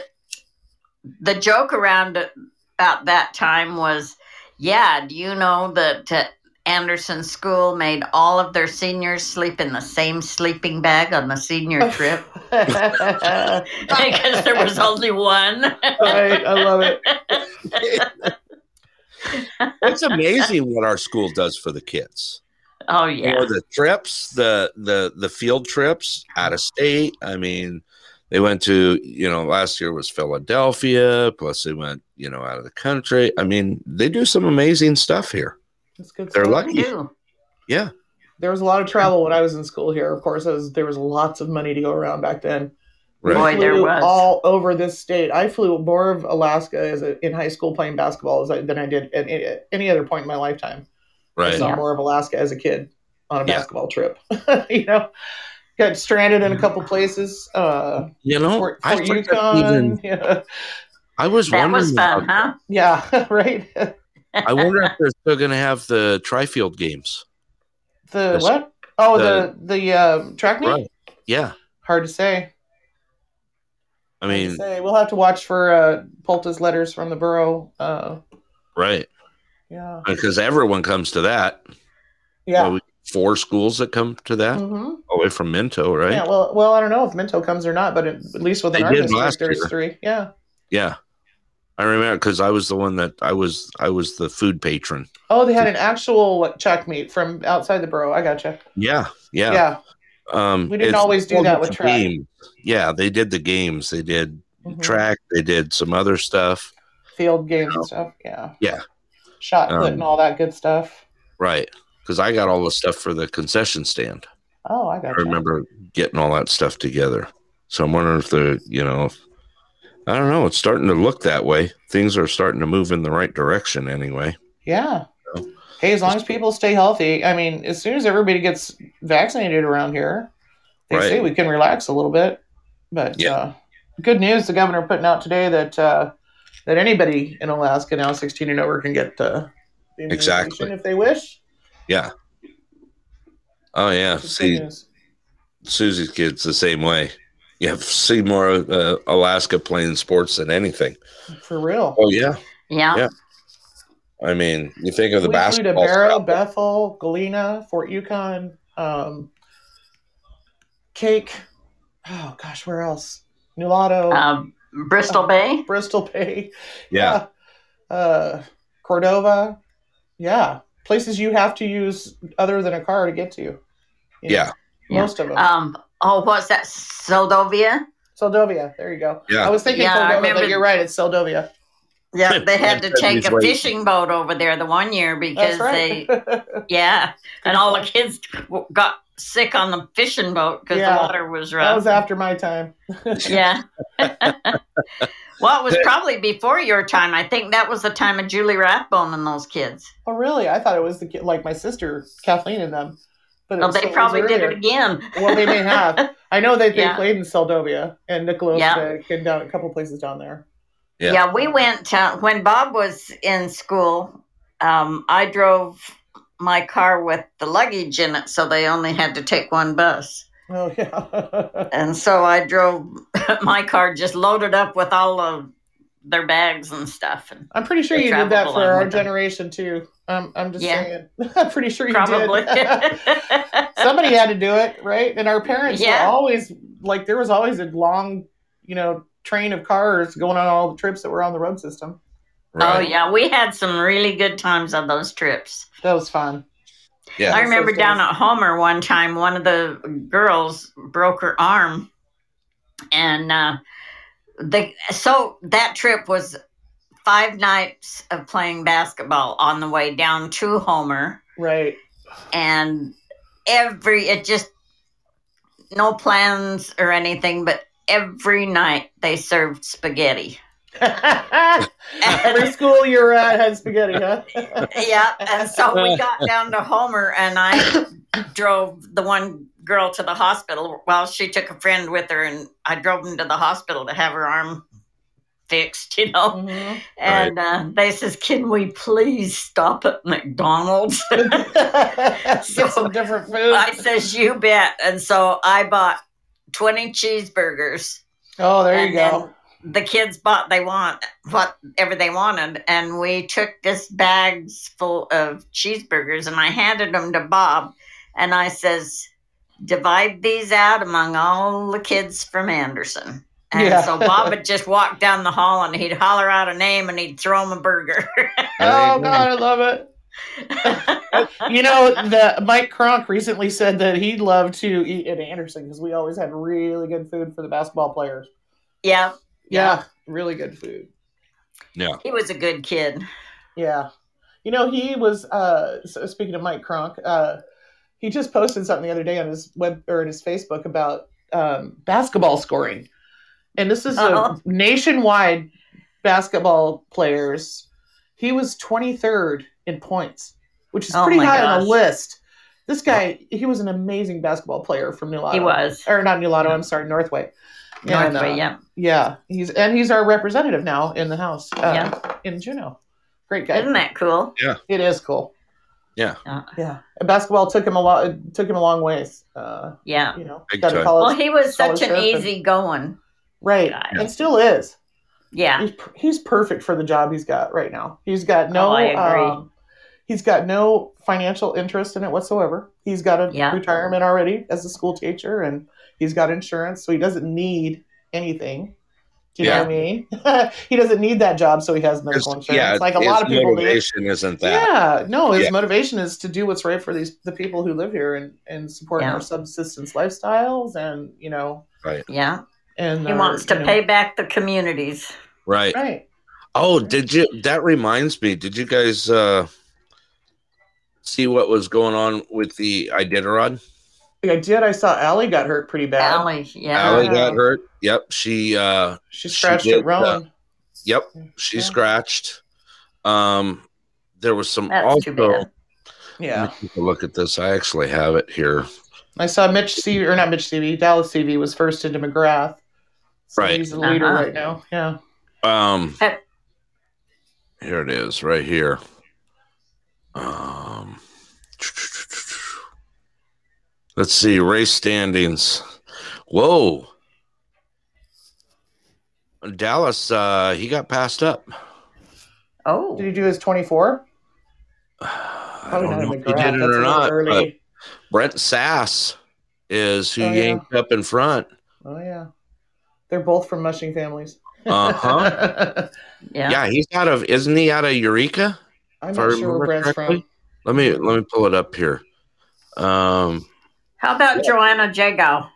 G: the joke around it- about that time was, yeah, do you know that uh, Anderson School made all of their seniors sleep in the same sleeping bag on the
D: Oh.
G: senior trip [LAUGHS]
D: right.
G: because there was only one. [LAUGHS]
D: I love it.
C: it's amazing what our school does for the kids.
G: Oh
C: Yeah.
G: yeah.
C: the trips, the the the field trips out of state. I mean, they went to, you know, last year was Philadelphia, plus they went, you know, out of the country. I mean, they do some amazing stuff here.
D: That's good
C: They're
D: stuff.
G: They
C: lucky.
G: do.
D: There was a lot of travel when I was in school here. Of course, I was, there was lots of money to go around back then.
C: Right.
G: Boy, there
D: flew
G: was.
D: all over this state. I flew more of Alaska as a, in high school playing basketball as I, than I did at any, at any other point in my lifetime.
C: Right.
D: saw
G: Yeah.
D: more of Alaska as a kid on a
C: Yeah.
D: basketball trip. [LAUGHS] you know, got stranded in a couple places. Uh,
C: You know,
D: Fort,
C: I
D: Fort
C: forget
D: Yukon.
C: even-
D: [LAUGHS] Yeah,
C: I was
G: That
C: wondering.
G: was
C: about
G: fun, huh?
D: yeah, [LAUGHS] right.
C: I
G: [LAUGHS]
C: wonder if they're still going to have the tri-field games.
D: The
C: Yes.
D: what? Oh, the the, um, track meet.
C: Right. Yeah.
D: Hard to say. Hard
C: I
D: to
C: mean,
D: say. we'll have to watch for uh, Polta's letters from the borough. Uh,
C: right.
D: yeah,
C: Because everyone comes to that.
D: yeah.
C: Well, we- four schools that come to that
D: hmm
C: away from Minto, right?
D: Yeah,
C: Yeah.
D: well, well, I don't know if Minto comes or not, but at at least within
C: They
D: our
C: did
D: district,
C: last
D: there's
C: year.
D: three. Yeah.
C: I remember because I was the one that I was I was the food patron.
D: Oh, they had an actual like, track meet from outside the borough. I gotcha.
C: Yeah.
D: Yeah.
C: Yeah. Um,
D: We didn't
C: it's-
D: always do
C: well,
D: that
C: it's
D: with
C: a
D: track.
C: game. Yeah, they did the games. They did
D: Mhm.
C: track. They did some other stuff.
D: Field games and stuff. Yeah.
C: Yeah.
D: Shot put
C: Um,
D: and all that good stuff.
C: Right. Because I got all the stuff for the concession stand.
D: Oh, I
C: I
D: gotcha.
C: remember getting all that stuff together. So I'm wondering if the, you know, if, I don't know. It's starting to look that way. Things are starting to move in the right direction anyway.
D: Yeah. Hey, as long as people stay healthy, I mean, as soon as everybody gets vaccinated around here, they
C: Right.
D: say we can relax a little bit. But
C: Yeah.
D: uh, good news the governor putting out today that uh, that anybody in Alaska now 16 and over can get uh, the immunization
C: Exactly.
D: if they wish.
C: Yeah. Oh, yeah.
D: Which is
C: See,
D: good news.
C: Susie's kid's the same way. You have see more uh, Alaska playing sports than anything.
D: for real.
C: Oh, yeah.
G: Yeah.
C: Yeah. I mean, you think of the
D: we flew to
C: basketball.
D: Barrow,
C: scout-
D: Bethel, Galena, Fort Yukon, um, Cake. Oh gosh, where else? Nulato,
G: Um, Bristol Bay.
D: Bristol Bay.
C: yeah.
D: Uh, Cordova. Yeah, places you have to use other than a car to get to. you know,
C: Yeah.
G: Yeah.
D: most of them.
G: Um, oh, what's that? Soldovia?
D: Soldovia. There you go.
C: Yeah.
D: I was thinking
G: Yeah, I
D: Cordova,
G: remember-
D: but you're right. It's Soldovia.
C: [LAUGHS]
G: Yeah, they had to
C: That's
G: take a
C: right.
G: fishing boat over there the one year because
D: That's right. [LAUGHS]
G: they, yeah, and all the kids w- got sick on the fishing boat because
D: Yeah.
G: the water was
D: that
G: rough.
D: was after my time. [LAUGHS]
G: yeah. well, it was probably before your time. I think that was the time of Julie Rathbone and those kids.
D: Oh, really? I thought it was the kid, like my sister Kathleen and them. But it
G: Well,
D: was-
G: they
D: was
G: probably did
D: earlier.
G: it again.
D: well, they may have. I know that they
G: Yeah.
D: played in Seldovia and Nicholas
G: Yeah.
D: and down a couple places down there.
C: Yeah.
G: Yeah, we went uh, when Bob was in school. Um, I drove my car with the luggage in it, so they only had to take one bus.
D: Oh yeah, [LAUGHS]
G: And so I drove [LAUGHS] my car just loaded up with all of their bags and stuff. And
D: I'm pretty sure
G: They
D: you did
G: traveled
D: that for
G: along
D: our
G: with them.
D: generation too. Um, I'm just
G: Yeah.
D: saying. [LAUGHS] I'm
G: [LAUGHS]
D: pretty sure you
G: probably.
D: did. [LAUGHS] Somebody had to do it, right? And our parents
G: Yeah.
D: were always like there was always a long, you know, train of cars going on all the trips that were on the road system.
G: Oh,
C: Right.
G: yeah. We had some really good times on those trips.
D: That was fun.
C: Yeah.
G: I
D: Those
G: remember
D: days.
G: down at Homer one time, one of the girls broke her arm, and uh, they so that trip was five nights of playing basketball on the way down to Homer,
D: Right. [LAUGHS]
G: and every it just no plans or anything, but every night they served spaghetti. [LAUGHS]
D: Every school you're at had
G: [LAUGHS]
D: spaghetti, huh?
G: yeah, and so we got down to Homer, and I drove the one girl to the hospital. Well, she took a friend with her, and I drove them to the hospital to have her arm fixed, you know.
D: Mhm. [LAUGHS]
G: And uh, they says, "Can we please stop at McDonald's?" [LAUGHS]
D: Get
G: So,
D: some different food.
G: I says, "You bet." And so I bought twenty cheeseburgers.
D: oh, there you
G: and
D: go.
G: then The kids bought they want whatever they wanted, and we took this bags full of cheeseburgers, and I handed them to Bob, and I says, "Divide these out among all the kids from Anderson." And
D: Yeah.
G: so Bob would just walk down the hall, and he'd holler out a name, and he'd throw him a burger. [LAUGHS]
D: oh God, I love it. [LAUGHS] You know, the Mike Cronk recently said that he loved to eat at Anderson because we always had really good food for the basketball players.
G: yeah,
D: Yeah, really good food.
G: he was a good kid.
D: Yeah, you know, he was. Uh, so speaking of Mike Cronk, uh, he just posted something the other day on his web or in his Facebook about um, basketball scoring, and this is
G: Uh-huh.
D: a nationwide basketball players. He was 23rd in points, which is
G: Oh
D: pretty
G: my
D: high on the
G: gosh.
D: list. This guy, he was an amazing basketball player from New Lotto.
G: He was.
D: or not New Lotto. I'm sorry, Northway. And, uh,
G: Northway, yeah.
D: yeah, he's and he's our representative now in the house. Uh,
G: Yeah.
D: in Juneau. Great guy.
G: Isn't that cool?
D: It is cool.
C: Yeah.
G: Yeah.
D: Yeah. And basketball took him a lot. It took him a long ways. Uh,
G: Yeah.
D: you know,
C: Big
D: got to
C: time.
G: Well,
D: college.
G: he was such an
D: scholarship and-
G: easy going
D: right,
G: guy.
D: and still is.
G: Yeah.
D: He's, per- he's perfect for the job he's got right now. He's got no.
G: Oh, I agree.
D: Um, he's got no financial interest in it whatsoever. He's got a
G: Yeah.
D: retirement already as a school teacher, and he's got insurance, so he doesn't need anything. Do you know what I mean? [LAUGHS] he doesn't need that job, so he has medical
C: It's-
D: insurance. like a
C: his
D: lot of people do.
C: motivation isn't that.
D: Yeah, no, his
C: Yeah.
D: motivation is to do what's right for these the people who live here and and support
G: Yeah.
D: our subsistence lifestyles, and you know,
G: Yeah.
D: and
G: He
D: our,
G: wants to
D: you know-
G: pay back the communities.
C: Right.
D: right.
C: Oh, did you? That reminds me. Did you guys uh see what was going on with the Iditarod?
D: I did. I saw Allie got hurt pretty bad.
G: Allie, yeah.
C: Allie
D: Yeah.
C: got hurt. Yep. She uh
D: She
C: She
D: scratched
C: did,
D: at Rowan.
C: Yep, she
D: Yeah.
C: scratched. Um, there was some
G: That's
C: also.
G: too bad.
D: Yeah.
C: Let me take a look at this. I actually have it here. Mm-hmm.
D: I saw Mitch CV, or not Mitch CV, Dallas CV was first into McGrath. So
C: Right.
D: He's the leader
G: Uh-huh.
D: right now. Yeah.
C: Um,
D: Uh,
G: Hey.
C: here it is, right here. Um, let's see race standings. Whoa, Dallas. Uh, he got passed up. [SIGHS]
G: Oh.
D: Did he do his 24?
C: I
D: Probably
C: don't
D: not
C: know
D: in
C: if he
D: McGrath.
C: did it
D: That's a
C: or
D: little
C: not. but
D: Early.
C: Brent Sass is who
D: Oh, yeah.
C: yanked up in front.
D: Oh, yeah. They're both from mushing families.
F: [LAUGHS]
C: Uh-huh.
G: Yeah.
C: yeah. he's out of isn't he out of Eureka?
D: I'm
C: If I
D: not sure
C: remember
D: where Brent's
C: correctly.
D: from.
C: Let me let me pull it up here. Um
G: How about Joanna Jago?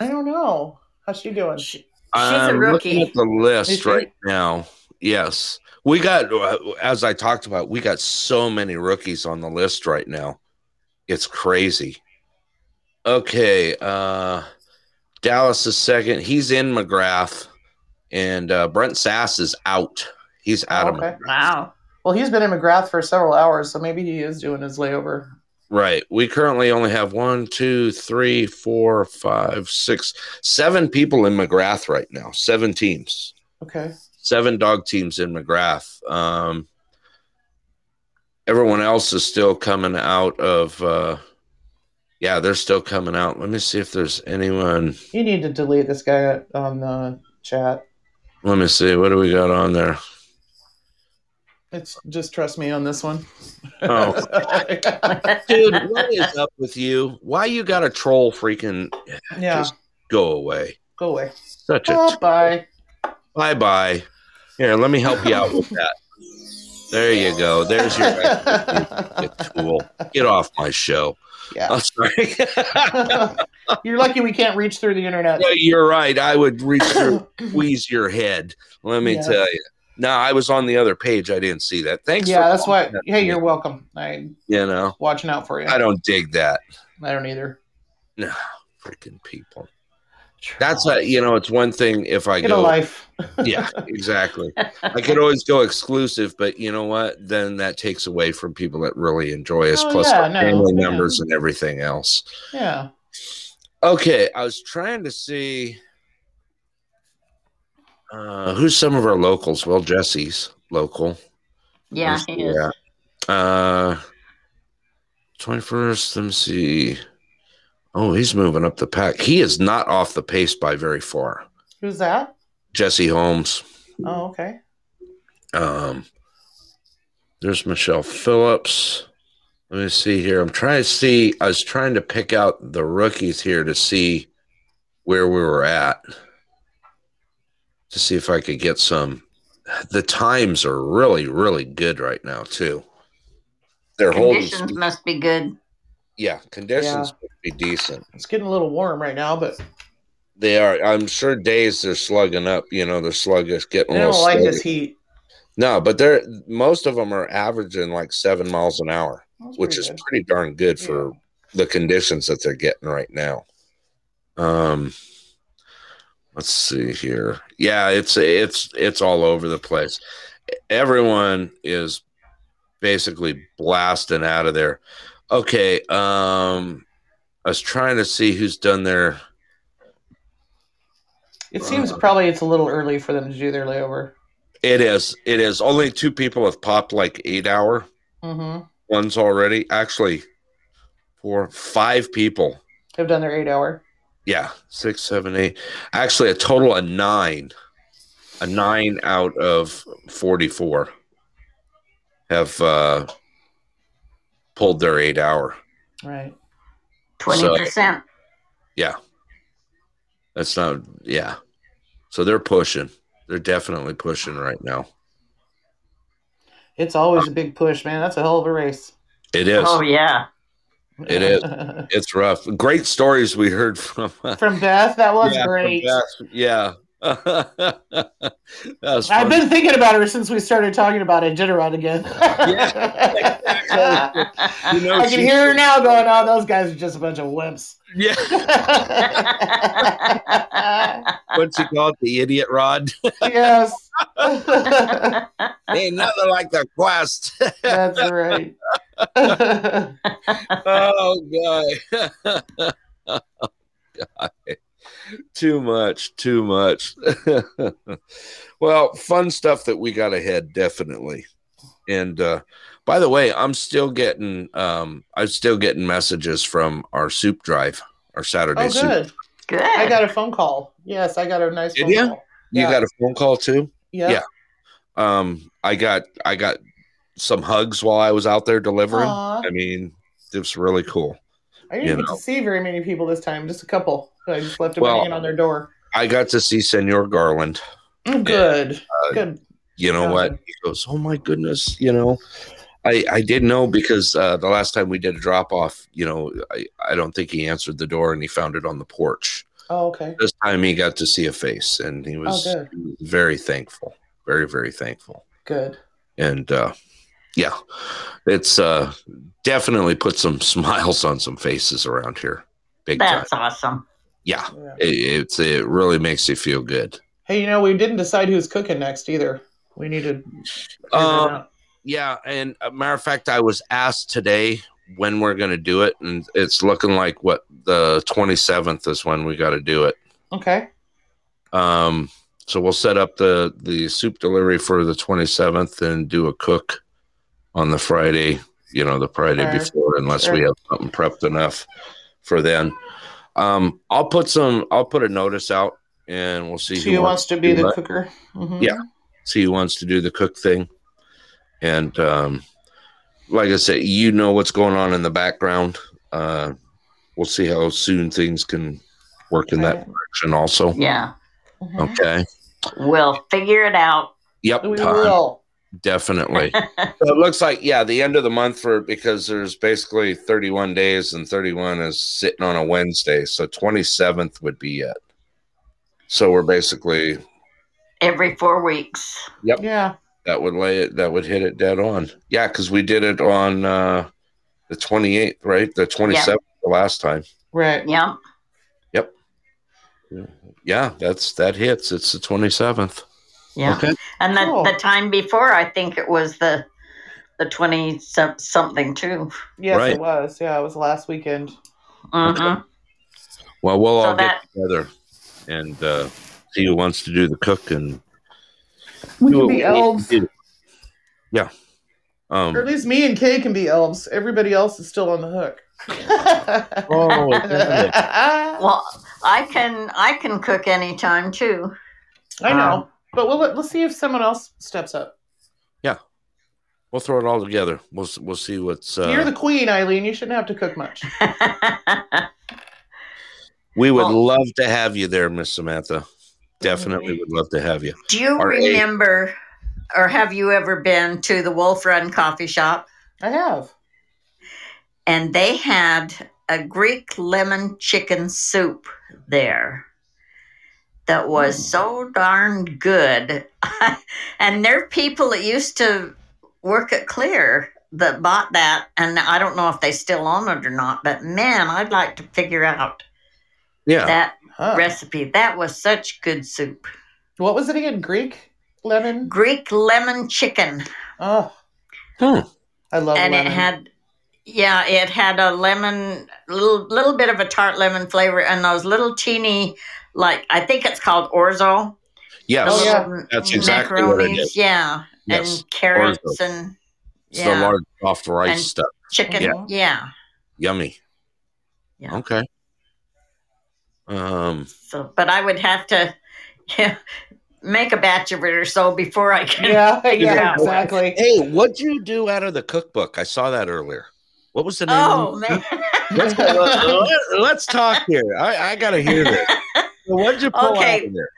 D: I don't know. How's she doing?
G: She, she's
C: I'm
G: a
C: looking
G: rookie.
C: at the
D: Is
C: list
D: she?
C: right now. Yes. We got as I talked about, we got so many rookies on the list right now. It's crazy. Okay, uh Dallas is second. He's in McGrath and uh Brent Sass is out. He's out of
D: Oh, okay.
G: Wow.
D: Well, he's been in McGrath for several hours, so maybe he is doing his layover.
C: Right. We currently only have one, two, three, four, five, six, seven people in McGrath right now. Seven teams,
D: Okay.
C: seven dog teams in McGrath. Um, everyone else is still coming out of. Uh, yeah, they're still coming out. Let me see if there's anyone.
D: You need to delete this guy on the chat.
C: Let me see. What do we got on there?
D: It's just trust me on this one.
C: Oh.
D: [LAUGHS] yeah.
C: Dude, what is up with you? Why you got a troll freaking Just- go away?
D: Go away.
C: Such a [LAUGHS]
D: Oh, bye.
C: Bye bye. Here, let me help you out with that. There you go. There's your [LAUGHS] extra tool. Get off my show.
D: yeah.
C: I'm sorry.
D: [LAUGHS] You're lucky we can't reach through the internet.
C: No, you're right. I would reach
D: [COUGHS]
C: through, squeeze your head. Let me
D: Yeah.
C: tell you. No, I was on the other page. I didn't see that. Thanks.
D: yeah,
C: for
D: that's why.
C: calling that to
D: Hey,
C: me.
D: you're welcome. I'm
C: You know,
D: watching out for you.
C: I don't dig that.
D: I don't either.
C: No, freaking people. That's a, you know, it's one thing if I
D: Get a
C: go.
D: life.
C: [LAUGHS] yeah, exactly. I could always go exclusive, but you know what? Then that takes away from people that really enjoy us,
D: Oh,
C: plus
D: yeah,
C: our
D: no,
C: family
D: yeah.
C: members and everything else.
D: Yeah.
C: Okay, I was trying to see uh, who's some of our locals. Well, Jesse's local.
G: Yeah, he is.
C: Uh, 21st, let me see. Oh, he's moving up the pack. He is not off the pace by very far.
D: Who's that?
C: Jesse Holmes.
D: Oh, okay.
C: Um, there's Michelle Phillips. Let me see here. I'm trying to see. I was trying to pick out the rookies here to see where we were at, to see if I could get some. The times are really, really good right now too. They're
G: Conditions
C: holding.
G: must be good.
C: Yeah, conditions would be decent.
D: It's getting a little warm right now, but
C: They are. I'm sure days they're slugging up. You know, they're sluggish,
D: I
C: getting a
D: don't
C: little.
D: like this
C: sluggish.
D: heat.
C: No, but they're most of them are averaging like seven miles an hour.
D: That's
C: which
D: pretty
C: is
D: good.
C: pretty darn good for the conditions that they're getting right now. Um, let's see here. Yeah, it's it's it's all over the place. Everyone is basically blasting out of there. Okay, um, I was trying to see who's done their.
D: It seems probably it's a little early for them to do their layover.
C: It is. It is. Only two people have popped like eight hour
D: Mm-hmm.
C: ones already. Actually, four, five people.
D: They've done their eight hour.
C: Yeah, six, seven, eight. Actually, a total of nine. A nine out of forty-four have uh, pulled their eight hour.
D: Right.
G: 20%.
C: That's not, yeah. So they're pushing. They're definitely pushing right now.
D: It's always a big push, man. That's a hell of a race.
C: It is.
G: Oh,
C: [LAUGHS]
G: yeah.
C: It is.
D: [LAUGHS]
C: It's rough. Great stories we heard from. [LAUGHS]
D: From Beth, that was
C: Yeah, from
D: great.
C: Beth. Yeah. [LAUGHS] that was
D: I've
C: funny.
D: been thinking about her since we started talking about it. Did run again? [LAUGHS]
C: Yeah. You know,
D: I can
C: she-
D: hear her now going, "Oh, those guys are just a bunch of wimps."
C: [LAUGHS]
D: [LAUGHS]
C: Yeah.
D: yes.
C: What's he called? The idiot
D: [LAUGHS]
C: rod? Ain't nothing like the quest.
D: That's right. [LAUGHS]
C: oh god. God. Too much, too much. well, fun stuff that we got ahead, definitely. And uh by the way, I'm still getting um I'm still getting messages from our soup drive, our Saturday
D: oh,
C: soup.
D: good.
G: Good.
D: I got a phone call. Yes, I got a nice
C: Did
D: phone
C: ya?
D: call.
C: You
D: Yeah.
C: got a phone call too?
D: Yeah.
C: Yeah. Um I got I got some hugs while I was out there delivering.
D: Aw.
C: I mean, it's really cool.
D: I didn't
C: you
D: get
C: know.
D: to see very many people this time. Just a couple. I just left them
C: Well-
D: hanging on their door.
C: I got to see Senor Garland.
D: Mm, Good.
C: uh,
D: Good.
C: You know what?
D: Um,
C: He goes, "Oh my goodness!" You know, I I didn't know because uh, the last time we did a drop off, you know, I I don't think he answered the door and he found it on the porch.
D: Oh, okay.
C: This time he got to see a face and he was
D: Oh, good.
C: very thankful, very very thankful.
D: Good.
C: And uh, yeah, it's uh, definitely put some [LAUGHS] smiles on some faces around here, big time.
G: That's awesome.
C: Yeah,
D: Yeah.
C: it, it's it really makes you feel good.
D: Hey, you know, we didn't decide who's cooking next either. We need to. figure that
C: Um,
D: out.
C: Yeah, and a matter of fact, I was asked today when we're going to do it, and it's looking like what the 27th is when we got to do it.
D: okay.
C: Um, so we'll set up the the soup delivery for the 27th and do a cook on the Friday, you know, the Friday
D: Sure.
C: before, unless we
D: Sure.
C: have something prepped enough for then. Um, I'll put some. I'll put a notice out, and we'll see
D: She wants to be
C: do
D: the
C: what.
D: cooker. Mhm.
C: Yeah. see who wants to do the cook thing. And um, like I said, you know what's going on in the background. Uh, we'll see how soon things can work in that
D: Right.
C: direction, also.
G: Yeah.
D: Mhm.
C: Okay.
G: We'll figure it out.
C: Yep.
D: We
C: Tom,
D: will. [LAUGHS]
C: Definitely. so it looks like, yeah, the end of the month for because there's basically 31 days and 31 is sitting on a Wednesday. So 27th would be it. So we're basically
G: Every four weeks.
D: Yeah.
C: that would lay it that would hit it dead on yeah because we did it on uh the 28th right the 27th the last time
D: Right.
G: Yeah.
C: yeah that's that hits it's the 27th
G: Yeah.
C: okay
G: And the,
D: Cool.
G: the time before, I think it was the the 20 some- something too.
D: Yes,
C: Right.
D: it was. Yeah, it was last weekend.
G: Mhm.
C: well we'll
G: So
C: all
G: that-
C: get together and uh see who wants to do the cook and
D: We
C: do
D: can
C: what
D: be
C: need
D: elves,
C: to do. yeah
D: or at
C: um
D: least me and Kay can be elves. Everybody else is still on the hook. [LAUGHS]
C: oh damn it.
D: I
G: Well, I can I can cook anytime too. [LAUGHS]
C: Um,
D: know, but we'll let's see if someone else steps up.
C: we'll throw it all together we'll s- we'll see what's uh
D: You're the queen, Eileen. You shouldn't have to cook much.
C: we would
G: Well- Mm-hmm.
C: love to have you there miss samantha definitely would love to have you
G: Do you
C: Or eight.
G: remember or have you ever been to the Wolf Run coffee shop
D: I have.
G: and they had a Greek lemon chicken soup there that
C: Hmm.
G: was so darn good. [LAUGHS] and there are people that used to work at Clear that bought that and I don't know if they still own it or not, but man, I'd like to figure out
C: yeah
G: that
D: Huh.
G: recipe. That was such good soup.
D: What was it again? Greek lemon.
G: Greek lemon chicken.
D: Oh,
C: Hmm.
D: I love
G: and
D: lemon.
G: it had yeah it had a lemon little little bit of a tart lemon flavor and those little teeny like i think it's called orzo
C: Yes,
G: those
D: Oh, yeah.
G: little
C: That's exactly what it
G: macaronis,
C: is.
G: yeah
C: yes.
G: and carrots
C: Orzo.
G: and
C: It's
G: yeah,
C: the large soft rice
G: And-
C: stuff.
G: chicken
D: Yeah.
G: yeah,
C: Yummy.
G: Yeah.
C: Okay. Um.
G: so but i would have to [LAUGHS] yeah, make a batch of it or so before i can
D: [LAUGHS] yeah,
G: [LAUGHS] Yeah.
D: yeah, exactly.
C: Hey, what'd you do out of the cookbook? I saw that earlier. What was the name?
G: [LAUGHS] oh
C: of
G: man
C: Let's, let, us talk here. I, I gotta hear this. So what'd you pull out
G: Okay.
C: of there?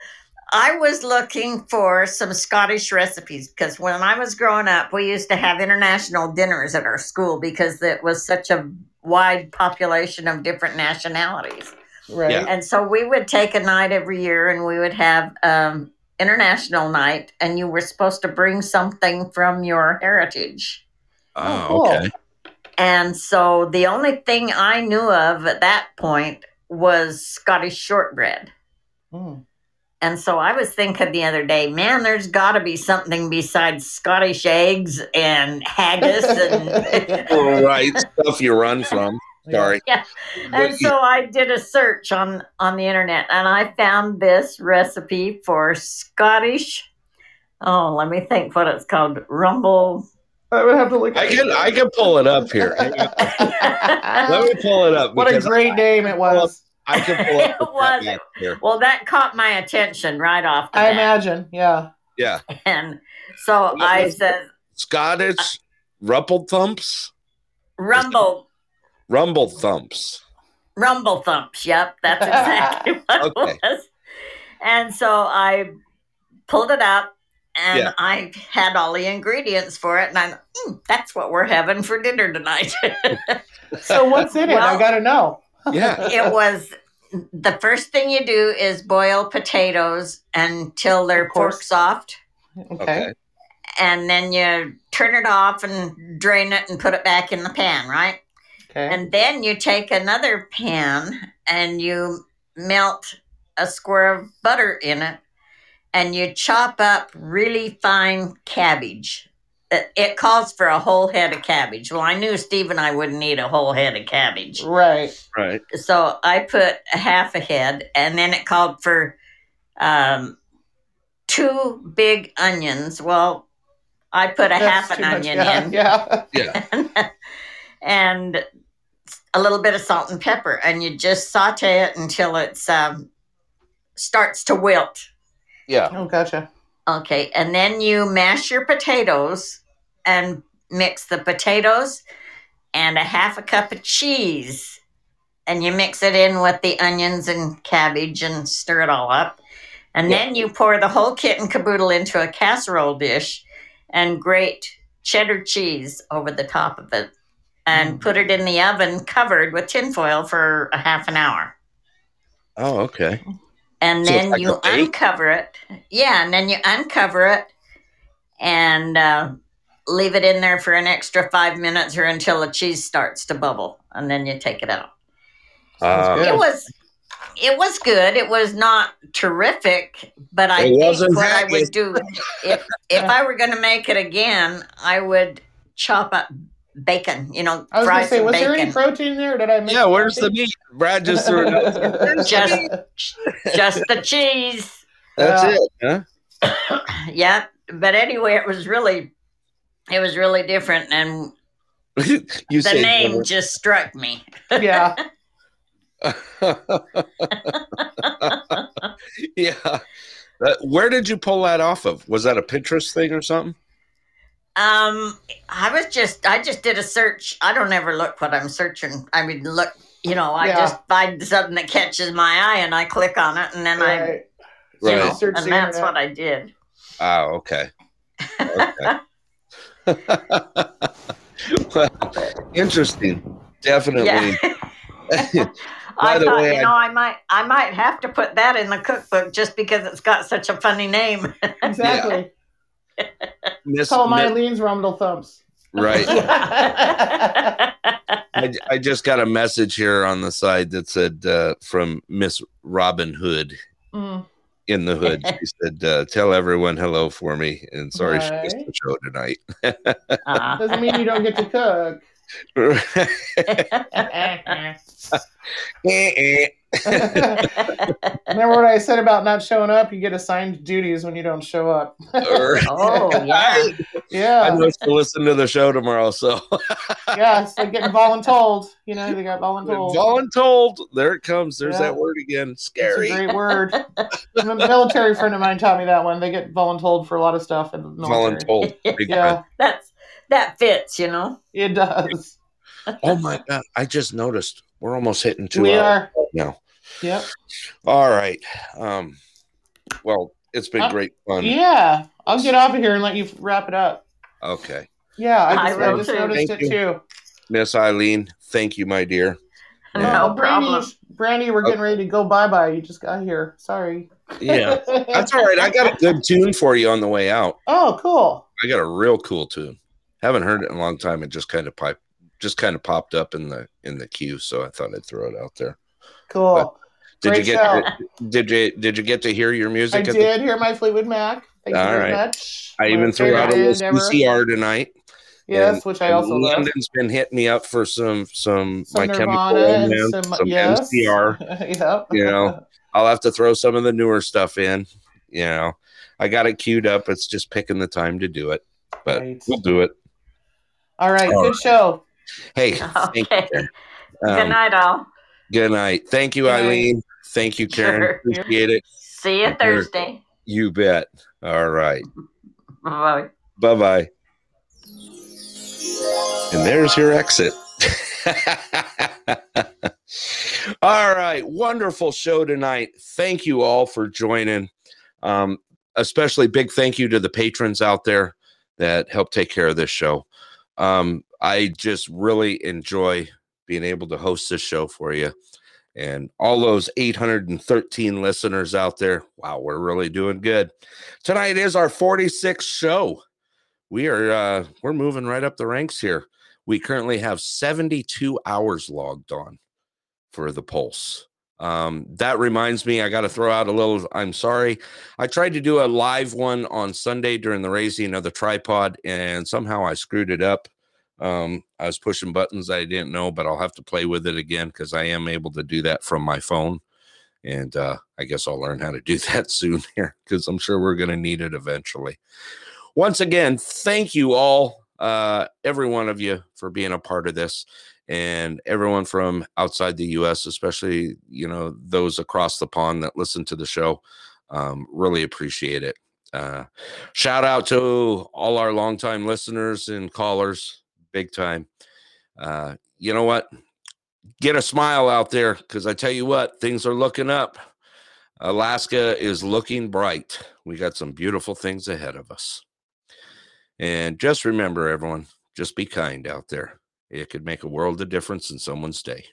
G: I was looking for some Scottish recipes because when I was growing up, we used to have international dinners at our school because it was such a wide population of different nationalities.
D: Right.
C: Yeah.
G: And so we would take a night every year and we would have um, international night, and you were supposed to bring something from your heritage.
C: Oh,
D: cool.
C: okay.
G: And so the only thing I knew of at that point was Scottish shortbread.
D: Mm.
G: And so I was thinking the other day, man, there's got to be something besides Scottish eggs and haggis.
C: [LAUGHS]
G: And,
C: All right, stuff you run from. Sorry.
G: and so I did a search on, on the internet and I found this recipe for Scottish. Oh, let me think what it's called.
C: [LAUGHS]
G: Rumble. [LAUGHS]
D: I would have to look.
C: I
D: at it. [LAUGHS]
C: can I can pull it up here. Hang on. Let me pull it up.
D: what a
C: because
D: great name it was.
C: I can pull up
G: [LAUGHS] It
C: the
G: was.
C: map here.
G: Well, that caught my attention right off the
D: I
G: bat.
D: imagine. Yeah.
C: Yeah,
G: And so
C: What
G: I
C: was
G: said,
C: Scottish rumble thumps,
G: Rumble,
C: rumble thumps.
G: Rumble Thumps. Yep, that's exactly what
C: Okay.
G: it was. And so I pulled it up and
C: Yeah.
G: I had all the ingredients for it. And I'm, mm, that's what we're having for dinner tonight. [LAUGHS]
C: [LAUGHS]
D: So what's in it? I
G: Well-
D: gotta know.
G: [LAUGHS]
C: Yeah,
G: it was the first thing you do is boil potatoes until they're
D: Of course.
G: fork soft.
D: Okay.
C: okay.
G: And then you turn it off and drain it and put it back in the pan, right?
D: Okay.
G: And then you take another pan and you melt a square of butter in it and you chop up really fine cabbage. It, it calls for a whole head of cabbage. Well, I knew Steve and I wouldn't need a whole head of cabbage.
D: right.
C: Right.
G: So I put a half a head and then it called for um, two big onions. Well, I put a half
D: That's
G: an
D: too much.
G: onion
D: Yeah.
G: in
D: Yeah.
G: and a little bit of salt and pepper, and you just saute it until it's um, starts to wilt.
C: Yeah.
D: Oh, gotcha.
G: Okay, and then you mash your potatoes and mix the potatoes and a half a cup of cheese, and you mix it in with the onions and cabbage and stir it all up. And then you pour the whole kit and caboodle into a casserole dish and grate cheddar cheese over the top of it and put it in the oven covered with tinfoil for a half an hour
C: Oh, okay.
G: and
C: So it's
G: then
C: like
G: you
C: a bake?
G: uncover it. Yeah, and then you uncover it and uh, leave it in there for an extra five minutes or until the cheese starts to bubble, and then you take it out.
C: Uh,
D: Good.
G: It was. It was good. It was not terrific, but I
C: It
G: think
C: wasn't
G: what I
C: haggis.
G: would do if if I were going to make it again, I would chop up bacon. You know,
D: I was
G: fry
D: gonna say,
G: some
D: was there
G: bacon.
D: any protein there? Did I miss? [LAUGHS]
C: yeah. Where's the meat? Brad just threw it out. there. Where's the
G: Just-
C: meat?
G: Just the cheese.
C: That's
D: Yeah.
C: it. Huh?
G: yeah but anyway it was really it was really different and
C: [LAUGHS] you
G: the
C: say
G: name just struck me
D: [LAUGHS]
G: [LAUGHS]
D: yeah.
C: [LAUGHS] yeah. Uh, where did you pull that off of? Was that a Pinterest thing or something?
G: um i was just i just did a search i don't ever look what i'm searching i mean look you know i
D: Yeah.
G: just find something that catches my eye and i click on it and then i
D: Right.
G: you
C: Right.
G: know,
D: Search the
G: and that's
D: internet.
G: what i did
C: Oh, okay. okay. [LAUGHS] well, interesting. Definitely.
G: yeah [LAUGHS]
C: By
G: i
C: the
G: thought
C: way, I-
G: you know I... might i might have to put that in the cookbook just because it's got such a funny
D: [LAUGHS]
G: name [LAUGHS]
D: Exactly.
C: [LAUGHS] Miss-
D: Call my
C: mi-
D: Lean's Rumble Thumps.
C: right.
G: [LAUGHS]
D: [LAUGHS] yeah.
C: I, I just got a message here on the side that said uh, from Miss Robin Hood.
D: Mm.
C: in the
D: [LAUGHS]
C: hood. She said, uh, "Tell everyone hello for me." And sorry, she missed
D: Right.
C: the show tonight. [LAUGHS]
G: Uh-huh.
D: Doesn't mean you don't get to cook. [LAUGHS] Remember what I said about not showing up? You get assigned duties when you don't show up. [LAUGHS]
G: oh yeah.
C: [LAUGHS] I-
D: Yeah.
C: I'm supposed to listen to the show tomorrow, so [LAUGHS]
D: Yeah. It's like getting voluntold. You know, they got voluntold.
C: voluntold. There it comes. There's
D: Oh. Yeah.
C: that word again.
D: It's
C: Scary.
D: a great word. A military friend of mine taught me that one. They get voluntold for a lot of stuff in the military.
C: Voluntold.
D: [LAUGHS]
C: Big
D: Yeah,
G: That's that fits, you know.
D: it does.
C: time. Oh my god! I just noticed we're almost hitting two
D: we
C: hours
D: are.
C: now.
D: Yep.
C: All right. Um. Well, it's been
D: Uh,
C: great fun.
D: Yeah. I'll get off of here and let you wrap it up.
C: Okay,
D: Yeah, I
G: I
D: just, I
G: will
D: just
G: too.
D: noticed
C: Thank
D: it
C: you.
D: too.
C: Miss Eileen. Thank you, my dear.
D: Oh.
C: Yeah.
G: No problem.
D: Brandy, Brandy, we're getting ready to go bye bye. You just got here. Sorry. [LAUGHS]
C: Yeah. That's all right. I got a good tune for you on the way out.
D: oh, cool.
C: I got a real cool tune. Haven't heard it in a long time. It just kind of pipe, just kind of popped up in the in the queue, so I thought I'd throw it out there.
D: Cool.
C: Did
D: Great
C: you get
D: show.
C: [LAUGHS] did you did you get to hear your music?
D: I
C: at the-
D: did hear my Fleetwood Mac. Thank
C: All
D: you very
C: right.
D: much.
C: I
D: My
C: even threw
D: favorite
C: out a
D: band
C: little
D: ever.
C: CCR tonight.
D: Yes, which I
C: And
D: also love.
C: London's been hitting me up for some some,
D: Some
C: my
D: Nirvana and
C: chemical romance,
D: some,
C: some,
D: yes.
C: MCR.
D: [LAUGHS] yep.
C: You know, I'll have to throw some of the newer stuff in. You know, I got it queued up. It's just picking the time to do it, but
D: Right.
C: we'll do it.
D: All right.
C: All
D: good show.
C: Hey, thank you.
G: [LAUGHS] Okay.
C: Karen.
G: Good
C: Um,
G: night all.
C: Good night. Thank you,
D: Good night.
C: Eileen. Thank you, Karen.
G: Sure.
C: Appreciate it.
G: See you
C: Sure.
G: Thursday.
C: You bet. All right.
G: Bye.
C: Bye bye. And there's your exit. [LAUGHS] all right. Wonderful show tonight. Thank you all for joining. Um, especially big thank you to the patrons out there that help take care of this show. Um, I just really enjoy being able to host this show for you. And all those 813 listeners out there, wow, we're really doing good. Tonight is our 46th show. We are uh we're moving right up the ranks here. We currently have 72 hours logged on for the pulse. Um that reminds me I got to throw out a little I'm sorry. I tried to do a live one on Sunday during the raising of the tripod and somehow I screwed it up. Um, I was pushing buttons I didn't know, but I'll have to play with it again because I am able to do that from my phone. And uh, I guess I'll learn how to do [LAUGHS] that soon here because I'm sure we're going to need it eventually. Once again, thank you all, uh, every one of you, for being a part of this. And everyone from outside the U.S., especially you know those across the pond that listen to the show, um, really appreciate it. Uh, shout out to all our longtime listeners and callers big time. Uh, you know what? Get a smile out there because I tell you what, things are looking up. Alaska is looking bright. We got some beautiful things ahead of us. And just remember, everyone, just be kind out there. It could make a world of difference in someone's day.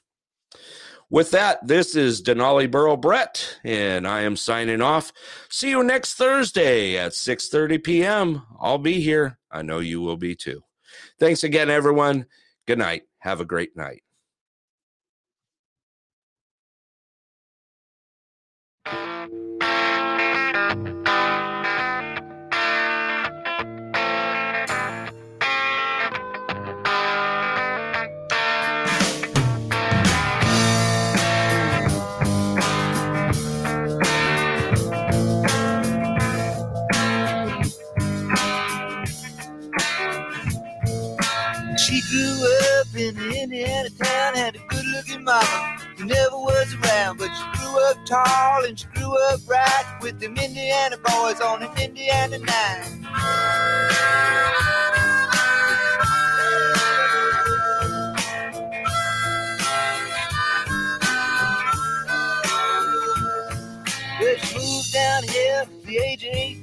C: With that, this is Denali Burrow Brett, and I am signing off. See you next Thursday at 6:30 p.m. I'll be here. I know you will be too. Thanks again, everyone. Good night. Have a great night.
E: She grew up in Indiana town, had a good looking mama who never was around, but she grew up tall and she grew up right with them Indiana boys on an Indiana nine. Yeah, she moved down here at the age of 18.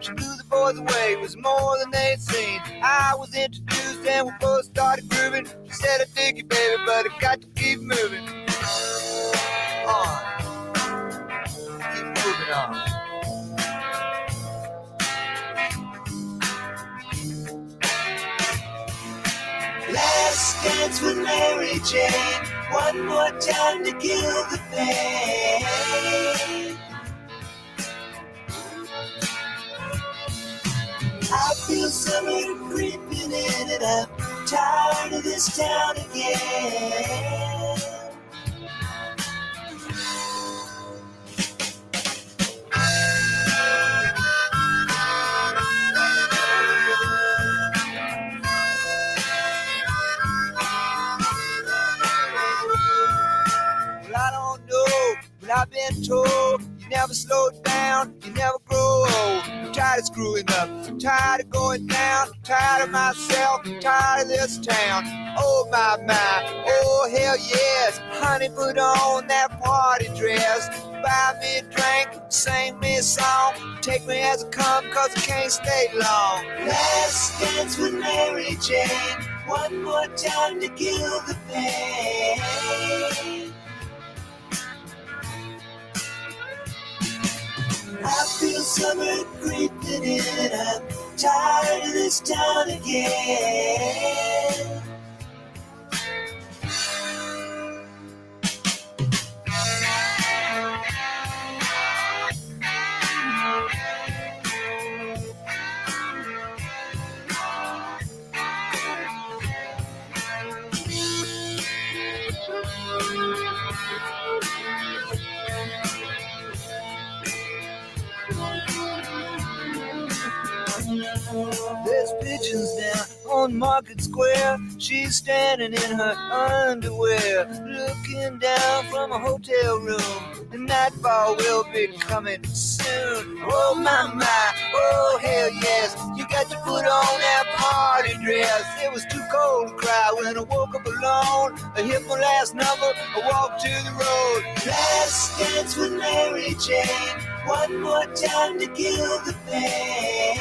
E: She blew the boys away, it was more than they'd seen. I was introduced and we both started grooving. She said, I dig you, baby, but I got to keep moving. On. Keep moving on. Last dance with Mary Jane. One more time to kill the pain. feel summer creeping in and I'm tired of this town again. Well, I don't know, but I've been told you never slow down, you never grow old. I'm tired of screwing up, I'm tired of going down, tired of myself, tired of this town. Oh my my, oh hell yes, honey, put on that party dress. Buy me a drink, sing me a song, take me as I come, cause I can't stay long. Let's dance with Mary Jane, one more time to kill the pain. I feel summer creeping in and I'm tired of this town again. There's pigeons down on Market Square. She's standing in her underwear, looking down from a hotel room. The nightfall will be coming soon. Oh my my, oh hell yes, you got to put on that party dress. It was too cold to cry when I woke up alone. I hit my last number, I walked to the road. Let's dance with Mary Jane. One more time to kill the pain.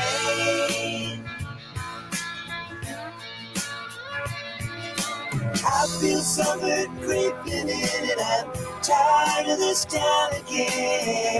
E: I feel summer creeping in, and I'm tired of this town again.